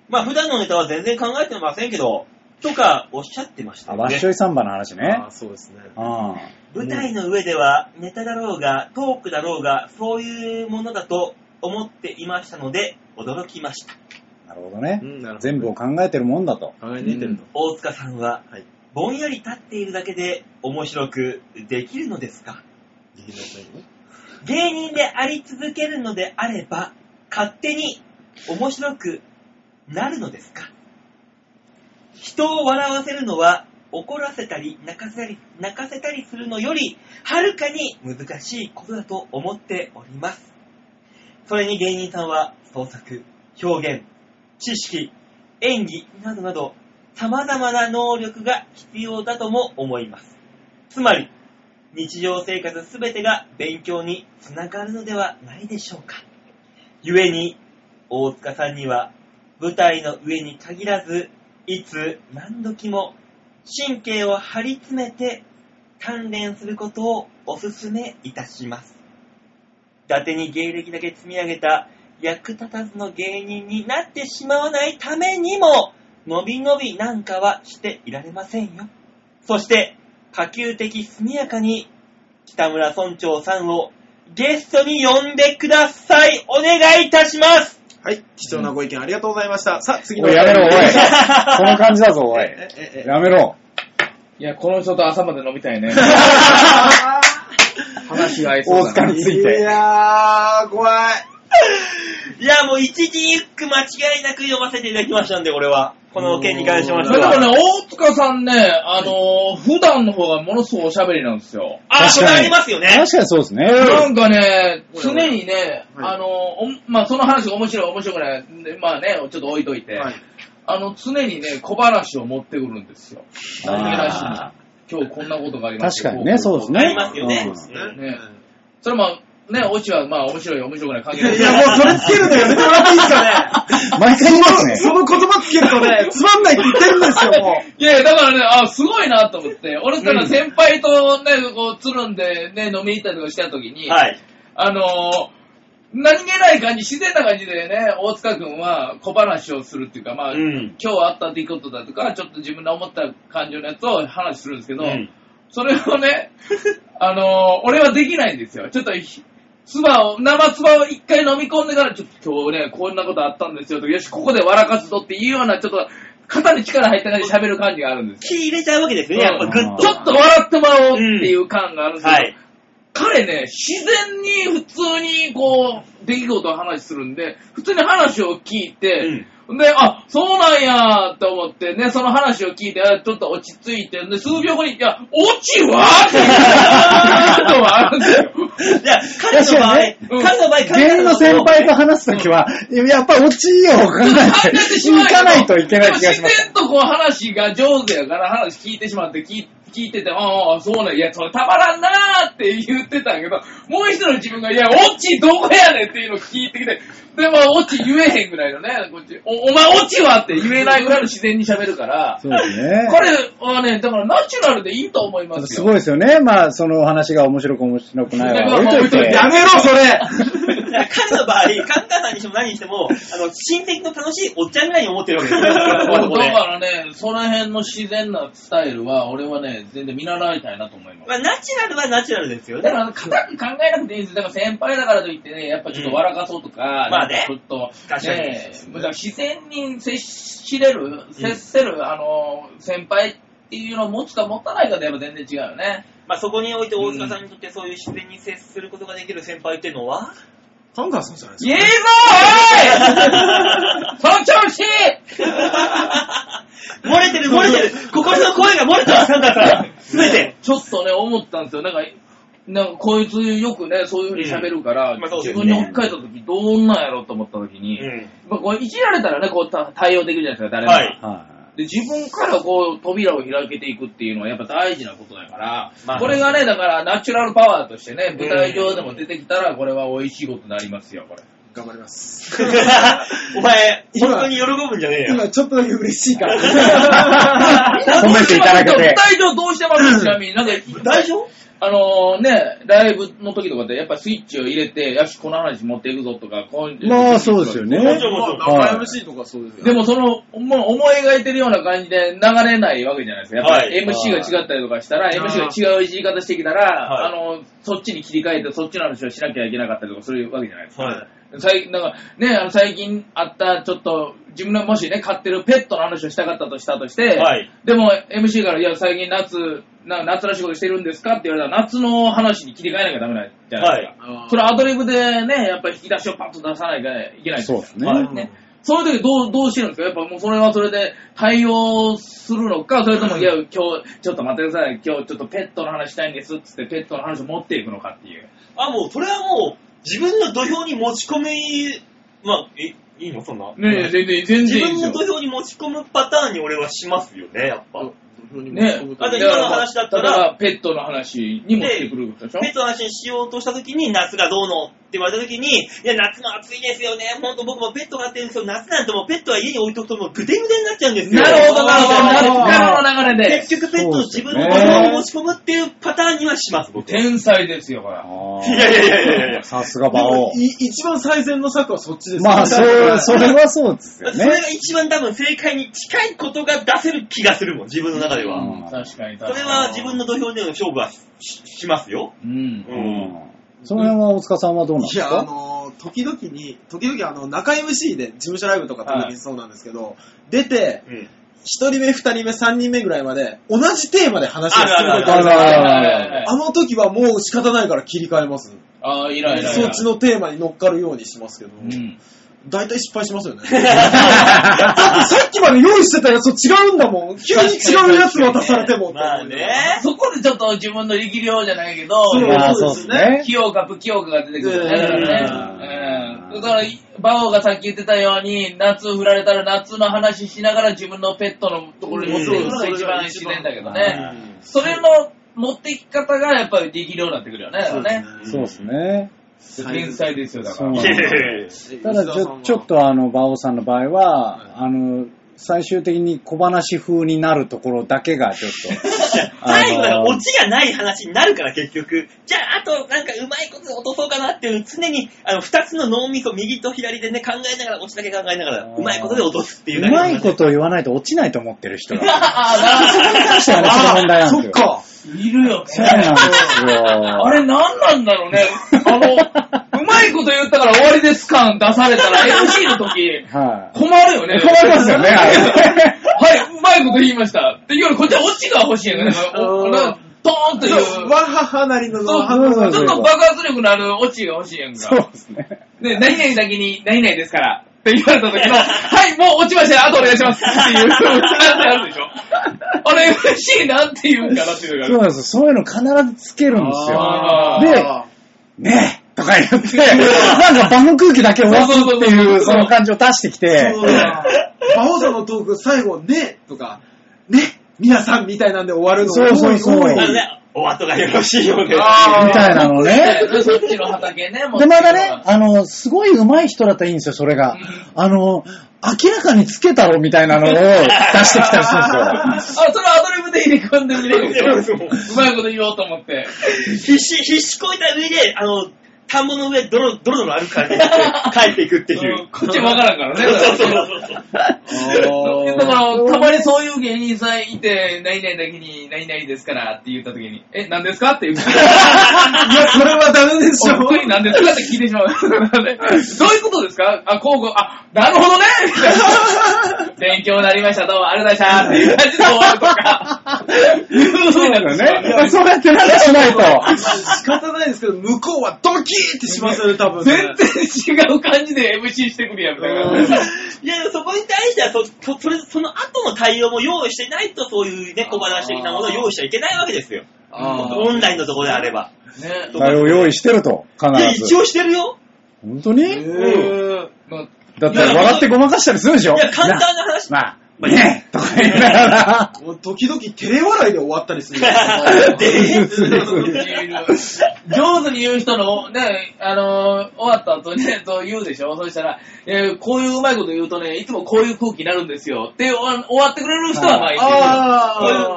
Speaker 2: まあ、普段のネタは全然考えてませんけど、とかおっしゃってました
Speaker 4: あ、
Speaker 2: よ
Speaker 4: わっ
Speaker 2: ね
Speaker 4: し。ょいサンバの話ね
Speaker 3: あ。そうですね。
Speaker 4: あ
Speaker 2: 舞台の上ではネタだろうがトークだろうがそういうものだと思っていましたので驚きました
Speaker 4: あ、なるほどね
Speaker 3: う。ん、なるほど
Speaker 4: 全部を考えてるもんだと。
Speaker 3: 考え抜いてると。
Speaker 2: 大塚さんは、
Speaker 3: はい
Speaker 2: ぼんやり立っているだけで面白くできるのですか
Speaker 3: いいなそういうの
Speaker 2: 芸人であり続けるのであれば勝手に面白くなるのですか人を笑わせるのは怒らせたり泣かせたり泣かせたりするのよりはるかに難しいことだと思っておりますそれに芸人さんは創作表現知識演技などなど様々な能力が必要だとも思いますつまり日常生活すべてが勉強につながるのではないでしょうか故に大塚さんには舞台の上に限らずいつ何時も神経を張り詰めて鍛錬することをお勧めいたします伊達に芸歴だけ積み上げた役立たずの芸人になってしまわないためにものびのびなんかはしていられませんよそして可及的速やかに北村村長さんをゲストに呼んでくださいお願いいたします
Speaker 3: はい、貴重なご意見ありがとうございました。さあ、次
Speaker 4: お
Speaker 3: の
Speaker 4: い、やめろ、おい。その感じだぞ、おい。
Speaker 3: ええええ
Speaker 4: やめろ。
Speaker 5: いや、この人と朝まで飲みたいね。
Speaker 3: あ
Speaker 5: 話が合いそうだな。
Speaker 4: 大塚につい
Speaker 3: ーい
Speaker 4: て。
Speaker 3: やー、怖い。
Speaker 2: いや、もう一字一句間違いなく読ませていただきましたんで、俺は。この件に関しまし
Speaker 5: そ
Speaker 2: て
Speaker 5: れで
Speaker 2: は。
Speaker 5: もね、大塚さんね、あのー普段の方がものすごいおしゃべりなんですよ。
Speaker 2: あ、それありますよね。
Speaker 4: 確かにそうですね。
Speaker 5: なんかね、
Speaker 3: おや
Speaker 5: 常
Speaker 3: おや
Speaker 5: にね、
Speaker 3: はい
Speaker 5: あのーおんまあ、その話が面白い、面白くない、でまあね、ちょっと置いといて、
Speaker 3: はい
Speaker 5: あの、常にね、小話を持ってくるんですよ。
Speaker 4: あー
Speaker 5: 何気ないしに今日こんなことがありまし
Speaker 4: 確か
Speaker 5: た
Speaker 4: にね、そうですね。
Speaker 2: ありますよね
Speaker 4: うん
Speaker 5: ねそれも、ね、オチはまあ面白い、面白くない関係ない。
Speaker 3: いや、もうそれつけるのやめてもらっていいですかね。
Speaker 4: 毎回言いますね。
Speaker 3: その言葉つけるとね、つまんないって言ってるんですよ、もう。
Speaker 5: いやいや、だからね、あ、すごいなと思って、俺だから先輩とね、こう、つるんでね、飲みに行ったりとかした時に、
Speaker 2: はい。
Speaker 5: あのー何気ない感じ、自然な感じでね、大塚君は小話をするっていうか、まあ、
Speaker 2: うん。
Speaker 5: 今日あった出来事だとか、ちょっと自分の思った感情のやつを話するんですけど、
Speaker 2: うん
Speaker 5: それをね、 あのー俺はできないんですよ。ちょっとひ、唾を、生唾を一回飲み込んでから、ちょっと今日ね、こんなことあったんですよとか、よし、ここで笑かすぞっていうような、ちょっと、肩に力入った感じで喋る感じがあるんです
Speaker 2: 気入れちゃうわけですよね、やっぱグッ
Speaker 5: よ。
Speaker 4: ん
Speaker 5: ち
Speaker 2: と。
Speaker 5: ょっと笑ってもらおうっていう感があるんですけど、
Speaker 2: はい。
Speaker 5: 彼ね、自然に普通にこう、出来事を話するんで、普通に話を聞いて、で、あ、そうなんやと思ってね、その話を聞いて、あちょっと落ち着いて、で、数秒後に、いや、落ちはって言うことはあるんですよ。
Speaker 2: いや、彼の場合、
Speaker 4: 確
Speaker 5: かにね
Speaker 2: 彼の場合、彼
Speaker 4: 芸人の先輩と話すときは、やっぱ落ちよう考え
Speaker 5: 考え
Speaker 4: て、
Speaker 5: てしまう
Speaker 4: 行かないといけない気がしま
Speaker 5: 自
Speaker 4: す。
Speaker 5: 然とこう話が上手やから話聞いてしまって聞い聞いてて、ああ、そうなんやいや、それたまらんなーって言ってたんやけど、もう一人の自分が、いや、オチどこやねんっていうのを聞いてきて、でも、オチ言えへんぐらいのね、こっち、お、お前オチはって言えないぐらいの自然に喋るから、
Speaker 4: そうですね。
Speaker 5: 彼はね、だからナチュラルでいいと思いますよ。
Speaker 4: すごいですよね。まあ、その話が面白く面白くないは置いといて。
Speaker 5: ま
Speaker 3: や
Speaker 5: あ
Speaker 3: めろ、それ。
Speaker 2: いや彼の場合、カンカンさんにしても何にしても、あの、親戚の楽しいおっちゃんぐらいに思ってるわけですよ。
Speaker 5: だ
Speaker 2: ここ
Speaker 5: か
Speaker 2: で
Speaker 5: らね、その辺の自然なスタイルは、俺はね、全然見習いたいなと思います
Speaker 2: ま。あ、ナチュラルはナチュラルですよ
Speaker 5: だ
Speaker 2: ね
Speaker 5: か。ら、固く考えなくていいんですよ。だから、先輩だからといってね、やっぱちょっと笑かそうとか、
Speaker 2: まあね
Speaker 5: なんかちょっと、
Speaker 2: 確かに
Speaker 5: ね、だから自然に接しれる、接せる、あの、先輩っていうのを持つか持たないかでやっぱ全然違うよね。
Speaker 2: まあ、そこにおいて大塚さんにとってそういう自然に接することができる先輩っていうのは、
Speaker 3: カンガーさんじゃないです
Speaker 5: いいぞおいその調子
Speaker 2: 漏れてる漏れてる心の声が漏れてるカンカンさんすべて
Speaker 5: ちょっとね、思ったんですよ。なんか、なんかこいつよくね、そういうふうに喋るから、
Speaker 2: うんまあそうで
Speaker 5: 自
Speaker 2: すね
Speaker 5: 分に置き換えた時どんなんやろうと思った時に、
Speaker 2: うん
Speaker 5: まあこういじられたらね、こうた対応できるじゃないですか、誰も。
Speaker 2: はい
Speaker 4: は
Speaker 5: で、自分からこう、扉を開けていくっていうのはやっぱ大事なことだから、
Speaker 2: まあ
Speaker 5: これがね、だからナチュラルパワーとしてね、舞台上でも出てきたら、これは美味しいことになりますよ、これ。
Speaker 3: 頑張ります。
Speaker 2: お前、
Speaker 3: 今
Speaker 2: 本当に喜ぶんじゃねえよ。
Speaker 3: 今、ちょっとだけ嬉しいから。
Speaker 4: 褒めていただけて
Speaker 5: 舞台上どうしてますちなみに、なんか、
Speaker 2: 大丈夫
Speaker 5: あのね、ライブの時とかでやっぱスイッチを入れて、よし、この話持っていくぞとか、こう
Speaker 4: い。まあ、そうですよね。
Speaker 2: もちろんもちろん
Speaker 4: はい
Speaker 3: MC とかそうですよ
Speaker 5: でもその、もう思い描いてるような感じで流れないわけじゃないですか。やっぱり
Speaker 2: はい
Speaker 5: MC が違ったりとかしたら、
Speaker 3: ー
Speaker 5: MC が違ういじり方してきたら、
Speaker 2: はい
Speaker 5: あの、そっちに切り替えてそっちの話をしなきゃいけなかったりとかするわけじゃないですか。
Speaker 2: はい。
Speaker 5: 最なんかね、あの最近あった、ちょっと、自分のもしね、飼ってるペットの話をしたかったとしたとして、
Speaker 2: はい
Speaker 5: でも MC から、いや、最近夏、な夏らしいことしてるんですかって言われたら、夏の話に切り替えなきゃダメなんじゃないですか。
Speaker 3: あー
Speaker 5: それアドリブでね、やっぱり引き出しをパッと出さないといけないんです
Speaker 4: そ
Speaker 5: よ
Speaker 4: うですね
Speaker 5: はいねその時どう、どうしてるんですかやっぱもうそれはそれで対応するのか、それ とも、いや、今日、ちょっと待ってください。今日ちょっとペットの話したいんですっつって、ペットの話を持っていくのかっていう。
Speaker 2: あ、もう、それはもう、自分の土俵に持ち込み、まあ、え、いいのそんな。
Speaker 5: ねえ、全然、全
Speaker 2: 自
Speaker 5: 然
Speaker 2: 分
Speaker 5: いいです
Speaker 2: の
Speaker 5: よ。
Speaker 2: 土俵に持ち込むパターンに俺はしますよね、やっぱ。
Speaker 5: ねえ、
Speaker 2: あと今の話だったら
Speaker 5: だからペットの話に持ってくるでしょ
Speaker 2: ペットの話にしようとした時に夏がどうのって言われた時に、いや、夏も暑いですよね。ほんと僕もペットがあってるんですけど、夏なんてもうペットは家に置いとくともうぐでぐでになっちゃうんですよ。
Speaker 5: なるほど、なる
Speaker 4: る
Speaker 5: ほ
Speaker 4: ほ
Speaker 5: ど、
Speaker 4: ど
Speaker 5: なるほど、流れで。
Speaker 2: 結局ペットを自分の
Speaker 4: そう
Speaker 2: 子
Speaker 4: ですね
Speaker 2: 供に持ち込むっていうパターンにはします、僕。い
Speaker 5: 天才ですよ、これ。
Speaker 2: やいやいやいやいや。
Speaker 4: さすが
Speaker 3: で
Speaker 4: 馬
Speaker 3: も
Speaker 4: 王。
Speaker 3: い一番最善の策はそっちですよ
Speaker 4: まあ、そう、それはそうです
Speaker 2: そ
Speaker 4: よ
Speaker 2: れが
Speaker 4: ね。
Speaker 2: 一番多分正解に近いことが出せる気がするもん、自分の中では。
Speaker 4: うん
Speaker 5: 確かに、確
Speaker 2: そ
Speaker 5: かに。
Speaker 2: れは自分の土俵での勝負はしししますよ。
Speaker 5: うん。
Speaker 2: う。
Speaker 4: うんん。その辺は大塚さんはどうなんで
Speaker 3: い
Speaker 4: す
Speaker 3: や、あ
Speaker 4: か
Speaker 3: のー時々に、時々あの、中 MC で事務所ライブとか時
Speaker 5: は
Speaker 3: 々
Speaker 5: い
Speaker 3: そうなんですけど、出て、
Speaker 2: うん。
Speaker 3: 一人目、二人目、三人目ぐらいまで、同じテーマで話が進む
Speaker 2: ある
Speaker 3: 時あるじゃないですか
Speaker 5: はい
Speaker 4: あ
Speaker 5: はいはいはい
Speaker 3: あの時はもう仕方ないから切り替えます。
Speaker 5: ああ、イライライラ。
Speaker 3: そっちのテーマに乗っかるようにしますけど、
Speaker 5: うん。
Speaker 3: 大体失敗します よね。だってさっきまで用意してたやつと違うんだもん。急に違うやつ渡されても。
Speaker 2: まあね。
Speaker 5: そこでちょっと自分の力量じゃないけど、
Speaker 3: そう
Speaker 4: いやー、そうですね。
Speaker 5: 器用か不器用かが出てくるね。だからね。
Speaker 4: う
Speaker 5: うんん。だから、バオがさっき言ってたように、夏振られたら夏の話しながら自分のペットのところに持ってくるのが一番自然だけどね。それの持ってき方がやっぱり力量になってくるよね。だからね。
Speaker 4: そうですね。
Speaker 5: 天才ですよ、だか
Speaker 4: そう
Speaker 5: ら。
Speaker 2: いやいやいや
Speaker 4: ただちょ、ちょっ。とあの、馬王さんの場合は、あの、最終的に小話風になるところだけがちょっ と。
Speaker 2: 最後
Speaker 4: あ
Speaker 2: が
Speaker 4: の
Speaker 2: オチがない話になるから結局。じゃあ、あとなんかうまいこと落とそうかなっていう、常にあの二つの脳みそ、右と左でね、考えながら、オチだけ考えながら、
Speaker 4: あー
Speaker 2: うまいことで落とすっていうだけ
Speaker 4: う
Speaker 2: の
Speaker 4: ま
Speaker 2: 話
Speaker 4: いことを言わないと落ちないと思ってる人が。そ
Speaker 5: あ
Speaker 4: こに関してはね、その問題なんです
Speaker 3: そっ
Speaker 4: よ。
Speaker 3: か。
Speaker 5: あ、いるよ
Speaker 4: そうなんですよ。
Speaker 5: あれ何なんだろうね。 あの、うまいこと言ったから終わりです感出されたら MC の時、
Speaker 4: はい。
Speaker 5: 困るよね。
Speaker 4: 困りますよ ね、あれ。
Speaker 5: はい、うまいこと言いました。っていうより、こっちはオチが欲しいよね。
Speaker 3: うん
Speaker 5: なんかドーンという。
Speaker 3: そうわははなりの
Speaker 5: そう
Speaker 3: ははなりの
Speaker 5: ちょっと爆発力のあるオチが欲しいやん
Speaker 4: そう
Speaker 5: か。
Speaker 4: ですね。
Speaker 5: で、何々だけに、何々ですから。って言われた 時の、はい、もう落ちましたあとお願いします。っていう感じあるでしょ。あれ、MC なんて言うんかなっていうの
Speaker 4: そう
Speaker 5: が
Speaker 4: なんですよ。そういうの必ずつけるんです
Speaker 5: あ
Speaker 4: よ。で、
Speaker 5: ー
Speaker 4: ねえとか言って、なんか場の空気だけ終わすって
Speaker 5: そうそうそう
Speaker 4: い
Speaker 5: そう
Speaker 4: う、その感じを出してきて、
Speaker 3: そうだ。馬王さんのトーク、最後、ね、とか、ね、皆さんみたいなんで終わるの
Speaker 4: そうそうそう
Speaker 3: 多い多い
Speaker 2: なので、お後がよろしいようで。
Speaker 4: みたいなのね。
Speaker 5: ね。そっちの畑ね。もう
Speaker 4: で、まだね、あの、すごい上手い人だったらいいんですよ、それが。あの、明らかにつけたろみたいなのを出してきたりするん
Speaker 5: あ、
Speaker 4: ですよ。
Speaker 5: それアドリブで入れ込んでみれるでしょ。
Speaker 2: そう
Speaker 5: うまいこと言おうと思って。
Speaker 2: 必死、必死こいた上で、あの、田んぼの上、ドロ、ドロドロ歩く感じで帰っていくってい
Speaker 5: うん
Speaker 2: う。
Speaker 5: こっちわからんからね。
Speaker 2: そうそうそうそう。
Speaker 5: だから、たまにそういう芸人さんいて、何々だけに、何々ですからって言った時に、え、何ですかって言って、
Speaker 3: いや、それはダメでしょ。
Speaker 5: おっくり何ですかって聞いてしまう。どういうことですかあ、こうこう、あ、なるほどねみたいな勉強になりました、どうもありがとうございましたっていう感じで終わるとか、いう風になるんですよ
Speaker 4: ね。そうやってなんかしないと。
Speaker 3: 仕方ないですけど、向こうはドキーってしますよね、多分ね。
Speaker 5: 全然違う感じで MC してくるやん、みたいな。
Speaker 2: いや、そこに対してはそ、そ、それ、その後の対応も用意してないと、そういうね、小話的なものを用意しちゃいけないわけですよ。オンラインのところであれば。
Speaker 5: ね
Speaker 2: そう
Speaker 4: あれを用意してると、
Speaker 2: いや、
Speaker 4: 必
Speaker 2: 一
Speaker 4: ず。
Speaker 2: 応してるよ。
Speaker 4: 本当
Speaker 3: へ
Speaker 4: に
Speaker 3: ー
Speaker 5: まあ
Speaker 4: だって笑ってごまかしたりするでしょ
Speaker 2: いや、簡単な話。
Speaker 4: なまあ、ねえとか言いながら。
Speaker 3: もう時々照れ笑いで終わった りするんですよ。
Speaker 2: で、
Speaker 5: 上手に言う人の、ね、あのー終わった後にね、そう言うでしょそうしたら、えーこういううまいこと言うとね、いつもこういう空気になるんですよ。って、お終わってくれる人はまあいる。
Speaker 2: こ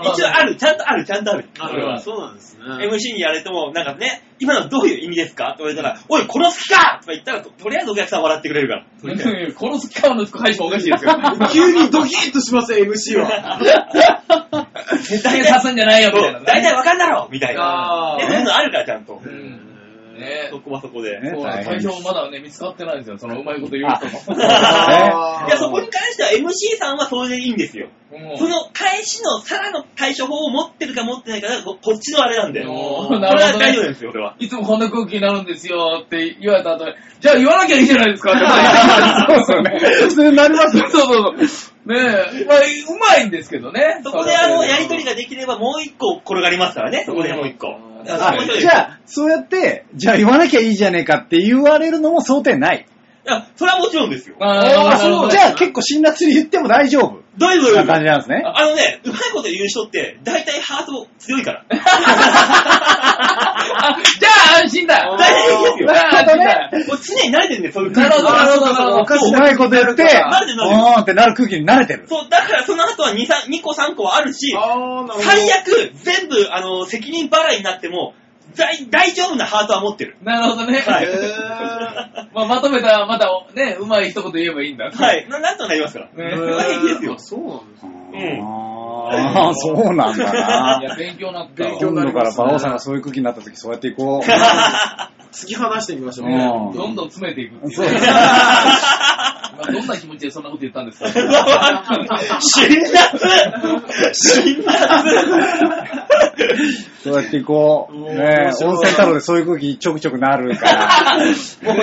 Speaker 2: ういう
Speaker 3: あ
Speaker 2: 一応ある、ちゃんとある、ちゃんとある。
Speaker 3: あ。
Speaker 5: これは
Speaker 3: そうなんですね。
Speaker 2: MC にやれても、なんかね、今のどういう意味ですかって言われたら、おい、殺す気かとか言ったら、ととりあえずお客さん笑ってくれるから。
Speaker 5: うんこのスカウの配信おかしいですよ。
Speaker 3: 急にドキッとします、MC は。
Speaker 5: 絶対刺すんじゃないよ、みたいな、
Speaker 2: 大体わかんだろみたいな。
Speaker 5: あー
Speaker 2: ねそういうのあるから、ちゃんと。
Speaker 5: うんね
Speaker 2: そこはそこで。
Speaker 4: ね
Speaker 5: そうなんです
Speaker 4: 大変
Speaker 5: 最初まだね、見つかってないんですよ。そのうまいこと言う人も。
Speaker 4: あ
Speaker 2: いや、そこに関しては MC さんはそれでいいんですよ。
Speaker 5: うん
Speaker 2: その返しのさらの対処法を持ってるか持ってないかがここっちのあれなんで。
Speaker 5: うん
Speaker 2: これ
Speaker 5: なるほ
Speaker 2: は
Speaker 5: どね
Speaker 2: 大丈夫ですよ、俺は。
Speaker 5: いつもこんな空気になるんですよって言われた後に、じゃあ言わなきゃいいじゃないですかって。
Speaker 4: そうそうね。普通になりますよ
Speaker 5: そうそうそう。ねえ、まあ、うまいんですけどね。
Speaker 2: そこであの、やりとり
Speaker 5: が。
Speaker 2: ができればもう一個転がりますからね、そこでもう一個。
Speaker 5: うん
Speaker 2: だから
Speaker 4: あ
Speaker 2: 面白いです
Speaker 4: じゃあ、そうやって、じゃあ言わなきゃいいじゃねえかって言われるのも想定ない。
Speaker 2: いや、それはもちろんですよ。
Speaker 5: ああ、そう。
Speaker 4: じゃあ結構辛辣に言っても大丈夫
Speaker 2: どういうこ
Speaker 4: な
Speaker 2: と
Speaker 4: 感じなんですね。
Speaker 2: あのね、うまいこと言う人って、大体ハート強いから。
Speaker 5: あ、じゃあ安心だ。
Speaker 2: 大丈夫ですよ。
Speaker 5: なるほどね
Speaker 2: もう常に慣れてるんで、そういう
Speaker 5: なるほど、なるほど、なるほ
Speaker 4: おかし
Speaker 5: ど。
Speaker 4: くないこと言っ
Speaker 2: 慣れて
Speaker 4: て、
Speaker 2: る慣れてる
Speaker 4: おーんってなる空気に慣れてる。
Speaker 2: そう、だからその後は 2, 3 2個3個はあるし、
Speaker 3: あーなるほど。
Speaker 2: 最悪、全部、あの、責任払いになっても、大大丈夫なハートは持ってる。
Speaker 5: なるほどね。
Speaker 2: はい
Speaker 3: へ
Speaker 5: まあ、まとめたら、まだね、うまい一言言えばいいんだ。。
Speaker 2: はいい。ななんとかなります から。
Speaker 5: ね
Speaker 3: ー。
Speaker 2: それは平気ですよ
Speaker 3: あそうなんですね
Speaker 2: ん
Speaker 4: ああ、そうなんだ
Speaker 5: い
Speaker 4: な。
Speaker 5: や、勉強になった。
Speaker 3: 勉強
Speaker 4: 今
Speaker 3: にな
Speaker 4: 度
Speaker 3: り
Speaker 4: か
Speaker 3: ま
Speaker 4: ら
Speaker 3: すね
Speaker 4: 馬王さんがそういう空気になった時、そうやってい こう。
Speaker 3: 突き放してみましょう
Speaker 4: うん
Speaker 3: ね。
Speaker 5: どんどん詰めていくっていう
Speaker 4: そう
Speaker 5: ね。
Speaker 4: です
Speaker 5: まあどんな気持ちでそんなこと言ったんです か
Speaker 2: 辛辣辛辣
Speaker 4: そうやっていこう。
Speaker 3: うん
Speaker 4: ね
Speaker 3: 面
Speaker 4: え、
Speaker 3: 白い
Speaker 4: 温泉太郎でそういう空気ちょくちょくなる から。
Speaker 5: もう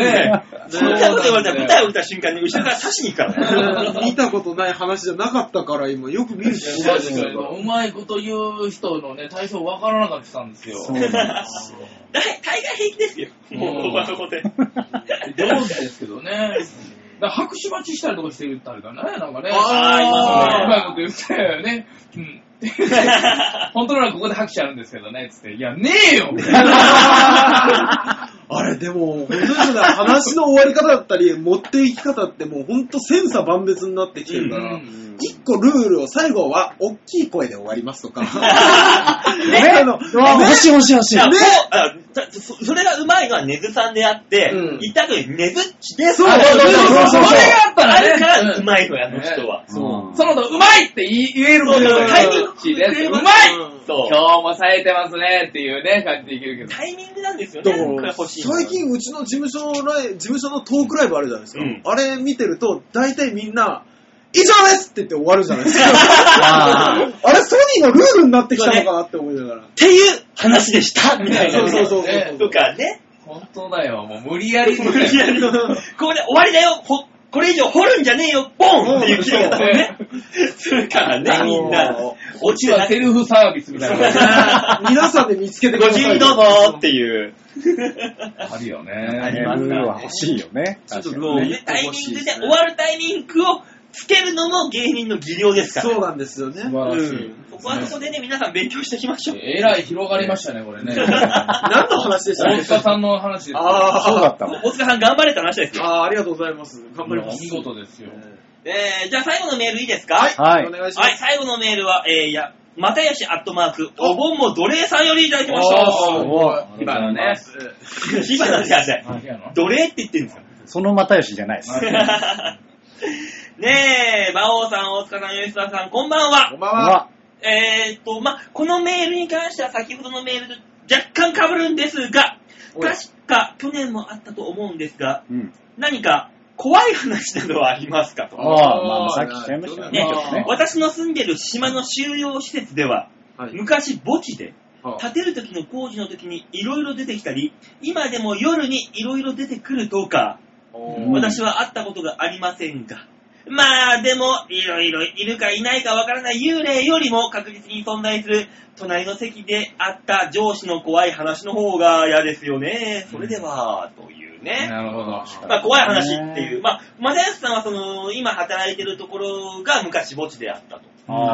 Speaker 5: ね、
Speaker 2: そんなこと言われたら、舞台降りた瞬間に後ろから刺しに行くからね。
Speaker 3: 見たことない話じゃなかったから今よく見るし
Speaker 5: いや確かにうまいこと言う人のね、対象分からなかったんですよ。
Speaker 4: そうなんですよ
Speaker 2: 大大概平気ですよ。もう、ここはそこで。
Speaker 5: 上手ですけどね。だから拍手待ちしたりとかしてるってあれだね、なんかね。
Speaker 2: あーいますね
Speaker 5: うまいこと言ってたよね。うん。本当ならここで拍手あるんですけどね、つって。いや、ねえよ
Speaker 3: あれでも、本当にそうだ話の終わり方だったり、持っていき方ってもう本当千差万別になってきてるか
Speaker 5: う
Speaker 3: ら
Speaker 5: ん、
Speaker 3: 一個ルールを最後は大きい声で終わりますとか、
Speaker 4: ね
Speaker 3: あの
Speaker 4: うわ欲しい欲しい欲し
Speaker 2: い
Speaker 4: い
Speaker 2: や。もうあだそそれがうまいのはネズさんであって、
Speaker 3: うん
Speaker 2: 言ったくにネズっちで
Speaker 3: そう
Speaker 2: あ
Speaker 3: そうそう
Speaker 4: そう
Speaker 2: それがあったら、
Speaker 5: そうそうそう
Speaker 2: あるからうまいのや、あの人は。
Speaker 4: そう
Speaker 5: そのと、うまいって言えるもん
Speaker 2: そうそう
Speaker 5: タイミングです。うまい
Speaker 2: そう
Speaker 5: 今日も冴えてますねっていうね、感じでいけるけど。
Speaker 2: タイミングなんですよね、
Speaker 3: でも
Speaker 2: これ欲しいのは
Speaker 3: 最近うちの事務所ライ事務所のトークライブあるじゃないですか、
Speaker 2: うん
Speaker 3: あれ見てると大体みんな以上ですって言って終わるじゃないですか
Speaker 4: あー
Speaker 3: あれソニーのルールになってきたのかなって思いながら、
Speaker 2: っていう話でした、みたいな。
Speaker 3: そうそうそうそう
Speaker 5: ね
Speaker 2: とかね。
Speaker 5: 本当だよ、もう無理やり。
Speaker 2: 無理やりの、ここで終わりだよ、ほこれ以上掘るんじゃねえよ、ボンっていう切り方をね、するからね、みんな
Speaker 3: あの。
Speaker 2: 落
Speaker 5: う
Speaker 2: ち
Speaker 5: ち
Speaker 2: は
Speaker 5: は
Speaker 2: なく
Speaker 5: セ
Speaker 2: て、
Speaker 5: ルフサービスみたい な感
Speaker 3: 皆さんで見つけてく
Speaker 2: ご
Speaker 3: ださ
Speaker 2: 自由
Speaker 3: い
Speaker 2: にどうぞっていう。
Speaker 5: じ。あるよ
Speaker 4: ね
Speaker 5: ね。
Speaker 4: ルールは欲しいよね。
Speaker 3: ちょっと
Speaker 4: 確か
Speaker 3: そ
Speaker 4: に
Speaker 3: う
Speaker 4: ね
Speaker 2: ねタイミングで終わるタイミングをつけるのも芸人の技量ですから。
Speaker 3: そうなんですよね
Speaker 5: 素晴らしい。
Speaker 2: そこはそこでね、皆さん勉強していきましょう。
Speaker 5: えらい広がりましたね、これね。
Speaker 3: 何の話でした
Speaker 5: 大
Speaker 3: っけ
Speaker 5: 塚さんの話です。
Speaker 3: あー
Speaker 4: そうだったわ。
Speaker 2: 大塚さん頑張れた話ですよ。
Speaker 3: あーありがとうございます頑張りま
Speaker 5: お
Speaker 3: す
Speaker 5: 見事ですよ。
Speaker 2: えー、じゃあ最後のメールいいですか
Speaker 3: はい、
Speaker 4: はい
Speaker 3: お願いします、
Speaker 2: はい、最後のメールは、えー、いや、またよしアットマーク、お盆も奴隷さんよりいただきまし
Speaker 5: お
Speaker 2: た。
Speaker 3: お
Speaker 5: 今のね。
Speaker 2: 今なんて話
Speaker 5: あ、違うの
Speaker 2: 奴隷って言ってるんですか
Speaker 4: その又吉じゃないです。
Speaker 2: ねえ、馬王さん、大塚さん、吉沢さん、こんばんは
Speaker 3: こん。ばんは
Speaker 2: えー、っと、まあ、このメールに関しては先ほどのメールと若干被るんですが、
Speaker 3: おい
Speaker 2: 確か去年もあったと思うんですが、
Speaker 4: うん。
Speaker 2: 何か怖い話などはありますかと。
Speaker 4: ああ、まあまあ、さっき言っちゃいましたよね。
Speaker 2: ね
Speaker 4: ちょっとね
Speaker 2: 私の住んでる島の収容施設では、
Speaker 3: はい
Speaker 2: 昔墓地で、
Speaker 3: はあ
Speaker 2: 建てる時の工事の時にいろいろ出てきたり、今でも夜にいろいろ出てくるとか、
Speaker 4: うん
Speaker 2: 私は会ったことがありませんが。まあ、でも、いろいろいるかいないかわからない幽霊よりも確実に存在する、隣の席であった上司の怖い話の方が嫌ですよね。それでは、というね。
Speaker 5: なるほど。
Speaker 2: まあ、怖い話っていう。まあ、マダヤスさんはその、今働いてるところが昔墓地であったと。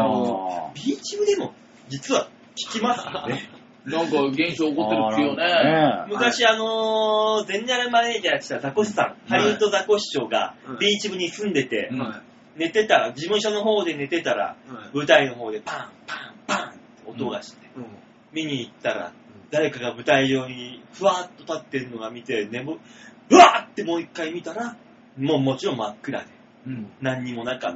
Speaker 4: あ
Speaker 2: ビーチ部でも、実は聞きますからね。
Speaker 5: なんか現象起こってるっ
Speaker 4: あ
Speaker 5: ていうね。
Speaker 4: ね
Speaker 2: 昔、あのー、ゼネラルマネージャーしたザコシさん、ハリウッドザコシ長が
Speaker 3: うん
Speaker 2: ビーチ部に住んでて
Speaker 5: う、ん
Speaker 3: は
Speaker 2: 寝てたら、事務所の方で寝てたら、
Speaker 3: いはい
Speaker 2: 舞台の方でパンパンパンって音がして、
Speaker 3: うん
Speaker 2: 見に行ったら、誰かが舞台上にふわっと立ってるのが見て、眠、うわーってもう一回見たら、もうもちろん真っ暗で、
Speaker 5: うん。
Speaker 2: 何にもなかった、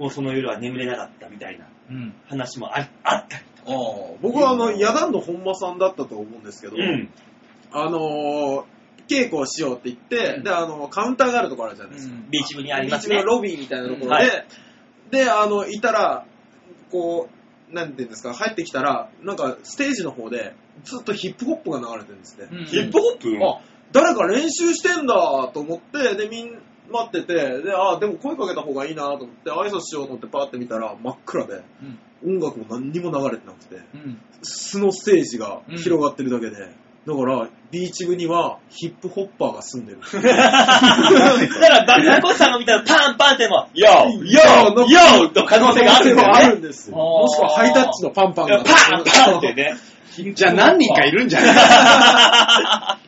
Speaker 2: もうその夜は眠れなかったみたいな
Speaker 5: うん。
Speaker 2: 話もああったり。
Speaker 5: お
Speaker 3: 僕はあの、野団の本間さんだったと思うんですけど、あのー稽古をしようって言って、
Speaker 2: うん
Speaker 3: で、あのカウンターがあるところあるじゃないですか。
Speaker 2: ビーチ部にあり
Speaker 3: 道
Speaker 2: ますね
Speaker 3: の。ロビーみたいなところで、
Speaker 2: うんはい
Speaker 3: で、あの、いたら、こう、なんていうんですか、入ってきたら、なんか、ステージの方で、ずっとヒップホップが流れてるんですね。
Speaker 2: ヒップホップ
Speaker 3: あ、誰か練習してんだと思って、で、みんな待ってて、で、あ、でも声かけた方がいいなと思って、挨拶しようと思ってパーって見たら、真っ暗で、音楽も何にも流れてなくて、素のステージが広がってるだけで、だから、ビーチ部にはヒップホッパーが住んでる。
Speaker 2: だから、バカコさんを見たらパンパンっても、ヨーヨーヨーの可能性があるんだ
Speaker 3: 可能性があ
Speaker 2: よ
Speaker 3: る
Speaker 2: ね。
Speaker 3: んですよ。
Speaker 5: あー
Speaker 3: もしくはハイタッチのパンパンが。
Speaker 2: パンパンってね。
Speaker 4: じゃあ何人かいるんじゃな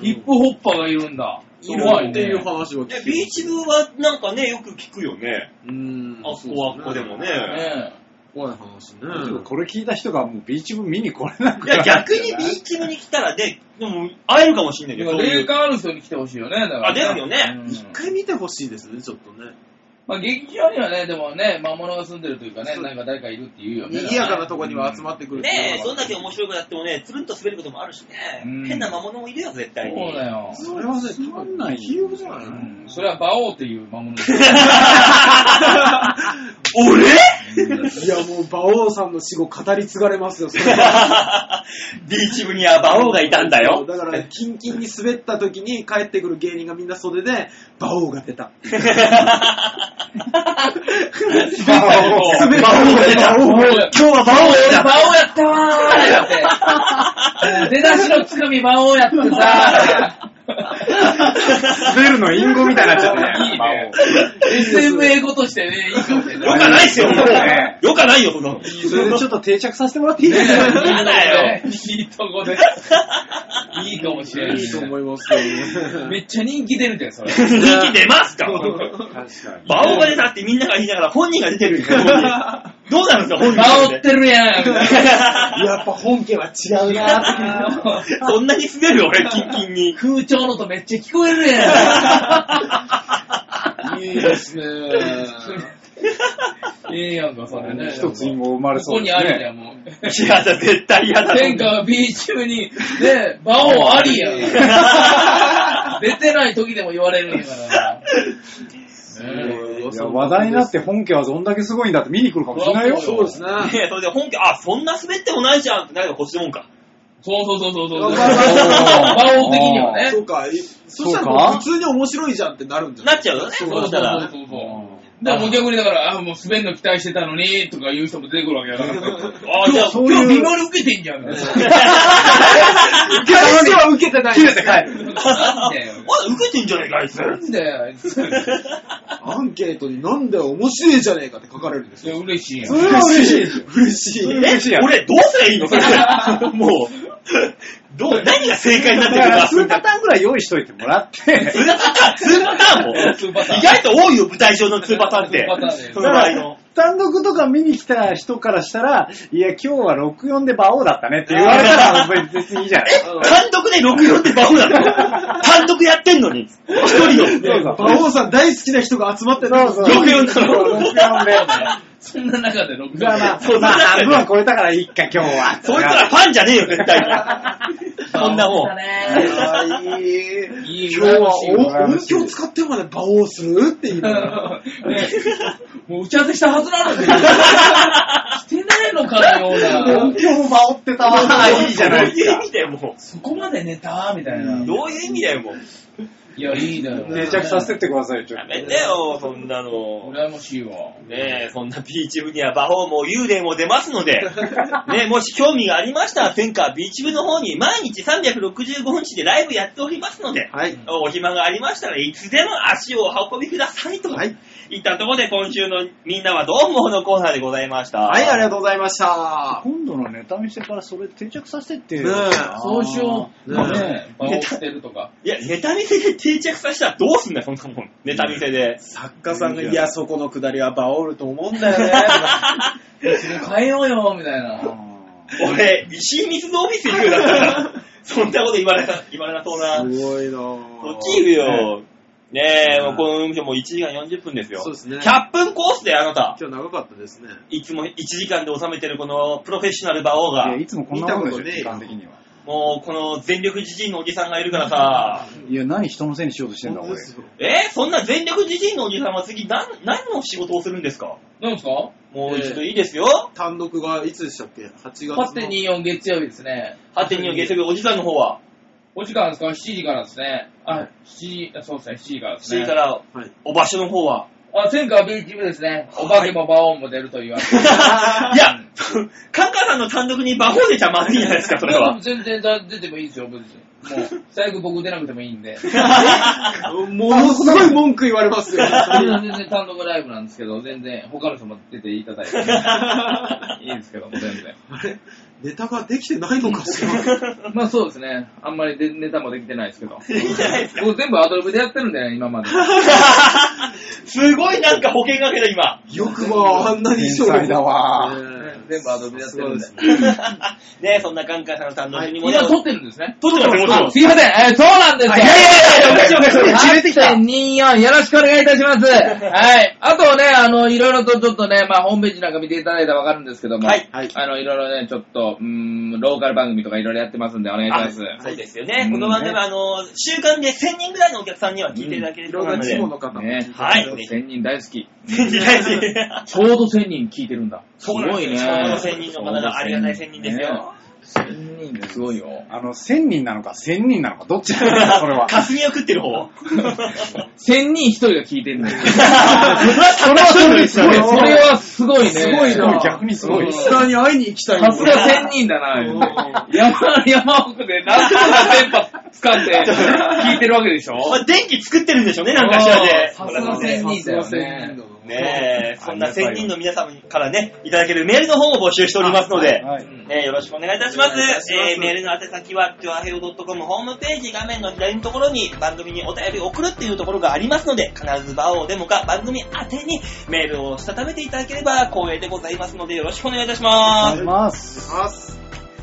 Speaker 4: い
Speaker 5: ヒップホッパーがいるんだ。
Speaker 3: いるっていう話を聞
Speaker 2: で
Speaker 3: いて。
Speaker 2: ビーチ部はなんかね、よく聞くよね。
Speaker 3: うん。
Speaker 2: あそこはあそこでもね。
Speaker 5: ねえ
Speaker 3: 怖い話ね。
Speaker 4: これ聞いた人がもうビーチ部見に来れなく
Speaker 2: い
Speaker 4: なる
Speaker 2: や、逆にビーチ部に来たらね、でも会えるかもしんないけど、そうい
Speaker 5: 霊
Speaker 2: う。
Speaker 5: 感ある人に来てほしいよね。だから
Speaker 2: あ出るよね
Speaker 5: うん
Speaker 3: 一回見てほしいですね、ちょっとね。
Speaker 5: まあ、劇場にはね、でもね、魔物が住んでるというかね、なんか誰かいるっていうよね。
Speaker 3: 賑やかなとこには集まってくるって
Speaker 2: ねえ、
Speaker 3: いう
Speaker 2: そ
Speaker 3: の
Speaker 2: ん
Speaker 3: が
Speaker 2: だけ面白くやってもね、つるんと滑ることもあるしね
Speaker 5: うん。
Speaker 2: 変な魔物もいるよ、絶対に。
Speaker 5: そうだよ。
Speaker 3: それはね、
Speaker 4: つまん
Speaker 3: ん
Speaker 4: ない
Speaker 3: ヒーローじゃないうの、
Speaker 5: ん、それは馬王っていう魔物です。
Speaker 2: 俺
Speaker 3: いや、もう、馬王さんの死後語り継がれますよ、それ
Speaker 2: ビーチ部には馬王がいたんだ よ。
Speaker 3: だから、キンキンに滑った時に帰ってくる芸人がみんな袖で、馬王が出た。
Speaker 2: 馬王が出た。
Speaker 5: 馬王や
Speaker 2: 今日は馬王が出た。
Speaker 5: ったわー って。出だしのつかみ魔王やって さ。
Speaker 4: 出るの隠語みたいになっちゃったね。
Speaker 5: いいね SM 英語としてね、いいかもしれ
Speaker 2: よ
Speaker 5: ない。
Speaker 2: かないっすよ、も
Speaker 4: そうね
Speaker 2: う。よかないよ、その。
Speaker 4: それでちょっと定着させてもらっていいですか
Speaker 5: いい
Speaker 2: やだよ。
Speaker 5: いいとこで。いいかもしれない
Speaker 3: いいと思いますよね。
Speaker 5: めっちゃ人気出るじゃん、それ。
Speaker 2: 人気出ますか
Speaker 4: 確かに。
Speaker 2: 馬王が出たってみんなが言いながら本人が出てるんですよ、本人どうなるんですか、本人
Speaker 5: 煽ってるやん。
Speaker 3: やっぱ本家は違うなぁ。
Speaker 2: そんなに滑る俺、キンキンに。
Speaker 5: 空調の音めっちゃ聞こえるや
Speaker 3: いいですね。
Speaker 5: ん。ええやんか、それね。
Speaker 4: 一つ隠語生まれ
Speaker 5: こ
Speaker 4: そ
Speaker 5: こ
Speaker 4: うで
Speaker 5: に
Speaker 4: す
Speaker 5: あるや
Speaker 4: ね。
Speaker 5: ん、もう。
Speaker 2: 嫌だ、絶対嫌だ。
Speaker 5: 天 下 B 中に、ね、馬王ありや ん。出てない時でも言われるんやから。ねえ
Speaker 4: いや話題になって本家はどんだけすごいんだって見に来るかもしれないよ。
Speaker 3: そうですね。
Speaker 2: ねえそれで本家、あ、そんな滑ってもないじゃんってなればこっちのもんか。
Speaker 5: そうそうそう そうそう。馬
Speaker 3: 馬王
Speaker 5: 王的にはね。
Speaker 3: そうか。そしたらもう普通に面白いじゃんってなるんじゃない
Speaker 2: なっちゃうよね、そ
Speaker 5: そ
Speaker 2: う
Speaker 5: そうう
Speaker 2: した
Speaker 5: そう
Speaker 2: ら。
Speaker 5: そうそう。だからもう逆にだから、あ、もう滑るの期待してたのに、とか言う人も出てくるわけだから。
Speaker 2: あ、じゃあ、
Speaker 4: そういう
Speaker 5: 今日見守り受けてんじゃん。
Speaker 3: 受けたのは受けてない。
Speaker 4: 切れて帰る。
Speaker 5: なんだよ。
Speaker 2: まだ受けてんじゃねえか、あいつ。
Speaker 5: なんだよ、あいつ。い
Speaker 3: アンケートになんだよ、面白いじゃねえかって書かれるんですよ。
Speaker 5: や、嬉しいやん。
Speaker 4: れは嬉しいですよ。
Speaker 3: 嬉しい。
Speaker 2: え、俺、どうすりゃいいのそれ。もう、どう、何が正解になっ
Speaker 4: だか
Speaker 2: てる
Speaker 4: ら
Speaker 2: か。
Speaker 4: 数パターンぐらい用意しといてもらって、
Speaker 2: ツーパターン、ツーパターンも。
Speaker 5: ツーパターン
Speaker 2: 意外と多いよ、舞台上のツーパターンって
Speaker 5: ツーパターンね。
Speaker 2: その場合の。
Speaker 4: 単独とか見に来た人からしたら、いや、今日は64で馬王だったねって言われたら別にいいじゃないですか。
Speaker 2: 単独で64って馬王だった。単独やってんのに。一人を。
Speaker 4: そうそう
Speaker 3: 馬王さん大好きな人が集まって
Speaker 4: そうそう。
Speaker 2: 64だろ
Speaker 4: 64で。
Speaker 5: そんな中で6
Speaker 4: じゃあまあ、
Speaker 2: そう
Speaker 4: まあ半分は超えたからいいか、今日は。
Speaker 2: そいつらファンじゃねえよ、絶対に。そんなもん。
Speaker 3: い い。
Speaker 5: いい
Speaker 3: 今日は
Speaker 4: 羨
Speaker 3: 音
Speaker 4: ましい
Speaker 3: 響使ってまで馬王するっていう。
Speaker 5: ねもう打ち合わせしたはずなのに。してないのかのよう
Speaker 4: 音
Speaker 5: な。
Speaker 4: 響も回ってたわ。いいじゃないです
Speaker 2: どういう意味だよ、も
Speaker 5: そこまでネタみたいな
Speaker 2: う。。どういう意味だよ、もう。
Speaker 5: いや、いいだよ。
Speaker 4: か。定着させてってくださいよ、ちょ
Speaker 2: や
Speaker 4: っ
Speaker 2: めてよ、そんなの。
Speaker 5: 羨ましいわ。
Speaker 2: ねえ、そんなビーチ部には馬法も幽霊も出ますので、ねえ、もし興味がありましたら、天下ビーチ部の方に毎日365日でライブやっておりますので、
Speaker 3: はい。
Speaker 2: お暇がありましたらいつでも足をお運びくださいと。。
Speaker 3: はいい。
Speaker 2: ったところで今週のみんなはどうものコーナーでございました。
Speaker 3: はい、あり
Speaker 2: と
Speaker 3: がとうございました
Speaker 4: と。。今度のネタ見せからそれ定着させてって
Speaker 3: ねえ
Speaker 5: そうしよう。
Speaker 3: ねえ
Speaker 5: ね場を捨てるとか。
Speaker 2: う。いや、ネタ見せで定着させたらどうすんだよ、そんなもん。ネタ見せ で。
Speaker 3: 作家さんが、いや、そこのくだりは馬王ると思うんだ よね。
Speaker 5: 変えようよ、みたいな。
Speaker 4: う
Speaker 2: 俺、石井水のオフィス行くようだったら、そんなこと言われな、言われなそうな。
Speaker 3: すごいな
Speaker 2: 落
Speaker 3: ぁ。
Speaker 2: ちるよ。ねえ、
Speaker 3: う
Speaker 2: も
Speaker 3: ん
Speaker 2: うこの店も1時間40分ですよ。
Speaker 3: そうですね
Speaker 2: 100分コースであなた。
Speaker 3: 今日長かったですね。
Speaker 2: いつも1時間で収めてるこのプロフェッショナル馬王が
Speaker 4: ん。いや、。いつもこんなもんでしょ、時間的には。
Speaker 2: もう、この全力じじいのおじさんがいるから さ、
Speaker 4: いや、何人のせいにしようとしてんだ、
Speaker 3: 本当
Speaker 4: 俺
Speaker 3: で。すよ
Speaker 2: えーそんな全力じじいのおじさんは次、なん何の仕事をするんですか
Speaker 5: 何ですか
Speaker 2: もう、ちょっと
Speaker 5: え
Speaker 2: いいですよ。
Speaker 3: 単独がいつでしたっけ ?8 月
Speaker 5: ー
Speaker 3: の。
Speaker 5: 8.24月曜日ですね。
Speaker 2: 8.2の月曜日、おじさんの方は、
Speaker 5: お時間ですか ?7 時からですね。
Speaker 3: は
Speaker 5: あ
Speaker 3: い、
Speaker 5: 7時、あそうですね、7時からです
Speaker 2: 7
Speaker 5: ね。
Speaker 2: 時から、
Speaker 3: はい。
Speaker 2: お場所の方 は。
Speaker 5: あ、前回は B チームですね。お化けも馬王も出ると言われて。
Speaker 2: いや、カンカンさんの単独に馬王出ちゃまずいんじゃないです か、それは。
Speaker 5: 全然だ出てもいいですよ、別に。もう、最悪僕出なくてもいいんで。
Speaker 3: ものすごい文句言われますよ。
Speaker 5: 全然単独ライブなんですけど、全然他の人も出ていただいて、 いいんですけども、全然。
Speaker 3: あれネタができてないのかし ら。
Speaker 5: まあそうですね。あんまりでネタもできてないですけど。
Speaker 2: いいじゃないですか。
Speaker 5: 僕全部アドリブでやってるんでね、今まで。
Speaker 2: すごいなんか保険かけた、今。
Speaker 3: よくまあ、あんなに
Speaker 4: 天
Speaker 3: 勝利
Speaker 4: 才だわ。
Speaker 5: 全部アドリブでやってるんで。
Speaker 2: ねそんなカンカンさんの単独にも、
Speaker 5: 今撮ってるんですね。
Speaker 2: 撮ってますよ、もちろ
Speaker 5: あ
Speaker 2: ん
Speaker 5: すいません、えーそうなんですよ。
Speaker 2: あいやいやいやおかしいおかしいおかしい
Speaker 5: 8.24よろしくお願いいたします。はい。あとね、あの、いろいろとちょっとね、まあ、ホームページなんか見ていただいたらわかるんですけども、
Speaker 2: はい
Speaker 3: はい
Speaker 5: あの、いろいろね、ちょっと、うーん、ローカル番組とかいろいろやってますんで、お願いします。
Speaker 2: あそうですよね。この番組は、あの、週間で1000人ぐらいのお客さんには聞いていただけ
Speaker 3: い
Speaker 2: ると
Speaker 3: ろん
Speaker 2: 思うの
Speaker 3: な地
Speaker 2: で。
Speaker 3: 方の方も聞いてく
Speaker 5: ね
Speaker 3: れて
Speaker 2: はい
Speaker 5: ちょっと1000人大好き。
Speaker 2: 1000人大 好き。
Speaker 5: ちょうど1000人聞いてるんだ。す
Speaker 2: そう
Speaker 5: ご
Speaker 2: なん
Speaker 5: い
Speaker 2: で
Speaker 5: ね。
Speaker 2: すよちょうど1000人の方がありがたい1000人です
Speaker 5: ね
Speaker 2: よ。
Speaker 5: 1000人ですごいよ。
Speaker 4: あの、千人なのか千人なのか、どっちなんだ、それ は。
Speaker 2: 霞を食ってる方。
Speaker 5: 1000人一人が聞いてるん だよ。
Speaker 4: それはそれです
Speaker 5: そ
Speaker 4: ごい。
Speaker 5: れ
Speaker 4: すごい
Speaker 5: はすごいね。
Speaker 4: すごいな。逆にすごい。
Speaker 3: リスナーに会いに行きたい
Speaker 5: さすが1000人だ
Speaker 3: うん
Speaker 5: な。山、山奥で何とか電波掴んで聞いてるわけでしょ
Speaker 2: まあ電気作ってるんでしょうね、なんかしらで。
Speaker 5: さすが1000人だよね。
Speaker 2: ねえ、そんな1000人の皆様からね、いただけるメールの方を募集しておりますので、
Speaker 4: はい
Speaker 5: うん
Speaker 2: ね、よろしくお願いいたします。
Speaker 3: お願いいたします
Speaker 2: えーメールの宛先は、ちょあへお .com ホームページ画面の左のところに番組にお便りを送るっていうところがありますので、必ず場をデモか番組宛てにメールをしたためていただければ光栄でございますので、よろしくお願いいたしま
Speaker 4: あり
Speaker 2: す。
Speaker 4: ます。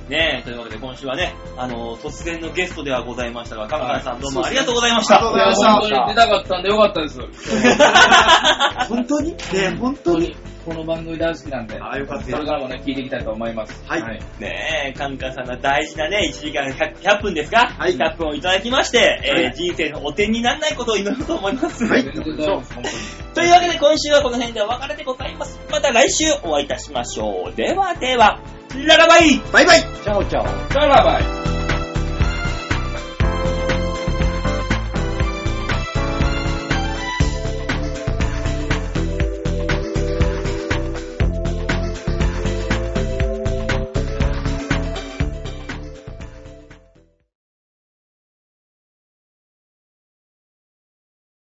Speaker 2: ねえ、というわけで今週はね、あの、突然のゲストではございましたが、カンカンさんどうもありがとうございまし
Speaker 3: ありがとうござ
Speaker 5: い
Speaker 3: い
Speaker 2: た。
Speaker 5: や
Speaker 3: ました
Speaker 5: 本当に出たかったんでよかったです。
Speaker 3: 本当にねえ本当
Speaker 5: 本当
Speaker 3: に
Speaker 5: に。この番組大好きなんで、
Speaker 3: あよかった
Speaker 5: これからもね、聞いていきたいと思います。
Speaker 3: はい
Speaker 2: ねえ、カンカンさんの大事なね、1時間 100, 100分ですか、
Speaker 3: はい
Speaker 2: ?100 分をいただきまして、えー
Speaker 3: はい
Speaker 2: 人生のお手にならないことを祈ると思います。
Speaker 3: はい
Speaker 5: 全然大丈夫です、本当に。
Speaker 2: というわけで今週はこの辺でお別れでございます。また来週お会いいたしましょう。ではでは、ララバイ
Speaker 3: バイバイ
Speaker 4: チャオチャオ。
Speaker 5: さらばい。